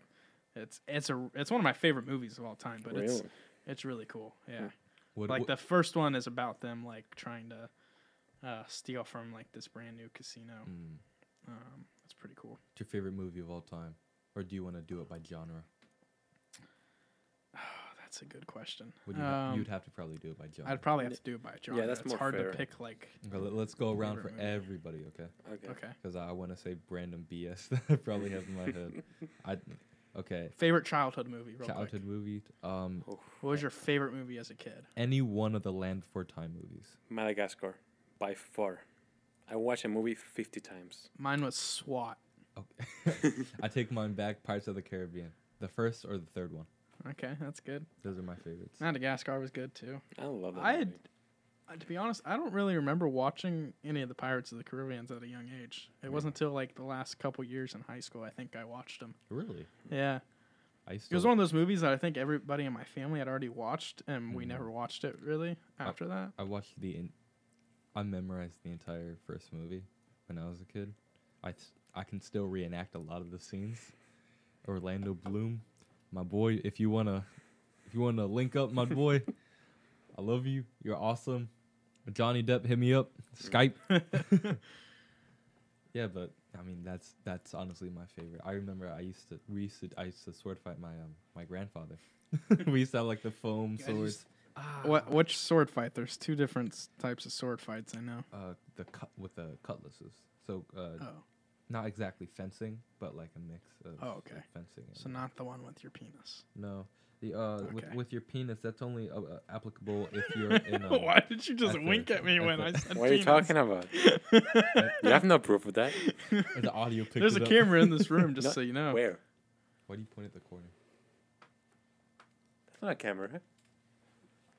Speaker 3: it's it's a it's one of my favorite movies of all time. But it's
Speaker 2: Really? Hmm.
Speaker 3: it's really cool. Yeah.
Speaker 1: What,
Speaker 3: like
Speaker 1: what-
Speaker 3: the first one is about them like trying to uh, steal from like this brand new casino.
Speaker 1: mm,
Speaker 3: Um, it's pretty cool.
Speaker 1: what's your favorite movie of all time, or do you want to do it by genre?
Speaker 3: Oh, that's a good question.
Speaker 1: Would you ha-
Speaker 3: Um,
Speaker 1: you'd have to probably do it by genre.
Speaker 3: I'd probably have to do it by genre.
Speaker 2: that's
Speaker 3: it's
Speaker 2: more
Speaker 3: hard
Speaker 2: fair.
Speaker 3: to pick like.
Speaker 1: Okay, let- let's go around for
Speaker 3: Favorite movie.
Speaker 1: everybody, okay?
Speaker 2: Okay.
Speaker 3: Okay.
Speaker 1: Because I want to say random BS that I probably have in my head. I okay.
Speaker 3: Favorite childhood movie. Real
Speaker 1: Childhood
Speaker 3: Quick.
Speaker 1: movie. Um,
Speaker 3: What was your favorite movie as a kid?
Speaker 1: any one of the Land Before Time movies.
Speaker 2: Madagascar, by far. I watched a movie 50 times.
Speaker 3: Mine was SWAT.
Speaker 1: Okay. I take mine back. Pirates of the Caribbean, the first or the third one.
Speaker 3: Okay, that's good.
Speaker 1: Those are my favorites.
Speaker 3: Madagascar was good too.
Speaker 2: I love that
Speaker 3: I
Speaker 2: movie.
Speaker 3: had, uh, to be honest, I don't really remember watching any of the Pirates of the Caribbeans at a young age. It wasn't until like the last couple years in high school I think I watched them.
Speaker 1: Really?
Speaker 3: Yeah,
Speaker 1: I used
Speaker 3: it was
Speaker 1: to.
Speaker 3: one of those movies that I think everybody in my family had already watched, and we
Speaker 1: Mhm.
Speaker 3: never watched it really
Speaker 1: Uh,
Speaker 3: after that.
Speaker 1: I watched the. In, I memorized the entire first movie when I was a kid. I s- I can still reenact a lot of the scenes. Orlando Bloom, my boy. If you wanna, if you wanna link up, my boy. I love you. You're awesome. Johnny Depp, hit me up. Skype. yeah, but I mean that's that's honestly my favorite. I remember I used to we used to I used to sword fight my um my grandfather. we used to have like the foam
Speaker 3: guys
Speaker 1: swords.
Speaker 3: used-
Speaker 2: ah.
Speaker 3: What which sword fight? There's two different s- types of sword fights. I know.
Speaker 1: uh, the cut with the cutlasses. So uh,
Speaker 3: Oh,
Speaker 1: not exactly fencing, but like a mix of
Speaker 3: Oh, okay.
Speaker 1: like, fencing. And
Speaker 3: so not the one with your penis.
Speaker 1: no, the uh, with,
Speaker 3: Okay.
Speaker 1: with your penis. That's only uh, uh, applicable if you're in. Um,
Speaker 3: Why did you just
Speaker 1: effort,
Speaker 3: wink at me when I
Speaker 1: effort.
Speaker 3: said?
Speaker 2: What are you
Speaker 3: penis?
Speaker 2: talking about? you have no proof of that.
Speaker 1: The audio picked
Speaker 3: There's
Speaker 1: it
Speaker 3: a
Speaker 1: up.
Speaker 3: camera in this room, just
Speaker 2: No,
Speaker 3: so you know.
Speaker 2: Where?
Speaker 1: Why do you point at the corner?
Speaker 2: That's not a camera.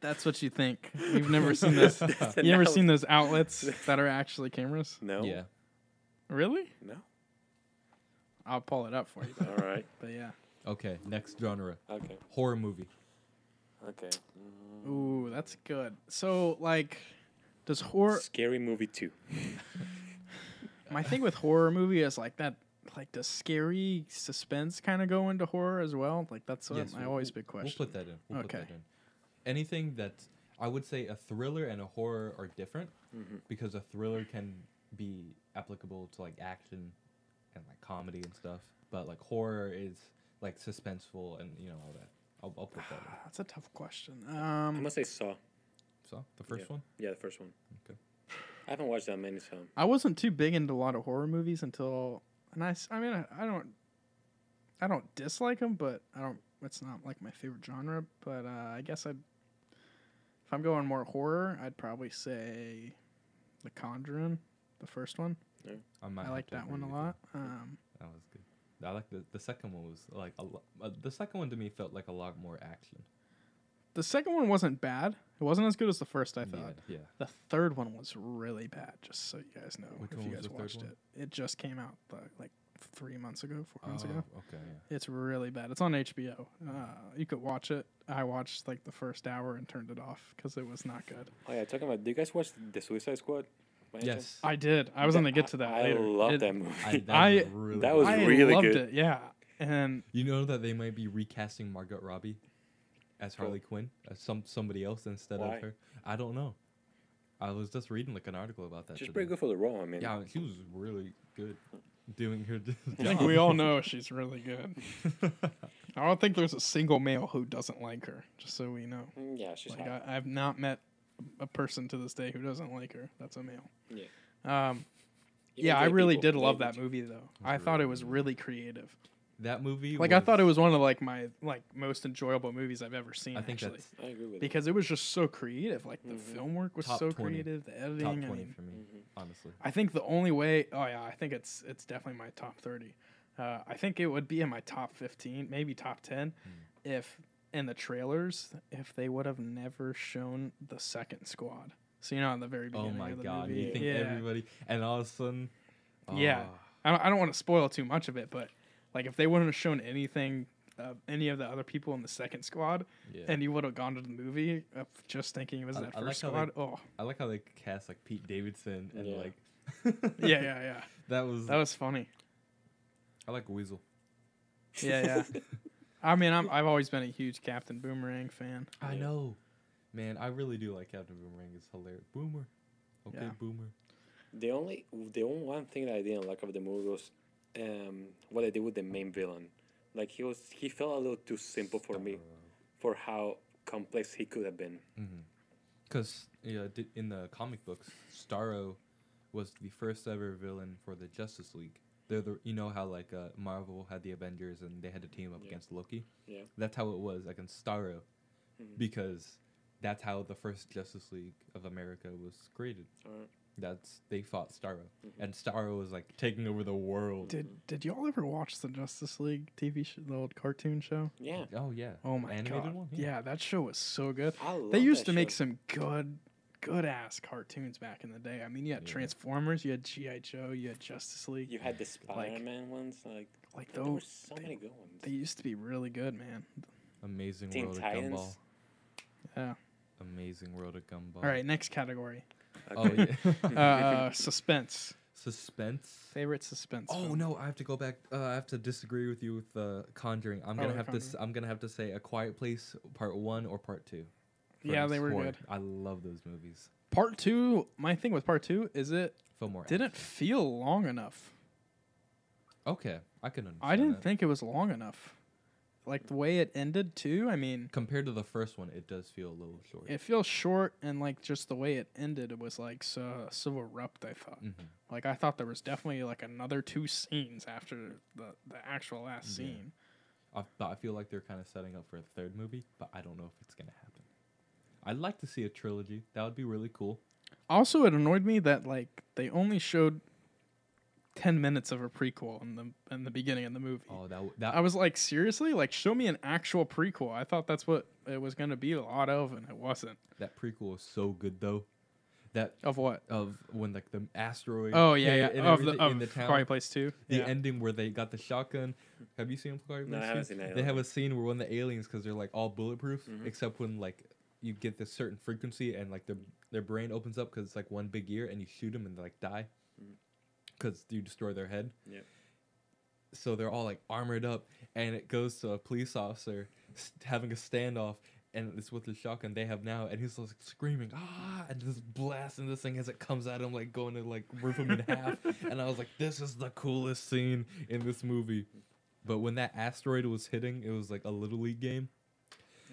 Speaker 3: That's what you think. You've never seen this.
Speaker 2: That's
Speaker 3: You ever
Speaker 2: an
Speaker 3: seen those outlets that are actually cameras?
Speaker 2: No.
Speaker 1: Yeah.
Speaker 3: Really?
Speaker 2: No.
Speaker 3: I'll pull it up for you.
Speaker 2: All right.
Speaker 3: But yeah.
Speaker 1: Okay. Next genre,
Speaker 2: Okay.
Speaker 1: horror movie.
Speaker 2: Okay. Mm.
Speaker 3: Ooh, that's good. So like, does horror?
Speaker 2: Scary movie two.
Speaker 3: My thing with horror movie is like that. Like, does scary suspense kind of go into horror as well? Like that's what
Speaker 1: Yes,
Speaker 3: my
Speaker 1: we'll-
Speaker 3: always
Speaker 1: we'll-
Speaker 3: big question.
Speaker 1: We'll put that in. We'll put
Speaker 3: Okay.
Speaker 1: that in. Anything that I would say a thriller and a horror are different
Speaker 2: Mm-hmm.
Speaker 1: because a thriller can be applicable to like action and like comedy and stuff, but like horror is like suspenseful and you know all that. I'll, I'll put that in.
Speaker 3: that's a tough question.
Speaker 2: I
Speaker 3: Um,
Speaker 2: must say Saw.
Speaker 1: So the first
Speaker 2: Yeah.
Speaker 1: one.
Speaker 2: Yeah, the first one.
Speaker 1: Okay.
Speaker 2: I haven't watched that many times.
Speaker 3: I wasn't too big into a lot of horror movies until, and I, s- I mean, I, I don't, I don't dislike them, but I don't. It's not like my favorite genre. But uh, I guess I'd, if I'm going more horror, I'd probably say, The Conjuring, the first one.
Speaker 1: I, might
Speaker 3: I
Speaker 1: have
Speaker 3: like
Speaker 1: to
Speaker 3: that
Speaker 1: agree
Speaker 3: one a
Speaker 1: with you.
Speaker 3: lot. Um,
Speaker 1: That was good. I like the the second one was like a lot. Uh, the second one to me felt like a lot more action.
Speaker 3: the second one wasn't bad. It wasn't as good as the first. I
Speaker 1: yeah,
Speaker 3: thought.
Speaker 1: yeah.
Speaker 3: The third one was really bad. Just so you guys know,
Speaker 1: Which
Speaker 3: if
Speaker 1: one
Speaker 3: you
Speaker 1: was
Speaker 3: guys
Speaker 1: the third
Speaker 3: watched
Speaker 1: one?
Speaker 3: it, it just came out uh, like three months ago, four months
Speaker 1: Oh,
Speaker 3: ago.
Speaker 1: okay. Yeah.
Speaker 3: It's really bad. It's on HBO. Uh, you could watch it. I watched like the first hour and turned it off because it was not good.
Speaker 2: Oh yeah, talking about. Do you guys watch The Suicide Squad? by any chance?
Speaker 1: Yes.
Speaker 3: I did. I was gonna get to that
Speaker 2: I,
Speaker 3: later.
Speaker 2: I love
Speaker 3: It-
Speaker 2: that movie.
Speaker 1: I, that
Speaker 3: I-
Speaker 1: was really
Speaker 2: that
Speaker 1: good.
Speaker 2: was
Speaker 3: I
Speaker 2: really
Speaker 3: loved
Speaker 2: good.
Speaker 3: it. Yeah, and
Speaker 1: You know that they might be recasting Margot Robbie as
Speaker 2: Cool.
Speaker 1: Harley Quinn, as some somebody else instead
Speaker 2: Why?
Speaker 1: of her. I don't know. I was just reading like an article about that.
Speaker 2: She's
Speaker 1: today.
Speaker 2: pretty good for the role. I mean,
Speaker 1: Yeah, she was really good doing her job.
Speaker 3: I think we all know she's really good. I don't think there's a single male who doesn't like her. Just so we know,
Speaker 2: Mm, yeah, she's
Speaker 3: like
Speaker 2: hot.
Speaker 3: I, I've not met a person to this day who doesn't like her. That's a male.
Speaker 2: Yeah.
Speaker 3: Um,
Speaker 2: Even
Speaker 3: yeah, I
Speaker 2: gay
Speaker 3: really
Speaker 2: people,
Speaker 3: did
Speaker 2: they
Speaker 3: love
Speaker 2: would-
Speaker 3: that movie though. I thought it was really creative.
Speaker 1: that movie.
Speaker 3: Like I thought it was one of like my like most enjoyable movies I've ever seen.
Speaker 1: I think
Speaker 3: actually.
Speaker 1: that's
Speaker 2: I agree with that.
Speaker 3: because it was just so creative. Like the
Speaker 2: Mhm.
Speaker 3: film work was
Speaker 1: Top
Speaker 3: so
Speaker 1: 20.
Speaker 3: creative. The editing.
Speaker 1: top
Speaker 3: I
Speaker 1: twenty
Speaker 3: mean,
Speaker 1: for me,
Speaker 2: Mhm.
Speaker 1: honestly.
Speaker 3: I think the only way. Oh yeah, I think it's it's definitely my top thirty. Uh, I think it would be in my top fifteen, maybe top ten,
Speaker 1: Hmm.
Speaker 3: if in the trailers if they would have never shown the second squad. So you know, in the very
Speaker 1: Oh
Speaker 3: beginning
Speaker 1: my
Speaker 3: of the
Speaker 1: god!
Speaker 3: movie,
Speaker 1: You think
Speaker 3: yeah.
Speaker 1: everybody, and all of a sudden,
Speaker 3: Yeah.
Speaker 1: oh,
Speaker 3: I don't, I don't want to spoil too much of it, but like if they wouldn't have shown anything uh, any of the other people in the second squad,
Speaker 1: Yeah.
Speaker 3: and you would have gone to the movie uh, just thinking it was
Speaker 1: I-
Speaker 3: that
Speaker 1: I
Speaker 3: first
Speaker 1: like how
Speaker 3: squad.
Speaker 1: they-
Speaker 3: oh,
Speaker 1: I like how they cast like Pete Davidson and
Speaker 2: Yeah.
Speaker 1: like.
Speaker 3: yeah, yeah, yeah.
Speaker 1: That was,
Speaker 3: That was funny.
Speaker 1: I like Weasel.
Speaker 3: Yeah, yeah. I mean, I'm, I've always been a huge Captain Boomerang fan.
Speaker 1: I
Speaker 2: Yeah.
Speaker 1: know, man. I really do like Captain Boomerang. It's hilarious. Boomer. Okay,
Speaker 3: Yeah.
Speaker 1: Boomer.
Speaker 2: The only the only one thing that I didn't like about the movie was um, what they did with the main villain. Like he was he felt a little too simple for me for how complex he could have been.
Speaker 1: Because Mm-hmm. yeah, di- in the comic books, Starro was the first ever villain for the Justice League. They're the you know how like uh, Marvel had the Avengers and they had to team up
Speaker 2: Yeah.
Speaker 1: against Loki.
Speaker 2: Yeah.
Speaker 1: That's how it was against Starro,
Speaker 2: Mhm.
Speaker 1: because that's how the first Justice League of America was created.
Speaker 2: Alright.
Speaker 1: That's they fought Starro,
Speaker 2: Mm-hmm.
Speaker 1: and Starro was like taking over the world.
Speaker 3: Did Did y'all ever watch the Justice League TV show, the old cartoon show?
Speaker 2: Yeah.
Speaker 1: Oh yeah.
Speaker 3: Oh my
Speaker 1: Animated
Speaker 3: god!
Speaker 1: one?
Speaker 3: Yeah. that show was so good.
Speaker 2: I love
Speaker 3: They used
Speaker 2: that
Speaker 3: to make
Speaker 2: show.
Speaker 3: some good, good ass cartoons back in the day. I mean, you had
Speaker 1: Yeah.
Speaker 3: Transformers, you had GI Joe, you had Justice League.
Speaker 2: You had the Spider-Man ones, like
Speaker 3: Like
Speaker 2: there were
Speaker 3: those,
Speaker 2: so
Speaker 3: they-
Speaker 2: many good ones.
Speaker 3: they used to be really good, man.
Speaker 1: Amazing
Speaker 2: Teen
Speaker 1: world
Speaker 2: Titans.
Speaker 1: of Gumball.
Speaker 3: Yeah.
Speaker 1: Amazing world of Gumball.
Speaker 3: All right, next category.
Speaker 1: Oh yeah.
Speaker 3: Uh, suspense.
Speaker 1: Suspense.
Speaker 3: Favorite suspense.
Speaker 1: Oh
Speaker 3: film.
Speaker 1: no, I have to go back. Uh, I have to disagree with you with uh, Conjuring. I'm gonna
Speaker 3: Oh,
Speaker 1: have to. s-
Speaker 3: Conjuring.
Speaker 1: I'm gonna have to say A Quiet Place Part One or Part Two. for
Speaker 3: Yeah, they were
Speaker 1: score.
Speaker 3: good.
Speaker 1: I love those movies.
Speaker 3: Part two. My thing with part two is it
Speaker 1: Fillmore.
Speaker 3: didn't feel long enough.
Speaker 1: Okay, I can understand.
Speaker 3: I didn't
Speaker 1: that.
Speaker 3: think it was long enough. Like the way it ended too. I mean,
Speaker 1: Compared to the first one, it does feel a little short.
Speaker 3: it feels short, and like just the way it ended, it was like so so abrupt. I thought.
Speaker 1: Mhm.
Speaker 3: Like I thought there was definitely like another two scenes after the the actual last
Speaker 1: Yeah.
Speaker 3: scene.
Speaker 1: I, but I feel like they're kind of setting up for a third movie, but I don't know if it's gonna happen. I'd like to see a trilogy. That would be really cool.
Speaker 3: Also, it annoyed me that like they only showed ten minutes of a prequel in the in the beginning of the movie.
Speaker 1: Oh, that w- that
Speaker 3: I was like, seriously? Like, show me an actual prequel. I thought that's what it was going to be a lot of, and it wasn't.
Speaker 1: that prequel was so good though. That
Speaker 3: Of what?
Speaker 1: of when like the asteroid.
Speaker 3: Oh, yeah, yeah.
Speaker 1: hit and
Speaker 3: Of the,
Speaker 1: everything
Speaker 3: of Quiet Place 2.
Speaker 1: the
Speaker 3: yeah.
Speaker 1: ending where they got the shotgun. Have you seen Quiet
Speaker 2: No, I
Speaker 1: Place
Speaker 2: haven't
Speaker 1: 2?
Speaker 2: seen that
Speaker 1: They
Speaker 2: either. Mm-hmm.
Speaker 1: have a scene where one of the aliens, because they're like all bulletproof, except when like you get this certain frequency and like their their brain opens up because it's like one big ear, and you shoot them and they like die because you destroy their head.
Speaker 2: Mm-hmm. Yep.
Speaker 1: So they're all like armored up, and it goes to a police officer s- having a standoff. And it's with the shotgun they have now, and he's like screaming, ah, and just blasting this thing as it comes at him, like going to like rip him in half. And I was like, this is the coolest scene in this movie. But when that asteroid was hitting, it was like a little league game,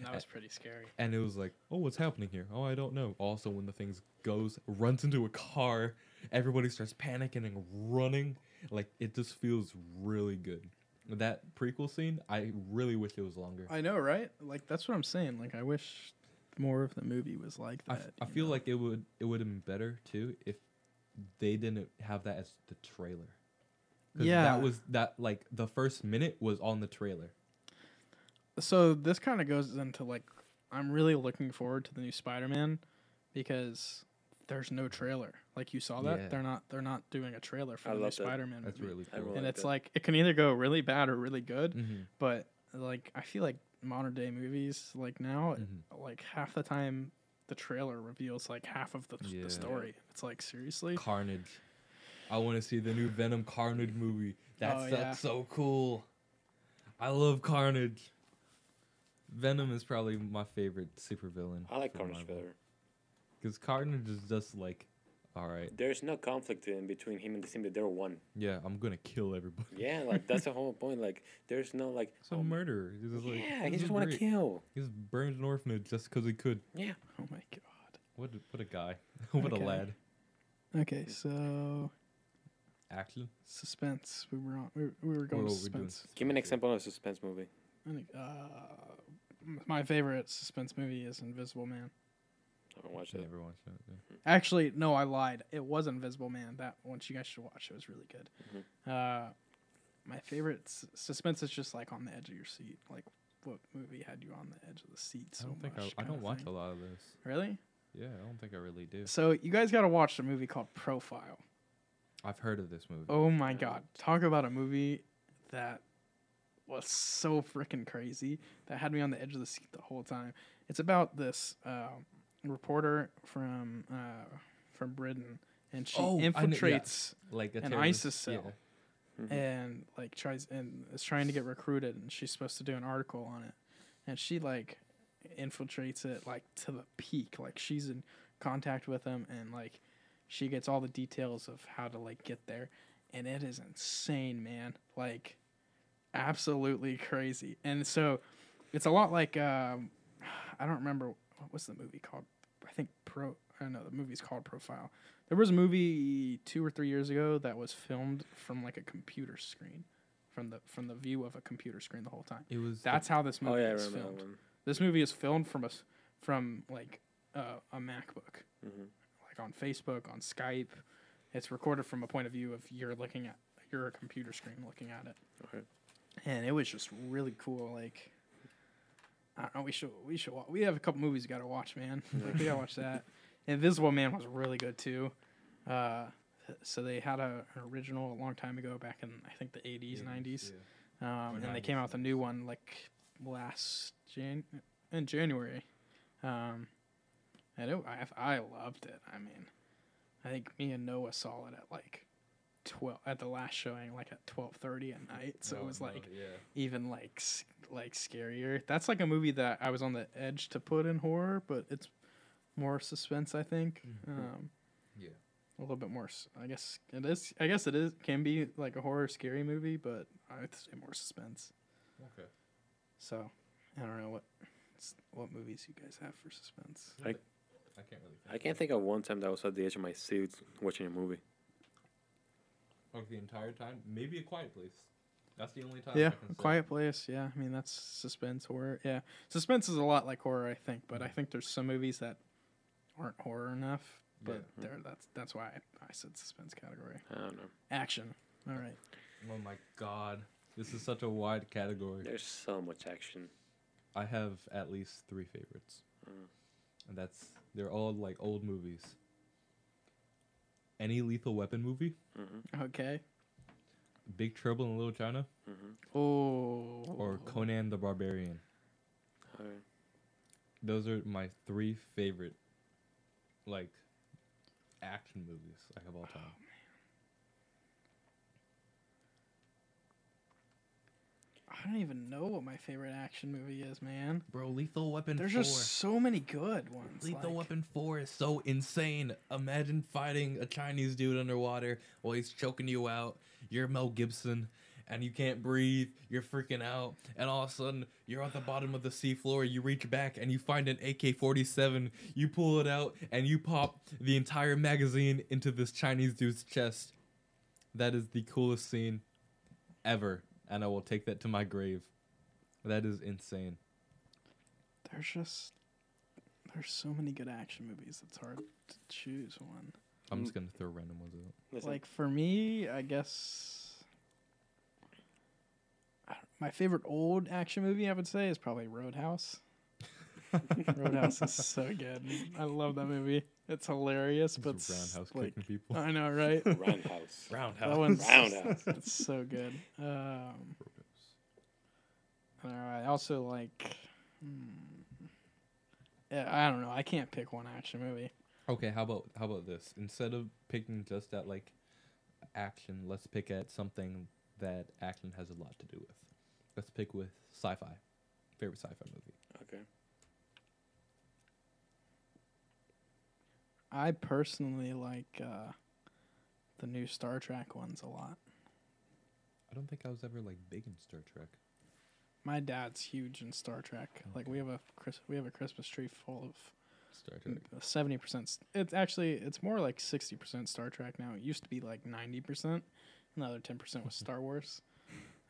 Speaker 3: That was pretty scary.
Speaker 1: and it was like, oh, what's happening here? Oh, I don't know. Also, when the thing goes, runs into a car, everybody starts panicking and running. Like it just feels really good. That prequel scene, I really wish it was longer.
Speaker 3: I know, right? Like, that's what I'm saying. Like, I wish more of the movie was like
Speaker 1: I,
Speaker 3: that.
Speaker 1: f- I
Speaker 3: you
Speaker 1: feel
Speaker 3: know?
Speaker 1: like it would it would have been better too if they didn't have that as the trailer. 'Cause
Speaker 3: Yeah.
Speaker 1: that was that like the first minute was on the trailer.
Speaker 3: So, this kind of goes into like, I'm really looking forward to the new Spider Man because. There's no trailer. Like you saw that
Speaker 1: Yeah.
Speaker 3: they're not they're not doing a trailer for
Speaker 2: I
Speaker 3: the new
Speaker 2: love that.
Speaker 3: Spider-Man.
Speaker 1: That's
Speaker 3: movie.
Speaker 1: really
Speaker 2: I
Speaker 1: cool.
Speaker 2: really
Speaker 3: and
Speaker 2: like
Speaker 3: it's
Speaker 2: that.
Speaker 3: like it can either go really bad or really good.
Speaker 1: Mhm.
Speaker 3: but like I feel like modern day movies like now
Speaker 1: Mhm.
Speaker 3: like half the time the trailer reveals like half of the,
Speaker 1: Yeah.
Speaker 3: the story. It's like seriously.
Speaker 1: Carnage. I want to see the new Venom Carnage movie. That's
Speaker 3: Oh,
Speaker 1: that's
Speaker 3: yeah.
Speaker 1: so cool. I love Carnage. Venom is probably my favorite supervillain.
Speaker 2: I like Carnage better.
Speaker 1: because Carnage is just like, all right,
Speaker 2: There's no conflict in between him and the team that they're one.
Speaker 1: yeah, I'm gonna kill everybody.
Speaker 2: Yeah, like that's the whole point. Like there's no like
Speaker 1: He's a murderer. He's just like,
Speaker 2: Um, Yeah,
Speaker 1: this
Speaker 2: he
Speaker 1: is
Speaker 2: just wanna
Speaker 1: great.
Speaker 2: kill.
Speaker 1: He just burned an orphanage just because he could.
Speaker 2: Yeah.
Speaker 3: Oh my god.
Speaker 1: What a- what a guy. what
Speaker 3: Okay.
Speaker 1: a lad.
Speaker 3: Okay, so
Speaker 1: Action.
Speaker 3: suspense. We were on. We were, we were going
Speaker 1: What
Speaker 3: to
Speaker 1: were we doing?
Speaker 3: suspense.
Speaker 2: Give me an example of a suspense movie.
Speaker 3: I think, uh, m- my favorite suspense movie is Invisible Man.
Speaker 2: I haven't watched
Speaker 1: I
Speaker 2: it.
Speaker 1: never watched that. yeah.
Speaker 3: Actually, no, I lied. It was Invisible Man. That one you guys should watch. It was really good. Uh, my favorite s- suspense is just like on the edge of your seat. Like, what movie had you on the edge of the seat so
Speaker 1: I don't
Speaker 3: much?
Speaker 1: think I, I
Speaker 3: kinda
Speaker 1: don't watch
Speaker 3: thing?
Speaker 1: a lot of this.
Speaker 3: Really?
Speaker 1: Yeah, I don't think I really do.
Speaker 3: So you guys got to watch a movie called Profile.
Speaker 1: I've heard of this movie.
Speaker 3: Oh my god! Talk about a movie that was so freaking crazy that had me on the edge of the seat the whole time. It's about this uh, reporter from uh, from Britain, and she
Speaker 1: Oh, I kn- yeah.
Speaker 3: infiltrates
Speaker 1: like a
Speaker 3: An
Speaker 1: terrorist-
Speaker 3: ISIS
Speaker 1: yeah.
Speaker 3: cell. and like tries and is trying to get recruited, and she's supposed to do an article on it, and she like infiltrates it like to the peak. Like she's in contact with him, and like she gets all the details of how to like get there, and it is insane, man. Like absolutely crazy. And so it's a lot like um, I don't remember what was the movie called. I think Pro. I don't know. The movie's called Profile. There was a movie two or three years ago that was filmed from like a computer screen, from the from the view of a computer screen the whole time.
Speaker 1: It was the-
Speaker 3: That's how this
Speaker 2: Oh
Speaker 3: movie
Speaker 2: yeah, I
Speaker 3: is
Speaker 2: remember
Speaker 3: filmed.
Speaker 2: that one.
Speaker 3: This movie is filmed from a s- from like uh, a MacBook,
Speaker 2: Mm-hmm.
Speaker 3: like on Facebook, on Skype. It's recorded from a point of view of you're looking at you're a computer screen looking at it,
Speaker 2: Okay.
Speaker 3: and it was just really cool. Like I don't know, we should we should wa- we have a couple movies we gotta watch, man. Like, we gotta watch that. Invisible Man was really good too. Uh, so they had a, an original a long time ago, back in I think the 80s, 90s.
Speaker 1: Yeah.
Speaker 3: Um, and they
Speaker 1: 90s,
Speaker 3: came out with a new one like last Jan in January. Um, and it, I I loved it. I mean, I think me and Noah saw it at like twelve at the last showing, like at twelve thirty at night. So
Speaker 1: No,
Speaker 3: it was
Speaker 1: Oh, no,
Speaker 3: like
Speaker 1: yeah.
Speaker 3: even like s- like scarier. That's like a movie that I was on the edge to put in horror, but it's more suspense, I think.
Speaker 1: Mm-hmm.
Speaker 3: Um,
Speaker 1: Yeah.
Speaker 3: a little bit more. s- I guess it is. I guess it is can be like a horror scary movie, but I'd say more suspense.
Speaker 1: Okay.
Speaker 3: So I don't know what s- what movies you guys have for suspense.
Speaker 2: I-
Speaker 1: I can't really.
Speaker 2: I can't think of one time that I was at the edge of my seat watching a movie.
Speaker 1: Of the entire time, maybe a quiet place. That's the only time.
Speaker 3: Yeah,
Speaker 1: I can
Speaker 3: A
Speaker 1: say.
Speaker 3: Quiet Place. Yeah, I mean that's suspense horror. Yeah, suspense is a lot like horror, I think. But I
Speaker 1: Mm-hmm.
Speaker 3: think there's some movies that aren't horror enough. But there, that's that's why I, I said suspense category.
Speaker 2: I don't know.
Speaker 3: Action. All right.
Speaker 1: Oh my god, this is such a wide category.
Speaker 2: There's so much action.
Speaker 1: I have at least three favorites,
Speaker 2: Mm.
Speaker 1: and that's they're all like old movies. Any Lethal Weapon movie,
Speaker 3: Okay.
Speaker 1: Big Trouble in Little China,
Speaker 3: Oh.
Speaker 1: or Conan the Barbarian.
Speaker 2: All right.
Speaker 1: Those are my three favorite, like, action movies like of all time.
Speaker 3: I don't even know what my favorite action movie is, man.
Speaker 1: Bro, Lethal Weapon.
Speaker 3: There's just so many good ones.
Speaker 1: Lethal
Speaker 3: like-
Speaker 1: Weapon 4 is so insane. Imagine fighting a Chinese dude underwater while he's choking you out. You're Mel Gibson and you can't breathe. You're freaking out. And all of a sudden, you're at the bottom of the seafloor. You reach back and you find an AK 47. You pull it out and you pop the entire magazine into this Chinese dude's chest. That is the coolest scene ever. And I will take that to my grave. That is insane.
Speaker 3: There's just there's so many good action movies. It's hard to choose one.
Speaker 1: I'm just going to throw random ones out.
Speaker 2: Listen,
Speaker 3: Like for me, I guess I don't- my favorite old action movie I would say is probably Roadhouse. Roadhouse is so good. I love that movie. It's hilarious, but
Speaker 1: Just roundhouse
Speaker 3: like,
Speaker 1: kicking people.
Speaker 3: I know, right?
Speaker 2: Roundhouse.
Speaker 1: Roundhouse.
Speaker 3: that one's
Speaker 2: Roundhouse.
Speaker 3: it's so good. Um, I don't know, I also like. Hmm, yeah, I don't know. I can't pick one action movie.
Speaker 1: Okay, how about how about this? Instead of picking just at like action, let's pick at something that action has a lot to do with. Let's pick with sci-fi. Favorite sci-fi movie.
Speaker 2: Okay.
Speaker 3: I personally like uh, the new Star Trek ones a lot.
Speaker 1: I don't think I was ever like big in Star Trek.
Speaker 3: My dad's huge in Star Trek. Like we have a Chris, we have a Christmas tree full
Speaker 1: Star Trek.
Speaker 3: of seventy percent. It's actually it's more like sixty percent Star Trek now. It used to be like ninety percent. Another ten percent was Star Wars.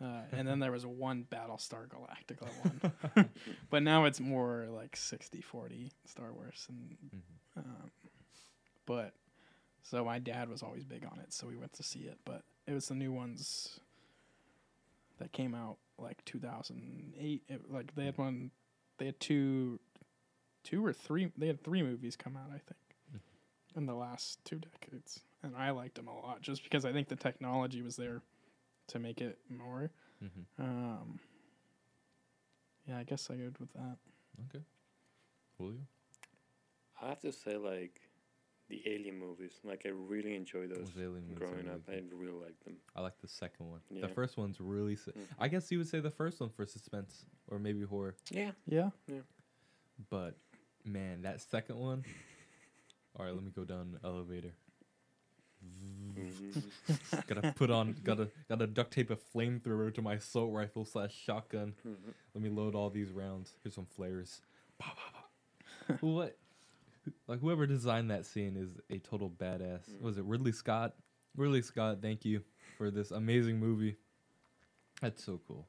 Speaker 3: Uh, and then there was one Battlestar Galactica one.
Speaker 1: Mm-hmm,
Speaker 3: but now it's more like 60 40 Star Wars. And, um, but so my dad was always big on it, so we went to see it. But it was the new ones that came out like 2008. It, like they had one, they had two, two or three, they had three movies come out, I think, in the last two decades. And I liked them a
Speaker 1: mm-hmm.
Speaker 3: lot just because I think the technology was there to make it more. Um, Yeah, I guess I go with that.
Speaker 1: Will you?
Speaker 2: I have to say, like, the Alien movies. Like, I really enjoy those
Speaker 1: Those alien movies are
Speaker 2: growing
Speaker 1: really
Speaker 2: up.
Speaker 1: good.
Speaker 2: I really like them.
Speaker 1: I like the second one.
Speaker 2: Yeah.
Speaker 1: The first one's really. Si-
Speaker 2: Mm.
Speaker 1: I guess you would say the first one for suspense or maybe horror,
Speaker 2: Yeah.
Speaker 3: Yeah.
Speaker 1: but man, that second one. All right, let me go down the elevator.
Speaker 2: Mhm.
Speaker 1: gotta put on, gotta gotta duct tape a flamethrower to my assault rifle slash shotgun.
Speaker 2: Mhm.
Speaker 1: Let me load all these rounds. Here's some flares. Bah, bah, bah. what? Like whoever designed that scene is a total badass.
Speaker 2: Mm.
Speaker 1: Was it Ridley Scott? Ridley Scott, thank you for this amazing movie. That's so cool.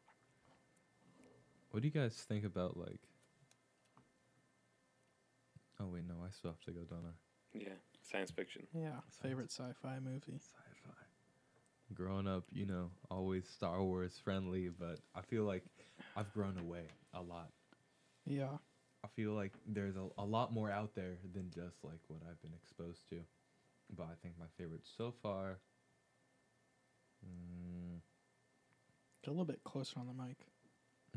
Speaker 1: What do you guys think about like? Oh wait, no, I still have to go down a
Speaker 2: yeah. Science fiction.
Speaker 3: Yeah. Favorite sci-fi movie.
Speaker 1: sci-fi. Growing up, you know, always Star Wars friendly, but I feel like I've grown away a lot.
Speaker 3: Yeah.
Speaker 1: I feel like there's a, a lot more out there than just like what I've been exposed to. But I think my favorite so far. Mm,
Speaker 3: Get a little bit closer on the mic.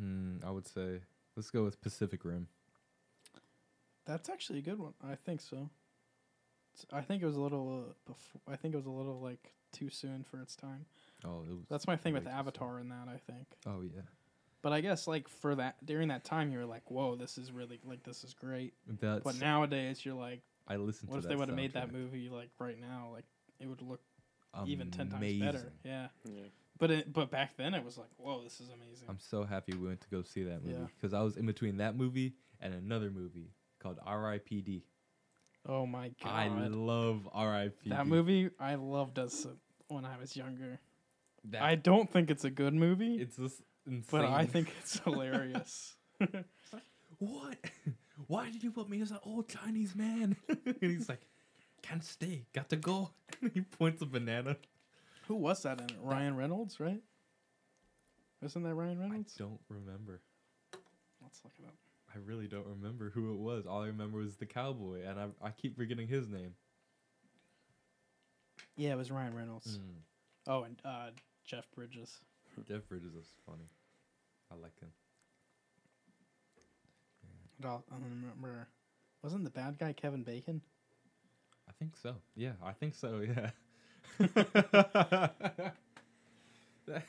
Speaker 1: mm, I would say let's go with Pacific Rim.
Speaker 3: That's actually a good one. I think so. It's- I think it was a little. Uh, before, I think it was a little like too soon for its time.
Speaker 1: Oh, it was.
Speaker 3: That's my thing with
Speaker 1: way too soon.
Speaker 3: Avatar and that. I think.
Speaker 1: Oh yeah.
Speaker 3: But I guess like for that during that time you were like, whoa, this is really like this is great.
Speaker 1: That's.
Speaker 3: But nowadays you're like,
Speaker 1: I listened.
Speaker 3: what
Speaker 1: to
Speaker 3: if
Speaker 1: that
Speaker 3: they would have made that
Speaker 1: soundtrack.
Speaker 3: movie like right now? Like it would look even ten times better.
Speaker 1: Amazing.
Speaker 3: Yeah.
Speaker 2: Yeah.
Speaker 3: But it, but back then it was like, whoa, this is amazing.
Speaker 1: I'm so happy we went to go see that movie
Speaker 3: Yeah.
Speaker 1: because I was in between that movie and another movie called R.I.P.D.
Speaker 3: oh my god.
Speaker 1: I love R.I.P.D.
Speaker 3: that movie I loved as when I was younger.
Speaker 1: That,
Speaker 3: I don't think it's a good movie,
Speaker 1: it's this insane.
Speaker 3: but I think it's hilarious.
Speaker 1: what? Why did you put me as an old Chinese man? and he's like, can't stay, got to go. he points a banana.
Speaker 3: Who was that in it? Ryan Reynolds, right? Isn't that Ryan
Speaker 1: I
Speaker 3: Reynolds?
Speaker 1: don't remember.
Speaker 3: Let's look it up.
Speaker 1: I really don't remember who it was. All I remember was the cowboy, and I, I keep forgetting his name.
Speaker 3: Yeah, it was Ryan
Speaker 1: Mm.
Speaker 3: Reynolds. Oh, and uh, Jeff Bridges.
Speaker 1: Jeff Bridges is funny. I like him.
Speaker 3: I don't I don't remember. Wasn't the bad guy Kevin Bacon?
Speaker 1: I think so. Yeah, I think so. Yeah. That-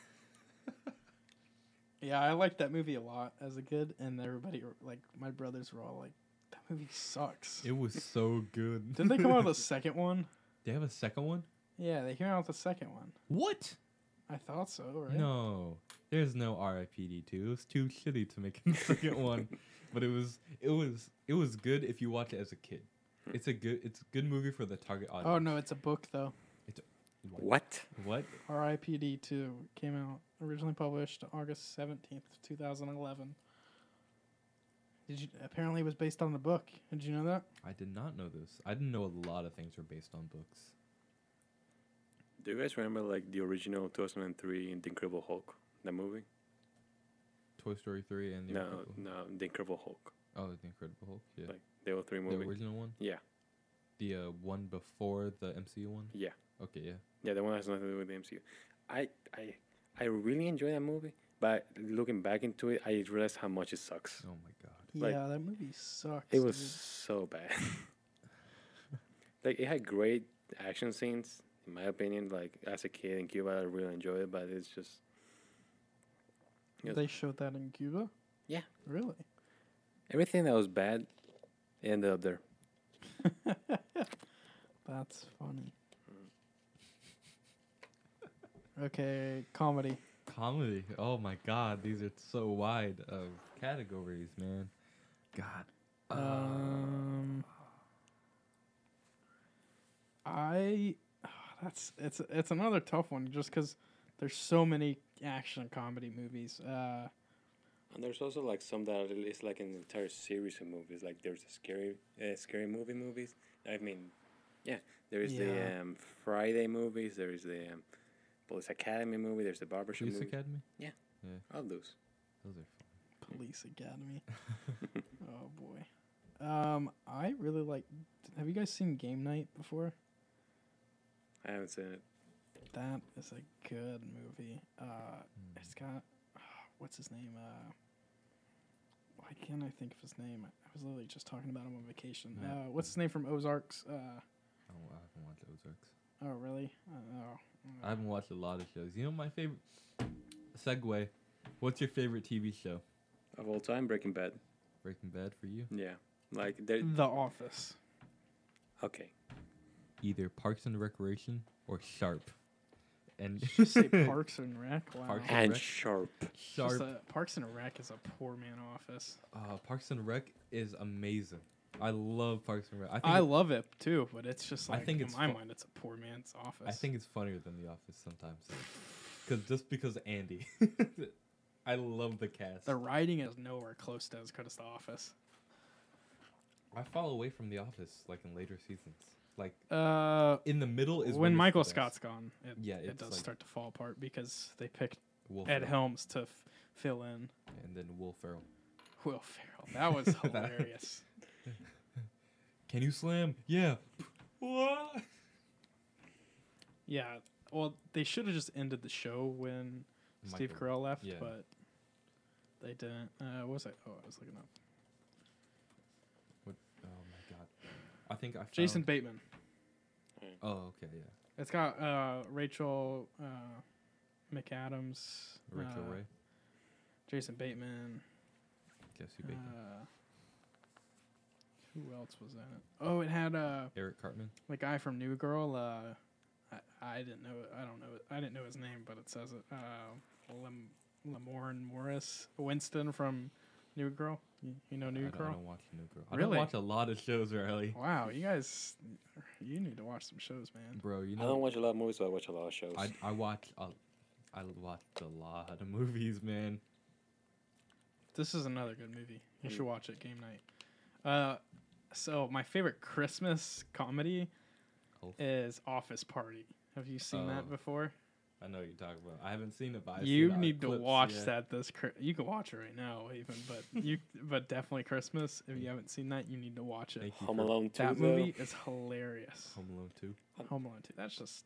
Speaker 3: Yeah, I liked that movie a lot as a kid, and everybody like my brothers were all like, "That movie sucks."
Speaker 1: it was so good.
Speaker 3: Didn't they come out with a second one?
Speaker 1: They have a second one?
Speaker 3: Yeah, they came out with a second one.
Speaker 1: What?
Speaker 3: I thought so, right?
Speaker 1: No, there's no RIPD two. It was too shitty to make a second one, but it was it was it was good if you watch it as a kid. It's a good it's a good movie for the target audience.
Speaker 3: Oh no, it's a book though.
Speaker 2: What?
Speaker 1: What?
Speaker 3: R.I.P.D. Two came out originally published August seventeenth, two thousand eleven. Did you? Apparently, it was based on the book. Did you know that?
Speaker 1: I did not know this. I didn't know a lot of things were based on books.
Speaker 2: Do you guys remember, like, the original 2003 The Incredible Hulk? That movie?
Speaker 1: Toy Story three and the
Speaker 2: no,
Speaker 1: Incredible,
Speaker 2: no, The Incredible Hulk.
Speaker 1: oh the Incredible Hulk. Yeah,
Speaker 2: Like, there were three
Speaker 1: the
Speaker 2: movies.
Speaker 1: original one.
Speaker 2: Yeah.
Speaker 1: The uh, one before the MCU one.
Speaker 2: Yeah.
Speaker 1: Okay, yeah.
Speaker 2: Yeah, the one that has nothing to do with the MCU. I, I, I really enjoy that movie, but looking back into it, I realized how much it sucks.
Speaker 1: Oh my god.
Speaker 2: Like,
Speaker 3: yeah, that movie sucks.
Speaker 2: It was
Speaker 3: dude.
Speaker 2: so bad. like it had great action scenes, in my opinion. Like as a kid in Cuba, I really enjoyed it, but it's just it was-
Speaker 3: They showed that in Cuba.
Speaker 2: Yeah.
Speaker 3: Really?
Speaker 2: everything that was bad ended up there.
Speaker 3: That's funny.
Speaker 2: Mm.
Speaker 3: Okay, comedy.
Speaker 1: Comedy. Oh my god, these are so wide of categories, man. God.
Speaker 3: Uh,
Speaker 1: Uh,
Speaker 3: Um, I that's it's it's another tough one just because there's so many action comedy movies. Uh,
Speaker 2: And there's also like some that is like an entire series of movies. Like there's a scary, uh, scary movie movies. I mean, yeah, there is the
Speaker 3: Yeah.
Speaker 2: um, Friday movies. There is the um, Police Academy movie. There's the barbershop
Speaker 1: Police
Speaker 2: movie.
Speaker 1: Academy?
Speaker 2: All those.
Speaker 1: Those are
Speaker 3: Police Academy. oh boy. Um, I really like. Have you guys seen Game Night before?
Speaker 2: I haven't seen it.
Speaker 3: That is a
Speaker 1: Hmm,
Speaker 3: good movie. Uh, it's got what's his name? Uh, why can't I think of his name? I was literally just talking about him on vacation.
Speaker 1: Yeah.
Speaker 3: Uh, what's his name from Ozarks? Uh,
Speaker 1: I, don't, I haven't watched Ozarks.
Speaker 3: oh, really? Uh, oh,
Speaker 1: I haven't watched a lot of shows. You know my favorite segue. What's your favorite TV show?
Speaker 2: of all time, Breaking Bad.
Speaker 1: Breaking Bad for you?
Speaker 2: Yeah, like there.
Speaker 1: Mm.
Speaker 3: The Office.
Speaker 2: Okay,
Speaker 1: Either Parks and Recreation or Sharp. And
Speaker 3: Did you just say Parks and Rec? Wow.
Speaker 1: Parks
Speaker 3: It's
Speaker 2: and
Speaker 1: Rec.
Speaker 2: Sharp.
Speaker 3: just
Speaker 1: Sharp.
Speaker 3: a- Parks and Rec is a poor man office.
Speaker 1: Uh, Parks and Rec is amazing. I love Parks and Rec. I think
Speaker 3: I
Speaker 1: it-
Speaker 3: love it too, but it's just
Speaker 1: I
Speaker 3: like
Speaker 1: think
Speaker 3: in
Speaker 1: it's
Speaker 3: my
Speaker 1: fu-
Speaker 3: mind, it's a poor man's office.
Speaker 1: I think it's funnier than The Office sometimes. Cause just because of Andy. I love the cast.
Speaker 3: the writing is nowhere close to as good as The Office.
Speaker 1: I fall away from The Office like in later seasons. Like
Speaker 3: Uh,
Speaker 1: in the middle is
Speaker 3: when,
Speaker 1: it's the
Speaker 3: Michael
Speaker 1: best.
Speaker 3: Scott's gone, it,
Speaker 1: Yeah,
Speaker 3: it
Speaker 1: it's
Speaker 3: does
Speaker 1: like-
Speaker 3: start to fall apart because they picked
Speaker 1: Will
Speaker 3: Ed
Speaker 1: Ferrell.
Speaker 3: Helms to f- fill in
Speaker 1: and then Will Ferrell.
Speaker 3: Will Ferrell. That was
Speaker 1: That-
Speaker 3: hilarious.
Speaker 1: Can you slam? Yeah. What?
Speaker 3: yeah. Well, they should have just ended the show when Steve
Speaker 1: Michael.
Speaker 3: Carell left,
Speaker 1: yeah.
Speaker 3: but they didn't. Uh, what was it? Oh, I was looking up.
Speaker 1: Oh my god. I think I found.
Speaker 3: Jason Bateman.
Speaker 1: Oh okay yeah.
Speaker 3: It's got uh, Rachel uh, McAdams,
Speaker 1: Rachel
Speaker 3: uh,
Speaker 1: Ray.
Speaker 3: Jason Bateman.
Speaker 1: Guess who bacon?
Speaker 3: Uh, who else was in it? Oh, it had uh,
Speaker 1: Eric Cartman.
Speaker 3: the guy from New Girl. Uh, I, I didn't know. I don't know. I didn't know his name, but it says it. Uh, Lam- Lamorne Morris Winston from New Girl. You, you know New
Speaker 1: I don't, I
Speaker 3: Girl.
Speaker 1: don't watch New Girl. I
Speaker 3: Really?
Speaker 1: don't watch a lot of shows, really.
Speaker 3: Wow, you guys, you need to watch some shows, man.
Speaker 1: Bro, you
Speaker 2: I don't
Speaker 1: know,
Speaker 2: watch a lot of movies, but I watch a lot of shows.
Speaker 1: I I watch a, I watched a lot of movies, man.
Speaker 3: This is another good movie. You should
Speaker 2: Mm.
Speaker 3: watch it. Game night. Uh, so my favorite Christmas comedy
Speaker 1: Elf.
Speaker 3: is Office Party. Have you seen
Speaker 1: Oh.
Speaker 3: that before?
Speaker 1: I know what you're talking about. I haven't seen it, but I've
Speaker 3: you
Speaker 1: seen, uh,
Speaker 3: need
Speaker 1: clips,
Speaker 3: to watch
Speaker 1: yeah.
Speaker 3: that this Chri- you can watch it right now even but you but definitely christmas if you haven't seen that you need to watch it
Speaker 1: Thank you
Speaker 2: Home
Speaker 1: for
Speaker 2: Alone Two.
Speaker 3: that
Speaker 2: though.
Speaker 3: movie is hilarious
Speaker 1: Home Alone Two.
Speaker 3: home alone 2 that's just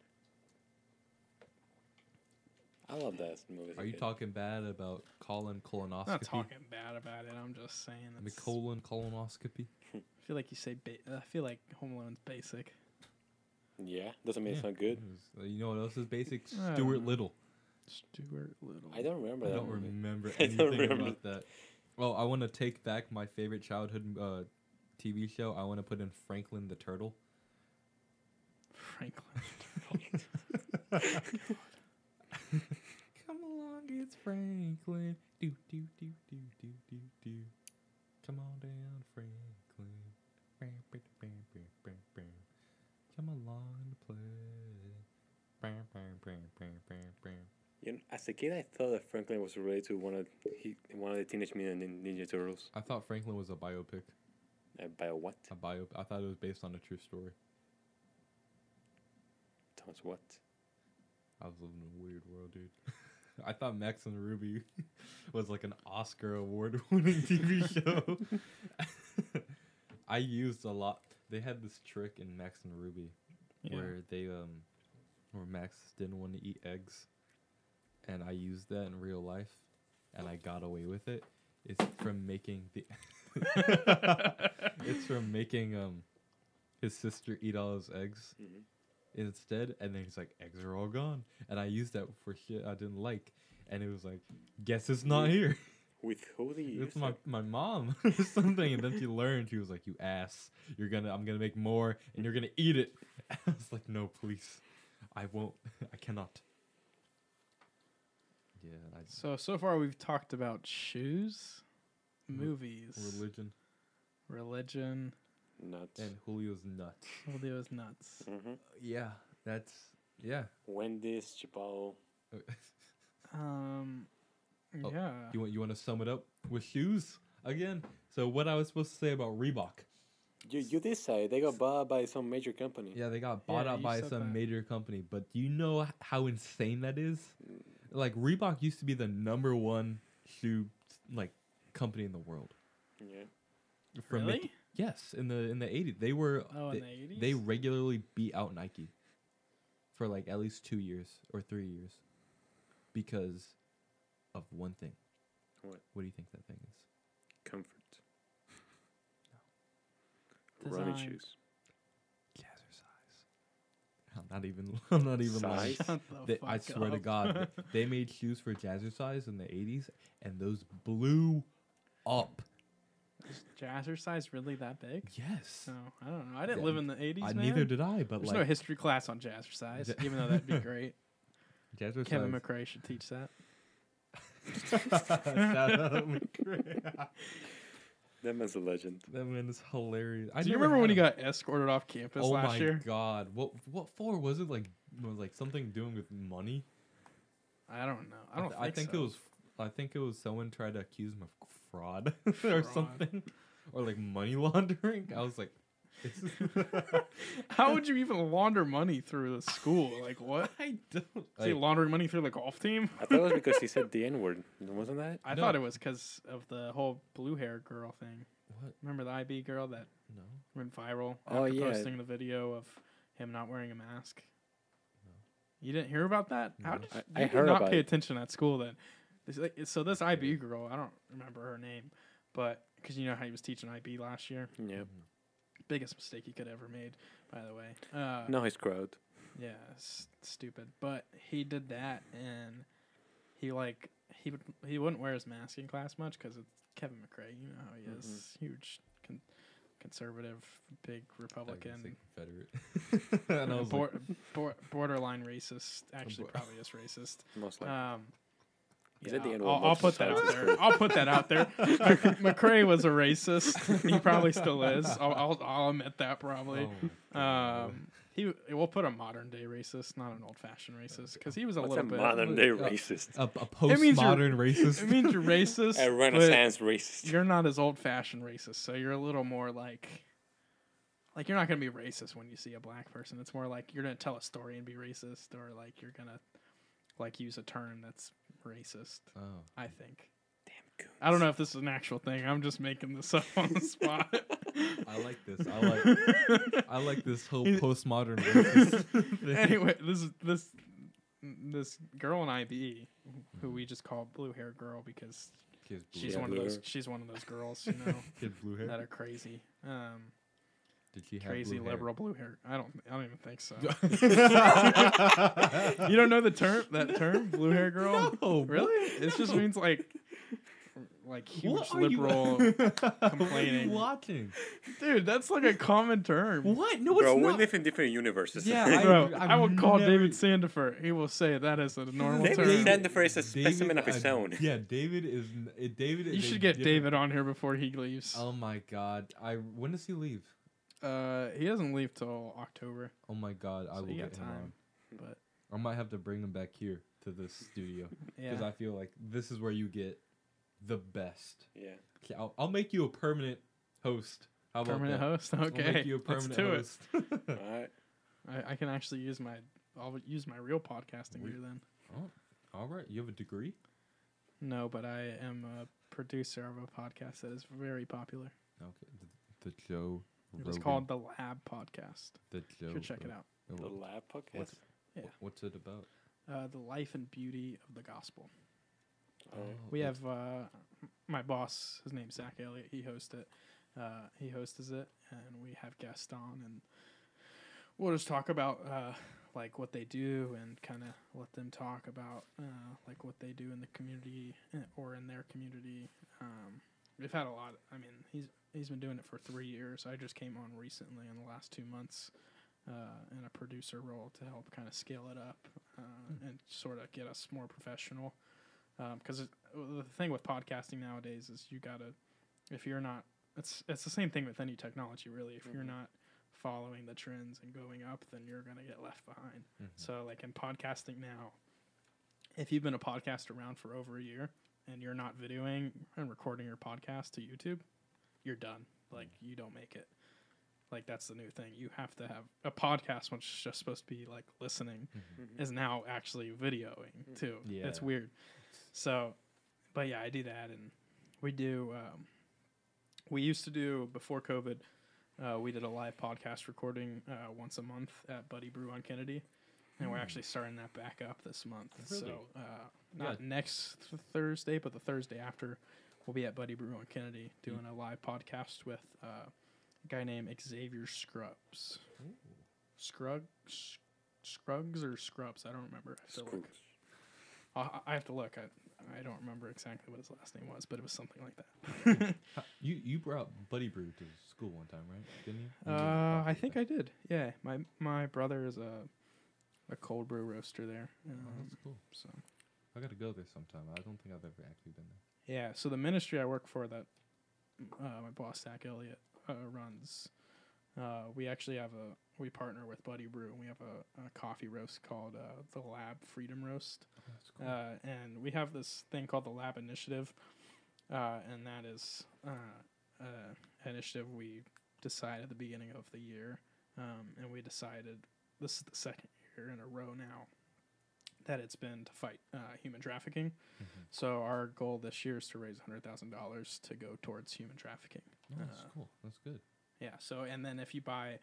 Speaker 2: I love that movie. as a
Speaker 1: Are you
Speaker 2: kid.
Speaker 1: talking bad about colon colonoscopy?
Speaker 3: I'm not talking bad about it i'm just saying
Speaker 1: I mean,
Speaker 3: it's, i
Speaker 1: colon colonoscopy.
Speaker 3: feel like you say ba- i feel like home alone's basic
Speaker 2: Yeah, doesn't mean it's
Speaker 1: Yeah.
Speaker 2: not good.
Speaker 1: Uh, You know what else is basic?
Speaker 3: I
Speaker 1: Stuart
Speaker 3: don't know.
Speaker 1: Little.
Speaker 3: stuart little
Speaker 2: I don't remember
Speaker 1: I
Speaker 2: that
Speaker 1: don't
Speaker 2: movie.
Speaker 1: remember
Speaker 2: I don't
Speaker 1: anything
Speaker 2: remember.
Speaker 1: about that. Well, I want to take back my favorite childhood uh, TV show. I want to put in Franklin the Turtle.
Speaker 3: franklin
Speaker 1: Come along, it's Franklin. Do do do do do do do. Come on down, Franklin. Bam, bam, bam, bam, bam, bam. Come along and play. Bam, bam, bam, bam, bam, bam.
Speaker 2: You know, as a kid, I thought that Franklin was related to one of he, one of the Teenage Mutant Nin- Ninja Turtles.
Speaker 1: I thought Franklin was a biopic.
Speaker 2: Uh, by what?
Speaker 1: A bio. I thought it was based on a true story.
Speaker 2: Thomas what?
Speaker 1: I was living in a weird world, dude. I thought Max and Ruby was like an Oscar award winning TV show. I used a lot. They had this trick in Max and Ruby
Speaker 3: yeah.
Speaker 1: where they um where Max didn't want to eat eggs and I used that in real life and I got away with it. It's from making the It's from making um his sister eat all his eggs
Speaker 2: Mhm.
Speaker 1: instead and then he's like eggs are all gone and I used that for shit I didn't like and it was like guess it's not here.
Speaker 2: With who do you?
Speaker 1: It's my my mom or something, and then she learned. She was like, "You ass, you're gonna I'm gonna make more, and you're gonna eat it." I was like, "No, please, I won't. I cannot." Yeah, I just
Speaker 3: so so far we've talked about shoes
Speaker 1: Re-
Speaker 3: movies
Speaker 1: religion
Speaker 3: religion
Speaker 2: nuts.
Speaker 1: and Julio's nuts.
Speaker 3: all those nuts
Speaker 2: hmm
Speaker 1: Yeah, that's yeah.
Speaker 2: Wendy's, Chipotle.
Speaker 3: um
Speaker 1: Oh,
Speaker 3: yeah
Speaker 1: You want you want to sum it up with shoes again? So what I was supposed to say about Reebok?
Speaker 2: You you decide. They got bought by some major company.
Speaker 1: Yeah, they got bought
Speaker 3: Yeah,
Speaker 1: out
Speaker 3: you
Speaker 1: by
Speaker 3: said
Speaker 1: some
Speaker 3: that.
Speaker 1: major company. But do you know h- how insane that is? Like Reebok used to be the number one shoe like company in the world.
Speaker 2: Yeah.
Speaker 1: From
Speaker 3: really
Speaker 1: making- yes, in the in the eighties, they were
Speaker 3: Oh,
Speaker 1: they,
Speaker 3: in the 80s?
Speaker 1: they regularly beat out Nike for like at least two years or three years because of one thing.
Speaker 2: What?
Speaker 1: What do you think that thing is?
Speaker 2: Comfort. Running
Speaker 3: Design.
Speaker 2: shoes.
Speaker 1: Jazzercise. I'm not even. I'm not even lying.
Speaker 2: Size?
Speaker 3: Shut the
Speaker 1: They, I
Speaker 3: fuck
Speaker 1: swear to
Speaker 3: up.
Speaker 1: God, th- they made shoes for jazzercise in the '80s, and those blew up.
Speaker 3: Is jazzercise really that big?
Speaker 1: Yes.
Speaker 3: No, I don't know. I didn't
Speaker 1: Yeah,
Speaker 3: live in the 80s,
Speaker 1: Uh, I,
Speaker 3: man.
Speaker 1: neither did I, but
Speaker 3: There's
Speaker 1: like
Speaker 3: no history class on jazzercise,
Speaker 1: Ja-
Speaker 3: even though that'd be great.
Speaker 1: jazzercise.
Speaker 3: Kevin McRae should teach that.
Speaker 1: Shout out McCray.
Speaker 2: That man's a legend.
Speaker 1: That man is hilarious. I
Speaker 3: Do you
Speaker 1: never
Speaker 3: remember when
Speaker 1: had
Speaker 3: he
Speaker 1: a-
Speaker 3: got escorted off campus
Speaker 1: Oh my
Speaker 3: last year?
Speaker 1: god! What what for was it like? Was like something doing with money?
Speaker 3: I don't know. I don't.
Speaker 1: th- I think
Speaker 3: so.
Speaker 1: it was. I think it was someone tried to accuse him of fraud, or
Speaker 3: Fraud.
Speaker 1: something, or like money laundering. I was like, this is-
Speaker 3: How would you even launder money through the school? Like what?
Speaker 1: I don't.
Speaker 3: Is he
Speaker 1: like,
Speaker 3: laundering money through the golf team?
Speaker 2: I thought it was because he said the N word. Wasn't that?
Speaker 3: I
Speaker 1: No.
Speaker 3: thought it was because of the whole blue hair girl thing.
Speaker 1: what?
Speaker 3: Remember the IB girl that
Speaker 1: No.
Speaker 3: went viral
Speaker 2: Oh,
Speaker 3: after
Speaker 2: yeah.
Speaker 3: posting the video of him not wearing a mask? You didn't hear about that? How
Speaker 1: No.
Speaker 3: did
Speaker 2: I-
Speaker 3: you,
Speaker 2: I
Speaker 3: you did
Speaker 2: heard
Speaker 3: not
Speaker 2: about
Speaker 3: pay
Speaker 2: it.
Speaker 3: attention at school then? This, like, so this IB girl, I don't remember her name, but because you know how he was teaching IB last year,
Speaker 2: Yeah.
Speaker 3: biggest mistake he could ever made, by the way. Uh,
Speaker 2: No, he's crowd.
Speaker 3: Yeah, s- stupid. But he did that, and he like he would he wouldn't wear his mask in class much because it's Kevin McRae. You know how he is,
Speaker 2: Mm-hmm.
Speaker 3: huge con- conservative, big
Speaker 1: I was
Speaker 3: Republican,
Speaker 1: like, Confederate. and I was like,
Speaker 3: bor- bor- borderline racist. Actually,
Speaker 1: bor-
Speaker 3: probably is racist.
Speaker 2: Most likely.
Speaker 3: Um,
Speaker 2: He said the N-word
Speaker 3: I'll, I'll put
Speaker 2: multiple
Speaker 3: that out
Speaker 2: times.
Speaker 3: there. I'll put that out there. Mc- McRae was a racist. He probably still is. I'll, I'll, I'll admit that probably.
Speaker 1: oh my God.
Speaker 3: Um, he we'll put a modern day racist, not an old fashioned racist, because he was a
Speaker 2: What's a
Speaker 3: little bit.
Speaker 2: modern day
Speaker 1: uh,
Speaker 2: racist?
Speaker 1: a, a
Speaker 3: means you're-
Speaker 1: postmodern racist.
Speaker 3: It means you're racist.
Speaker 2: A
Speaker 3: but
Speaker 2: Renaissance racist.
Speaker 3: You're not as old fashioned racist, so you're a little more like, like you're not gonna be racist when you see a black person. It's more like you're gonna tell a story and be racist, or like you're gonna, like use a term that's racist.
Speaker 1: oh,
Speaker 3: I think.
Speaker 2: Damn coon.
Speaker 3: I don't know if this is an actual thing. I'm just making this up on the spot.
Speaker 1: I like this. I like. I like this whole postmodern racist thing.
Speaker 3: anyway, this this this girl in IB, E, who we just call blue hair girl because
Speaker 1: Kid's blue
Speaker 3: she's
Speaker 2: Yeah,
Speaker 1: hair.
Speaker 3: one of
Speaker 2: blue
Speaker 3: those
Speaker 2: hair.
Speaker 3: she's one of those girls, you know,
Speaker 1: Kid blue
Speaker 3: that
Speaker 1: hair.
Speaker 3: are crazy, um,
Speaker 1: Did she have
Speaker 3: crazy
Speaker 1: blue hair?
Speaker 3: liberal blue hair. I don't I don't even think so.
Speaker 1: you
Speaker 3: you don't know the term that term blue hair girl?
Speaker 1: No,
Speaker 3: really? It just
Speaker 1: No.
Speaker 3: means like like huge
Speaker 1: What are you-
Speaker 3: liberal,
Speaker 1: What are you
Speaker 3: complaining.
Speaker 1: watching?
Speaker 3: dude. That's like a common term.
Speaker 1: What? No,
Speaker 2: Bro,
Speaker 1: it's
Speaker 2: we
Speaker 1: not.
Speaker 2: live in different universes.
Speaker 1: Yeah, I-
Speaker 3: Bro,
Speaker 1: I've
Speaker 3: I would call
Speaker 1: never-
Speaker 3: David Sandifer. He will say that is a normal
Speaker 2: David
Speaker 3: term.
Speaker 2: Sand- Sandifer is a specimen of his
Speaker 1: uh,
Speaker 2: own.
Speaker 1: Yeah, David is. n- uh, David. Is
Speaker 3: you
Speaker 1: a
Speaker 3: should get
Speaker 1: different-
Speaker 3: David on here before he leaves.
Speaker 1: Oh my god! I when does he leave?
Speaker 3: Uh, he doesn't leave till October,
Speaker 1: Oh my god! I
Speaker 3: So
Speaker 1: will
Speaker 3: you got
Speaker 1: get him on.
Speaker 3: time. but
Speaker 1: I might have to bring him back here to this studio
Speaker 3: yeah,
Speaker 1: because I feel like this is where you get the best.
Speaker 2: yeah.
Speaker 1: Okay, I'll, I'll make you a permanent host. How about
Speaker 3: permanent
Speaker 1: that?
Speaker 3: host.
Speaker 1: I'll
Speaker 3: Okay,
Speaker 1: make you a
Speaker 3: let's
Speaker 1: permanent
Speaker 3: do
Speaker 1: host.
Speaker 2: All right.
Speaker 3: it. I, I can actually use my I'll use my real podcasting
Speaker 1: We-
Speaker 3: here then.
Speaker 1: All right, you have a degree.
Speaker 3: No, but I am a producer of a podcast that is very popular.
Speaker 1: Okay, the, the Joe.
Speaker 3: It
Speaker 1: Rogan.
Speaker 3: is called the Lab Podcast.
Speaker 1: the Joe.
Speaker 3: You should check it
Speaker 1: Rog-
Speaker 3: out.
Speaker 1: Oh,
Speaker 2: The lab podcast.
Speaker 1: what's-
Speaker 3: Yeah.
Speaker 1: wh- What's it about?
Speaker 3: Uh, the life and beauty of the gospel.
Speaker 2: Oh.
Speaker 3: We
Speaker 1: it's-
Speaker 3: have uh, my boss. His name's Zach Elliott. He hosts it. Uh, he hosts it, and we have guests on, and we'll just talk about uh, like what they do, and kind of let them talk about uh, like what they do in the community eh, or in their community. Um, we've had a lot. I mean, he's he's been doing it for three years. I just came on recently in the last two months. Uh, in a producer role to help kind of scale it up uh, and sort of get us more professional Um, because the thing with podcasting nowadays is you gotta if you're not it's it's the same thing with any technology really if you're
Speaker 2: Mhm.
Speaker 3: not following the trends and going up then you're gonna get left behind
Speaker 1: Mhm.
Speaker 3: so like in podcasting now if you've been a podcast around for over a year and you're not videoing and recording your podcast to youtube you're done like you don't make it like that's the new thing you have to have a podcast which is just supposed to be like listening is now actually videoing too. Yeah. It's
Speaker 1: Yeah.
Speaker 3: weird. So, but yeah, I do that, and we do. Um, we used to do before COVID. Uh, we did a live podcast recording uh, once a month at Buddy Brew on Kennedy, and we're actually starting that back up this month.
Speaker 1: Really?
Speaker 3: So uh, not next th- Thursday, but the Thursday after, we'll be at Buddy Brew on Kennedy doing a live podcast with uh, a guy named Xavier Scrubs. Scruggs, Scruggs or Scrubs? I don't remember. I have to look.
Speaker 2: Scrooge.
Speaker 3: I, I have to look. I, I don't remember exactly what his last name was, but it was something like that.
Speaker 1: Uh, You you brought Buddy Brew to school one time, right? Didn't you?
Speaker 3: Uh, I think I did. Yeah, my my brother is a a cold brew roaster there. Um,
Speaker 1: Oh, that's cool.
Speaker 3: so
Speaker 1: I gotta go there sometime. I don't think I've ever actually been there.
Speaker 3: yeah, so the ministry I work for that uh, my boss Zach Elliott uh, runs, uh, we actually have a we partner with Buddy Brew and we have a, a coffee roast called uh, the Lab Freedom Roast.
Speaker 1: That's
Speaker 3: Uh, and we have this thing called the Lab Initiative, uh, and that is uh, uh, an initiative we decided at the beginning of the year, um, and we decided this is the second year in a row now that it's been to fight uh, human trafficking.
Speaker 1: Mhm.
Speaker 3: So our goal this year is to raise hundred thousand dollars to go towards human trafficking.
Speaker 1: No, that's
Speaker 3: uh,
Speaker 1: cool. That's good.
Speaker 3: Yeah. So and then if you buy,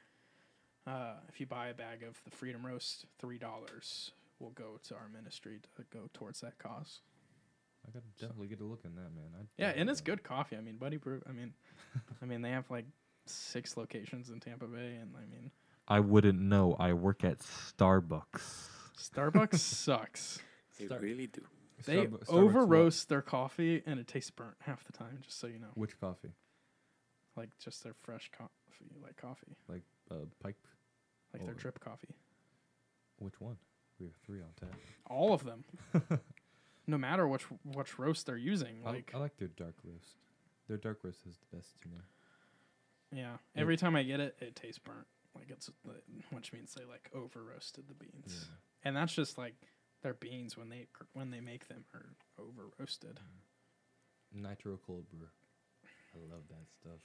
Speaker 3: uh, if you buy a bag of the Freedom Roast, three dollars will go to our ministry to go towards that cause.
Speaker 1: I gotta definitely get a look in that, man. I
Speaker 3: Yeah,
Speaker 1: definitely
Speaker 3: and it's
Speaker 1: wanna-
Speaker 3: good coffee. I mean, Buddy Brew. I mean, I mean they have like six locations in Tampa Bay, and I mean
Speaker 1: I wouldn't know. I work at Starbucks.
Speaker 3: Starbucks sucks.
Speaker 2: They
Speaker 1: Star-
Speaker 2: really do.
Speaker 3: They
Speaker 1: Starbu- Starbucks
Speaker 3: over
Speaker 1: what?
Speaker 3: roast their coffee, and it tastes burnt half the time. Just so you know,
Speaker 1: Which coffee?
Speaker 3: like just their fresh coffee, like coffee,
Speaker 1: Like uh, pipe?
Speaker 3: like their
Speaker 1: Oh.
Speaker 3: drip coffee.
Speaker 1: Which one? We have three on tap.
Speaker 3: All of them, no matter which which roast they're using.
Speaker 1: I,
Speaker 3: Like
Speaker 1: like, I like their dark roast. Their dark roast is the best to me.
Speaker 3: yeah,
Speaker 1: Yeah.
Speaker 3: every time I get it, it tastes burnt. Like it's which means they like over roasted the beans.
Speaker 1: Yeah.
Speaker 3: and that's just like their beans when they when they make them are over roasted.
Speaker 1: Nitro cold brew. I love that stuff.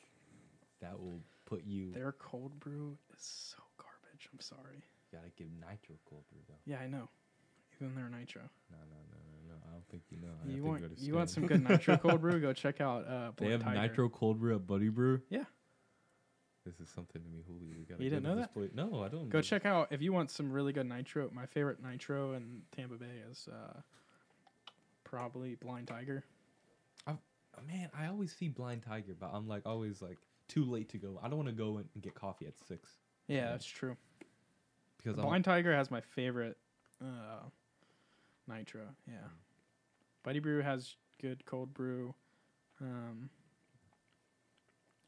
Speaker 1: That will put you.
Speaker 3: Their cold brew is so garbage. I'm sorry.
Speaker 1: Gotta give nitro cold brew though.
Speaker 3: Yeah, I know. Even their nitro.
Speaker 1: No, no, no, no, no. I don't think you know. I don't
Speaker 3: You
Speaker 1: think
Speaker 3: want you want some
Speaker 1: understand.
Speaker 3: good nitro cold brew? Go check out. Uh, Blue
Speaker 1: They have
Speaker 3: Tiger.
Speaker 1: nitro cold brew at Buddy Brew.
Speaker 3: Yeah.
Speaker 1: This is something to me, holy. We gotta
Speaker 3: You
Speaker 1: go
Speaker 3: didn't
Speaker 1: to
Speaker 3: know
Speaker 1: this
Speaker 3: that?
Speaker 1: place. No, I don't.
Speaker 3: Go
Speaker 1: know.
Speaker 3: check out if you want some really good nitro. My favorite nitro in Tampa Bay is uh, probably Blind Tiger.
Speaker 1: Man, I always see Blind Tiger, but I'm like always like too late to go. I don't want to go in and get coffee at six
Speaker 3: Yeah,
Speaker 1: Yeah.
Speaker 3: that's true.
Speaker 1: because I'm
Speaker 3: Blind Tiger has my favorite uh, nitro. Yeah,
Speaker 1: Hmm.
Speaker 3: Buddy Brew has good cold brew. Um,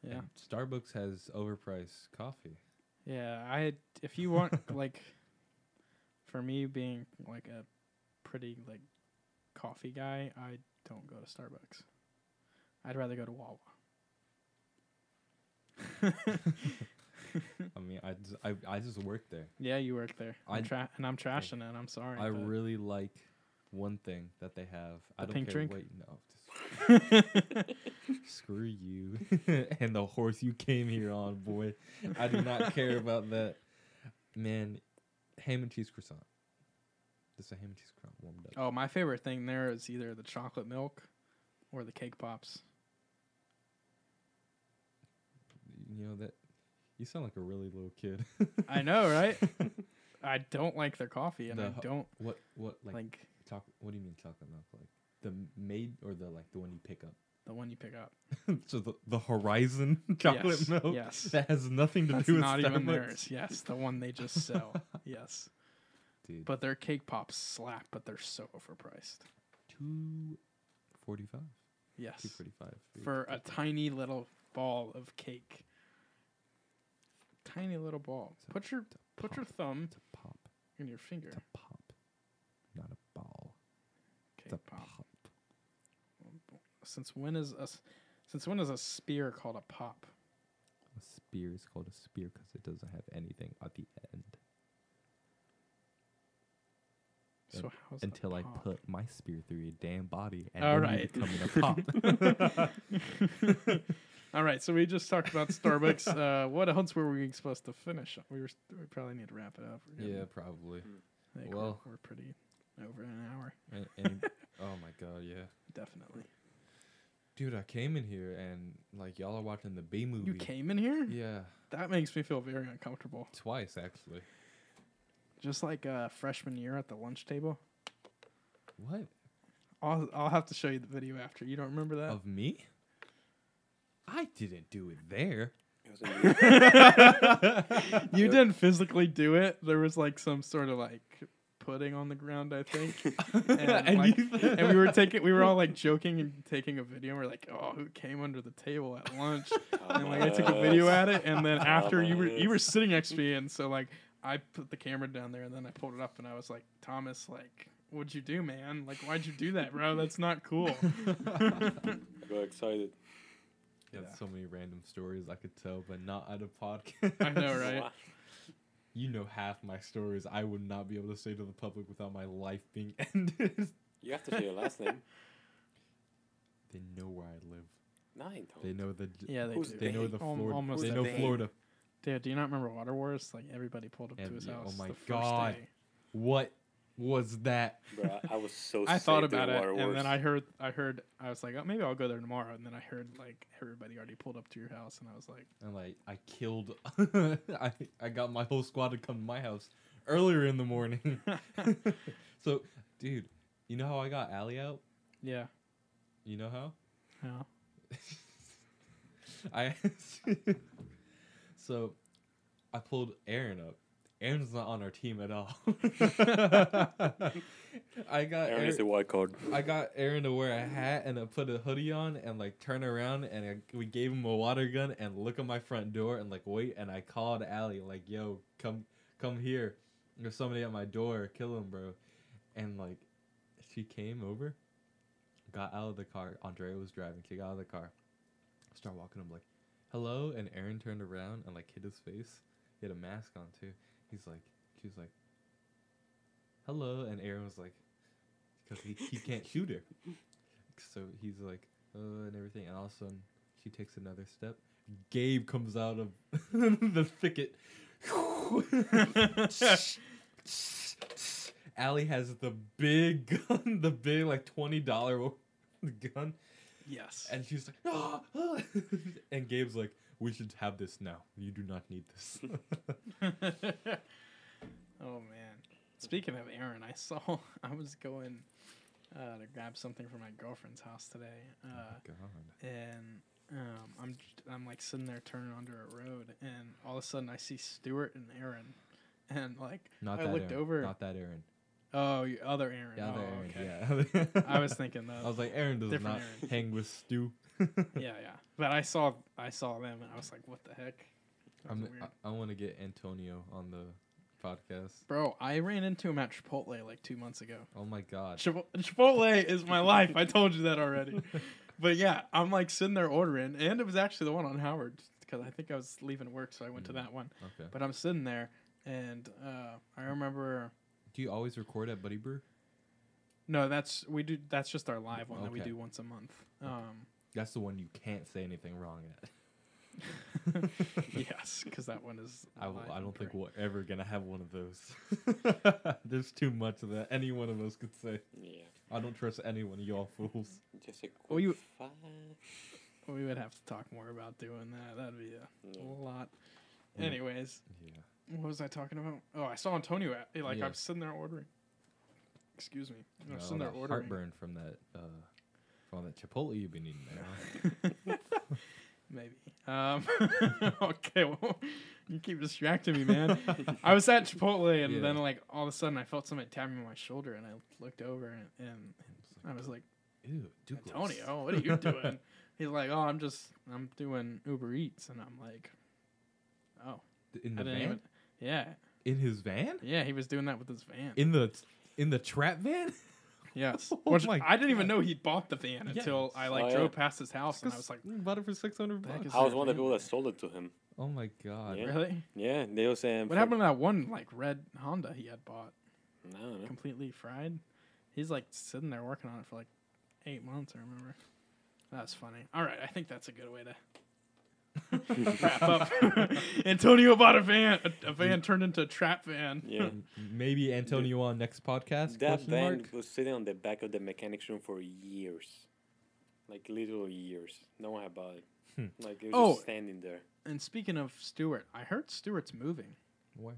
Speaker 3: yeah,
Speaker 1: and Starbucks has overpriced coffee.
Speaker 3: yeah. I if you want like, for me being like a pretty like coffee guy, I don't go to Starbucks. I'd rather go to Wawa.
Speaker 1: I mean, I just, I, I just work there.
Speaker 3: Yeah, you work there. I'm
Speaker 1: I-
Speaker 3: tra- and I'm trashing it. I'm sorry.
Speaker 1: I
Speaker 3: but-
Speaker 1: really like one thing that they have. I don't
Speaker 3: The pink
Speaker 1: care.
Speaker 3: drink?
Speaker 1: Wait, no. Screw you and the horse you came here on, boy. I do not care about that. Man, ham and cheese croissant. Just a ham and cheese croissant warmed up.
Speaker 3: Oh, my favorite thing there is either the chocolate milk or the cake pops.
Speaker 1: You know that. You sound like a really little kid.
Speaker 3: I know, right? I don't like their coffee, and
Speaker 1: The
Speaker 3: I
Speaker 1: ho-
Speaker 3: don't
Speaker 1: What? What? Like,
Speaker 3: like,
Speaker 1: chocolate? What do you mean chocolate milk? Like the made or the like the one you pick up?
Speaker 3: the one you pick up.
Speaker 1: so the the Horizon chocolate
Speaker 3: Yes,
Speaker 1: milk
Speaker 3: yes.
Speaker 1: that has nothing to
Speaker 3: That's
Speaker 1: do with
Speaker 3: not even
Speaker 1: Starbucks?
Speaker 3: theirs. Yes, the one they just sell. yes,
Speaker 1: Dude,
Speaker 3: but their cake pops slap, but they're so overpriced.
Speaker 1: two forty-five.
Speaker 3: Yes,
Speaker 1: Two forty-five.
Speaker 3: for a tiny little ball of cake. Tiny little ball.
Speaker 1: It's a-
Speaker 3: Put your put your thumb
Speaker 1: It's a pop.
Speaker 3: in your finger.
Speaker 1: It's a pop, not a ball. It's
Speaker 3: Cake
Speaker 1: a
Speaker 3: pop.
Speaker 1: pop.
Speaker 3: Since when is a s- since when is a spear called a pop?
Speaker 1: A spear is called a spear because it doesn't have anything at the end.
Speaker 3: So how's a
Speaker 1: Until I
Speaker 3: pop?
Speaker 1: put my spear through your damn body, and
Speaker 3: All
Speaker 1: then you
Speaker 3: right.
Speaker 1: become a pop.
Speaker 3: All right, so we just talked about Starbucks. Uh, what else were we supposed to finish? on? We were we probably need to wrap it up. We're getting-
Speaker 1: probably.
Speaker 3: I think
Speaker 1: well.
Speaker 3: we're, we're pretty over an hour,
Speaker 1: And, and oh my god, yeah,
Speaker 3: definitely.
Speaker 1: dude, I came in here and like y'all are watching the B movie.
Speaker 3: You came in here?
Speaker 1: Yeah,
Speaker 3: That makes me feel very uncomfortable.
Speaker 1: twice actually.
Speaker 3: Just like uh, freshman year at the lunch table,
Speaker 1: What?
Speaker 3: I'll, I'll have to show you the video after. You don't remember that?
Speaker 1: Of me? I didn't do it there.
Speaker 2: It was in the-
Speaker 3: you
Speaker 2: Yep.
Speaker 3: didn't physically do it. There was like some sort of like pudding on the ground, I think. And, like- and we were taking, we were all like joking and taking a video. And we're like, oh, who came under the table at lunch? and like I took
Speaker 2: uh,
Speaker 3: a video at it, and then after you were you were sitting next to me, and so like I put the camera down there, and then I pulled it up, and I was like, Thomas, like, what'd you do, man? Like, why'd you do that, bro? That's not cool.
Speaker 2: I got excited.
Speaker 1: Yeah,
Speaker 3: Yeah.
Speaker 1: so many random stories I could tell, but not at a podcast.
Speaker 3: I know, right?
Speaker 2: Wow.
Speaker 1: You know half my stories I would not be able to say to the public without my life being ended.
Speaker 2: You have to say your last name.
Speaker 1: they know where I live.
Speaker 2: No, I don't.
Speaker 1: They know the.
Speaker 3: Yeah,
Speaker 2: Who's
Speaker 1: They know the
Speaker 3: Al-
Speaker 1: Florida.
Speaker 3: almost
Speaker 1: they know
Speaker 3: everything.
Speaker 1: Florida.
Speaker 3: Dude, do you not remember Water Wars? Like everybody pulled up
Speaker 1: Yeah,
Speaker 3: to his
Speaker 1: yeah, oh
Speaker 3: house.
Speaker 1: my
Speaker 3: the first
Speaker 1: God.
Speaker 3: day.
Speaker 1: What was that?
Speaker 2: Bro, I was so.
Speaker 3: I
Speaker 2: sick
Speaker 3: thought
Speaker 2: during
Speaker 3: about it,
Speaker 2: Water
Speaker 3: and then
Speaker 2: Wars.
Speaker 3: I heard, I heard, I was like, oh, maybe I'll go there tomorrow. And then I heard like everybody already pulled up to your house, and I was like,
Speaker 1: And like I killed. I I got my whole squad to come to my house earlier in the morning. so, dude, you know how I got Allie out?
Speaker 3: yeah,
Speaker 1: You know how?
Speaker 3: yeah.
Speaker 1: I so I pulled Aaron up. Aaron's not on our team at all. I got
Speaker 2: Aaron is
Speaker 1: Aaron,
Speaker 2: a wild card.
Speaker 1: I got Aaron to wear a hat and I put a hoodie on and like turn around and I, we gave him a water gun and look at my front door and like wait and I called Allie like yo come come here there's somebody at my door kill him bro and like she came over got out of the car Andrea was driving she got out of the car start walking I'm like hello and Aaron turned around and like hid his face he had a mask on too he's like she was like hello and Aaron was like because he, he can't shoot her. So he's like, uh, and everything. And all of a sudden, she takes another step. Gabe comes out of the thicket. Allie has the big gun, the big like twenty dollar gun,
Speaker 3: Yes.
Speaker 1: and she's like, ah, ah." and Gabe's like, we should have this now. You do not need this.
Speaker 3: oh man. Speaking of Aaron, I saw I was going uh, to grab something from my girlfriend's house today, uh,
Speaker 1: God.
Speaker 3: and um, I'm I'm like sitting there turning under a road, and all of a sudden I see Stuart and Aaron, and like
Speaker 1: Not
Speaker 3: I
Speaker 1: that
Speaker 3: looked
Speaker 1: Aaron.
Speaker 3: over-
Speaker 1: Not that Aaron.
Speaker 3: oh your other Aaron,
Speaker 1: Yeah,
Speaker 3: oh,
Speaker 1: that
Speaker 3: okay.
Speaker 1: Aaron. Yeah.
Speaker 3: I was thinking though,
Speaker 1: I was like, Aaron does
Speaker 3: Different
Speaker 1: not
Speaker 3: Aaron.
Speaker 1: hang with Stu.
Speaker 3: yeah, yeah, but I saw I saw them, and I was like, what the heck, That was
Speaker 1: I'm, uh,
Speaker 3: weird.
Speaker 1: I, I want to get Antonio on the podcast.
Speaker 3: bro. I ran into him at Chipotle like two months ago.
Speaker 1: Oh my god.
Speaker 3: Chipo- Chipotle is my life. I told you that already. But yeah, I'm like sitting there ordering, and it was actually the one on Howard because I think I was leaving work, so I went to
Speaker 1: Mm.
Speaker 3: that one.
Speaker 1: Okay.
Speaker 3: But I'm sitting there, and uh, I remember
Speaker 1: Do you always record at Buddy Brew?
Speaker 3: no, that's we do. That's just our live one that we
Speaker 1: Okay.
Speaker 3: do once a month. Um,
Speaker 1: That's the one you can't say anything wrong at.
Speaker 3: yes, because that one is.
Speaker 1: I, w-
Speaker 3: live
Speaker 1: I
Speaker 3: and
Speaker 1: don't think
Speaker 3: pre-
Speaker 1: we're ever gonna have one of those. There's too much of that any one of us could say.
Speaker 2: Yeah.
Speaker 1: I don't trust anyone, y'all fools.
Speaker 2: Just a quick
Speaker 3: Well, Oh, you-
Speaker 2: five.
Speaker 3: we would have to talk more about doing that. That'd be a
Speaker 2: Yeah.
Speaker 3: lot.
Speaker 1: Mm.
Speaker 3: Anyways,
Speaker 1: Yeah.
Speaker 3: What was I talking about? Oh, I saw Antonio. At, eh, like
Speaker 1: Yeah.
Speaker 3: I'm sitting there ordering. Excuse me. I'm
Speaker 1: No,
Speaker 3: sitting there
Speaker 1: that
Speaker 3: ordering.
Speaker 1: heartburn from that uh, from that Chipotle you've been eating. Now.
Speaker 3: Maybe. Um, okay. Well, you keep distracting me, man. I was at Chipotle, and
Speaker 1: Yeah.
Speaker 3: then like all of a sudden, I felt somebody tapping me on my shoulder, and I looked over, and, and I was like,
Speaker 1: Ew, Douglas.
Speaker 3: Antonio, what are you doing? He's like, Oh, I'm just, I'm doing Uber Eats, and I'm like, Oh,
Speaker 1: in
Speaker 3: I
Speaker 1: the
Speaker 3: didn't
Speaker 1: van?
Speaker 3: even. Yeah,
Speaker 1: In his van?
Speaker 3: yeah. He was doing that with his van.
Speaker 1: In the in the trap van?
Speaker 3: Yes.
Speaker 1: Oh
Speaker 3: Which
Speaker 1: my
Speaker 3: I didn't even know he bought the van
Speaker 1: Yeah.
Speaker 3: until I like
Speaker 2: Oh, yeah.
Speaker 3: drove past his house and I was like,
Speaker 1: bought it for six hundred
Speaker 3: The heck
Speaker 1: bucks.
Speaker 3: is
Speaker 2: I was
Speaker 3: there
Speaker 2: one of
Speaker 3: a
Speaker 2: the people that sold it to him.
Speaker 1: Oh my god.
Speaker 2: Yeah.
Speaker 3: really?
Speaker 2: Yeah, they was um,
Speaker 3: What happened to that one like red Honda he had bought?
Speaker 2: I don't know.
Speaker 3: Completely fried. He's like sitting there working on it for like eight months. I remember. That's funny. All right, I think that's a good way to wrap up. Antonio bought a van. A, a van turned into a trap van.
Speaker 2: Yeah.
Speaker 1: Um, Maybe Antonio on next podcast?
Speaker 2: That
Speaker 1: question
Speaker 2: van
Speaker 1: mark?
Speaker 2: was sitting on the back of the mechanic's room for years, like literal years. No one had bought it. Like it was
Speaker 3: Oh.
Speaker 2: just standing there.
Speaker 3: And speaking of Stewart, I heard Stewart's moving.
Speaker 1: Where?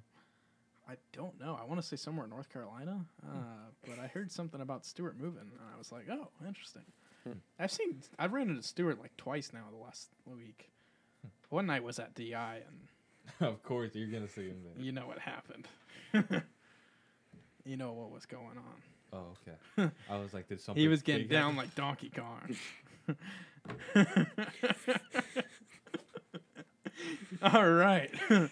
Speaker 3: I don't know. I want to say somewhere in North Carolina, uh, but I heard something about Stewart moving, and I was like, oh, interesting. I've seen, I've ran into Stewart like twice now the last week. One night was at DI, and
Speaker 1: of course, you're gonna see him there.
Speaker 3: you know what happened. you know what was going on.
Speaker 1: Oh, okay. I was like, did something?
Speaker 3: he was getting
Speaker 1: big happen?
Speaker 3: down like Donkey Kong. All right.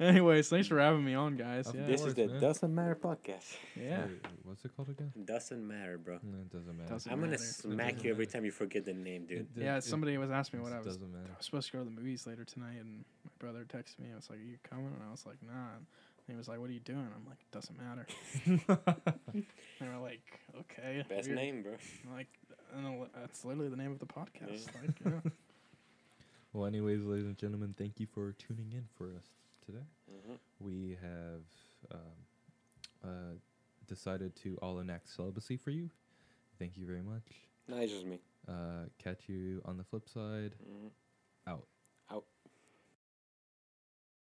Speaker 3: Anyways, thanks for having me on, guys.
Speaker 1: Of
Speaker 3: Yeah,
Speaker 2: This
Speaker 1: course,
Speaker 2: is the
Speaker 1: man.
Speaker 2: Doesn't Matter podcast.
Speaker 3: yeah.
Speaker 1: Wait, what's it called again?
Speaker 2: Doesn't matter, bro.
Speaker 1: No, it doesn't matter.
Speaker 3: Doesn't
Speaker 2: I'm gonna
Speaker 3: matter.
Speaker 2: smack you every time you forget the name, dude.
Speaker 1: It-
Speaker 3: yeah,
Speaker 1: it-
Speaker 3: somebody was asking me what
Speaker 1: it
Speaker 3: I was.
Speaker 1: Doesn't
Speaker 3: I
Speaker 1: matter.
Speaker 3: was supposed to go to the movies later tonight, and my brother texted me. I was like, "Are you coming?" And I was like, "Nah." And he was like, "What are you doing?" I'm like, "Doesn't matter." And they were like, "Okay."
Speaker 2: Best
Speaker 3: weird."
Speaker 2: name, bro.
Speaker 3: I'm Like, I don't know, that's literally the name of the podcast.
Speaker 2: Yeah.
Speaker 3: Like, yeah.
Speaker 1: well, anyways, ladies and gentlemen, thank you for tuning in for us today.
Speaker 2: Mm-hmm.
Speaker 1: We have um, uh, decided to all enact celibacy for you. Thank you very much.
Speaker 2: No, it's just me.
Speaker 1: Uh, catch you on the flip side.
Speaker 2: Mhm.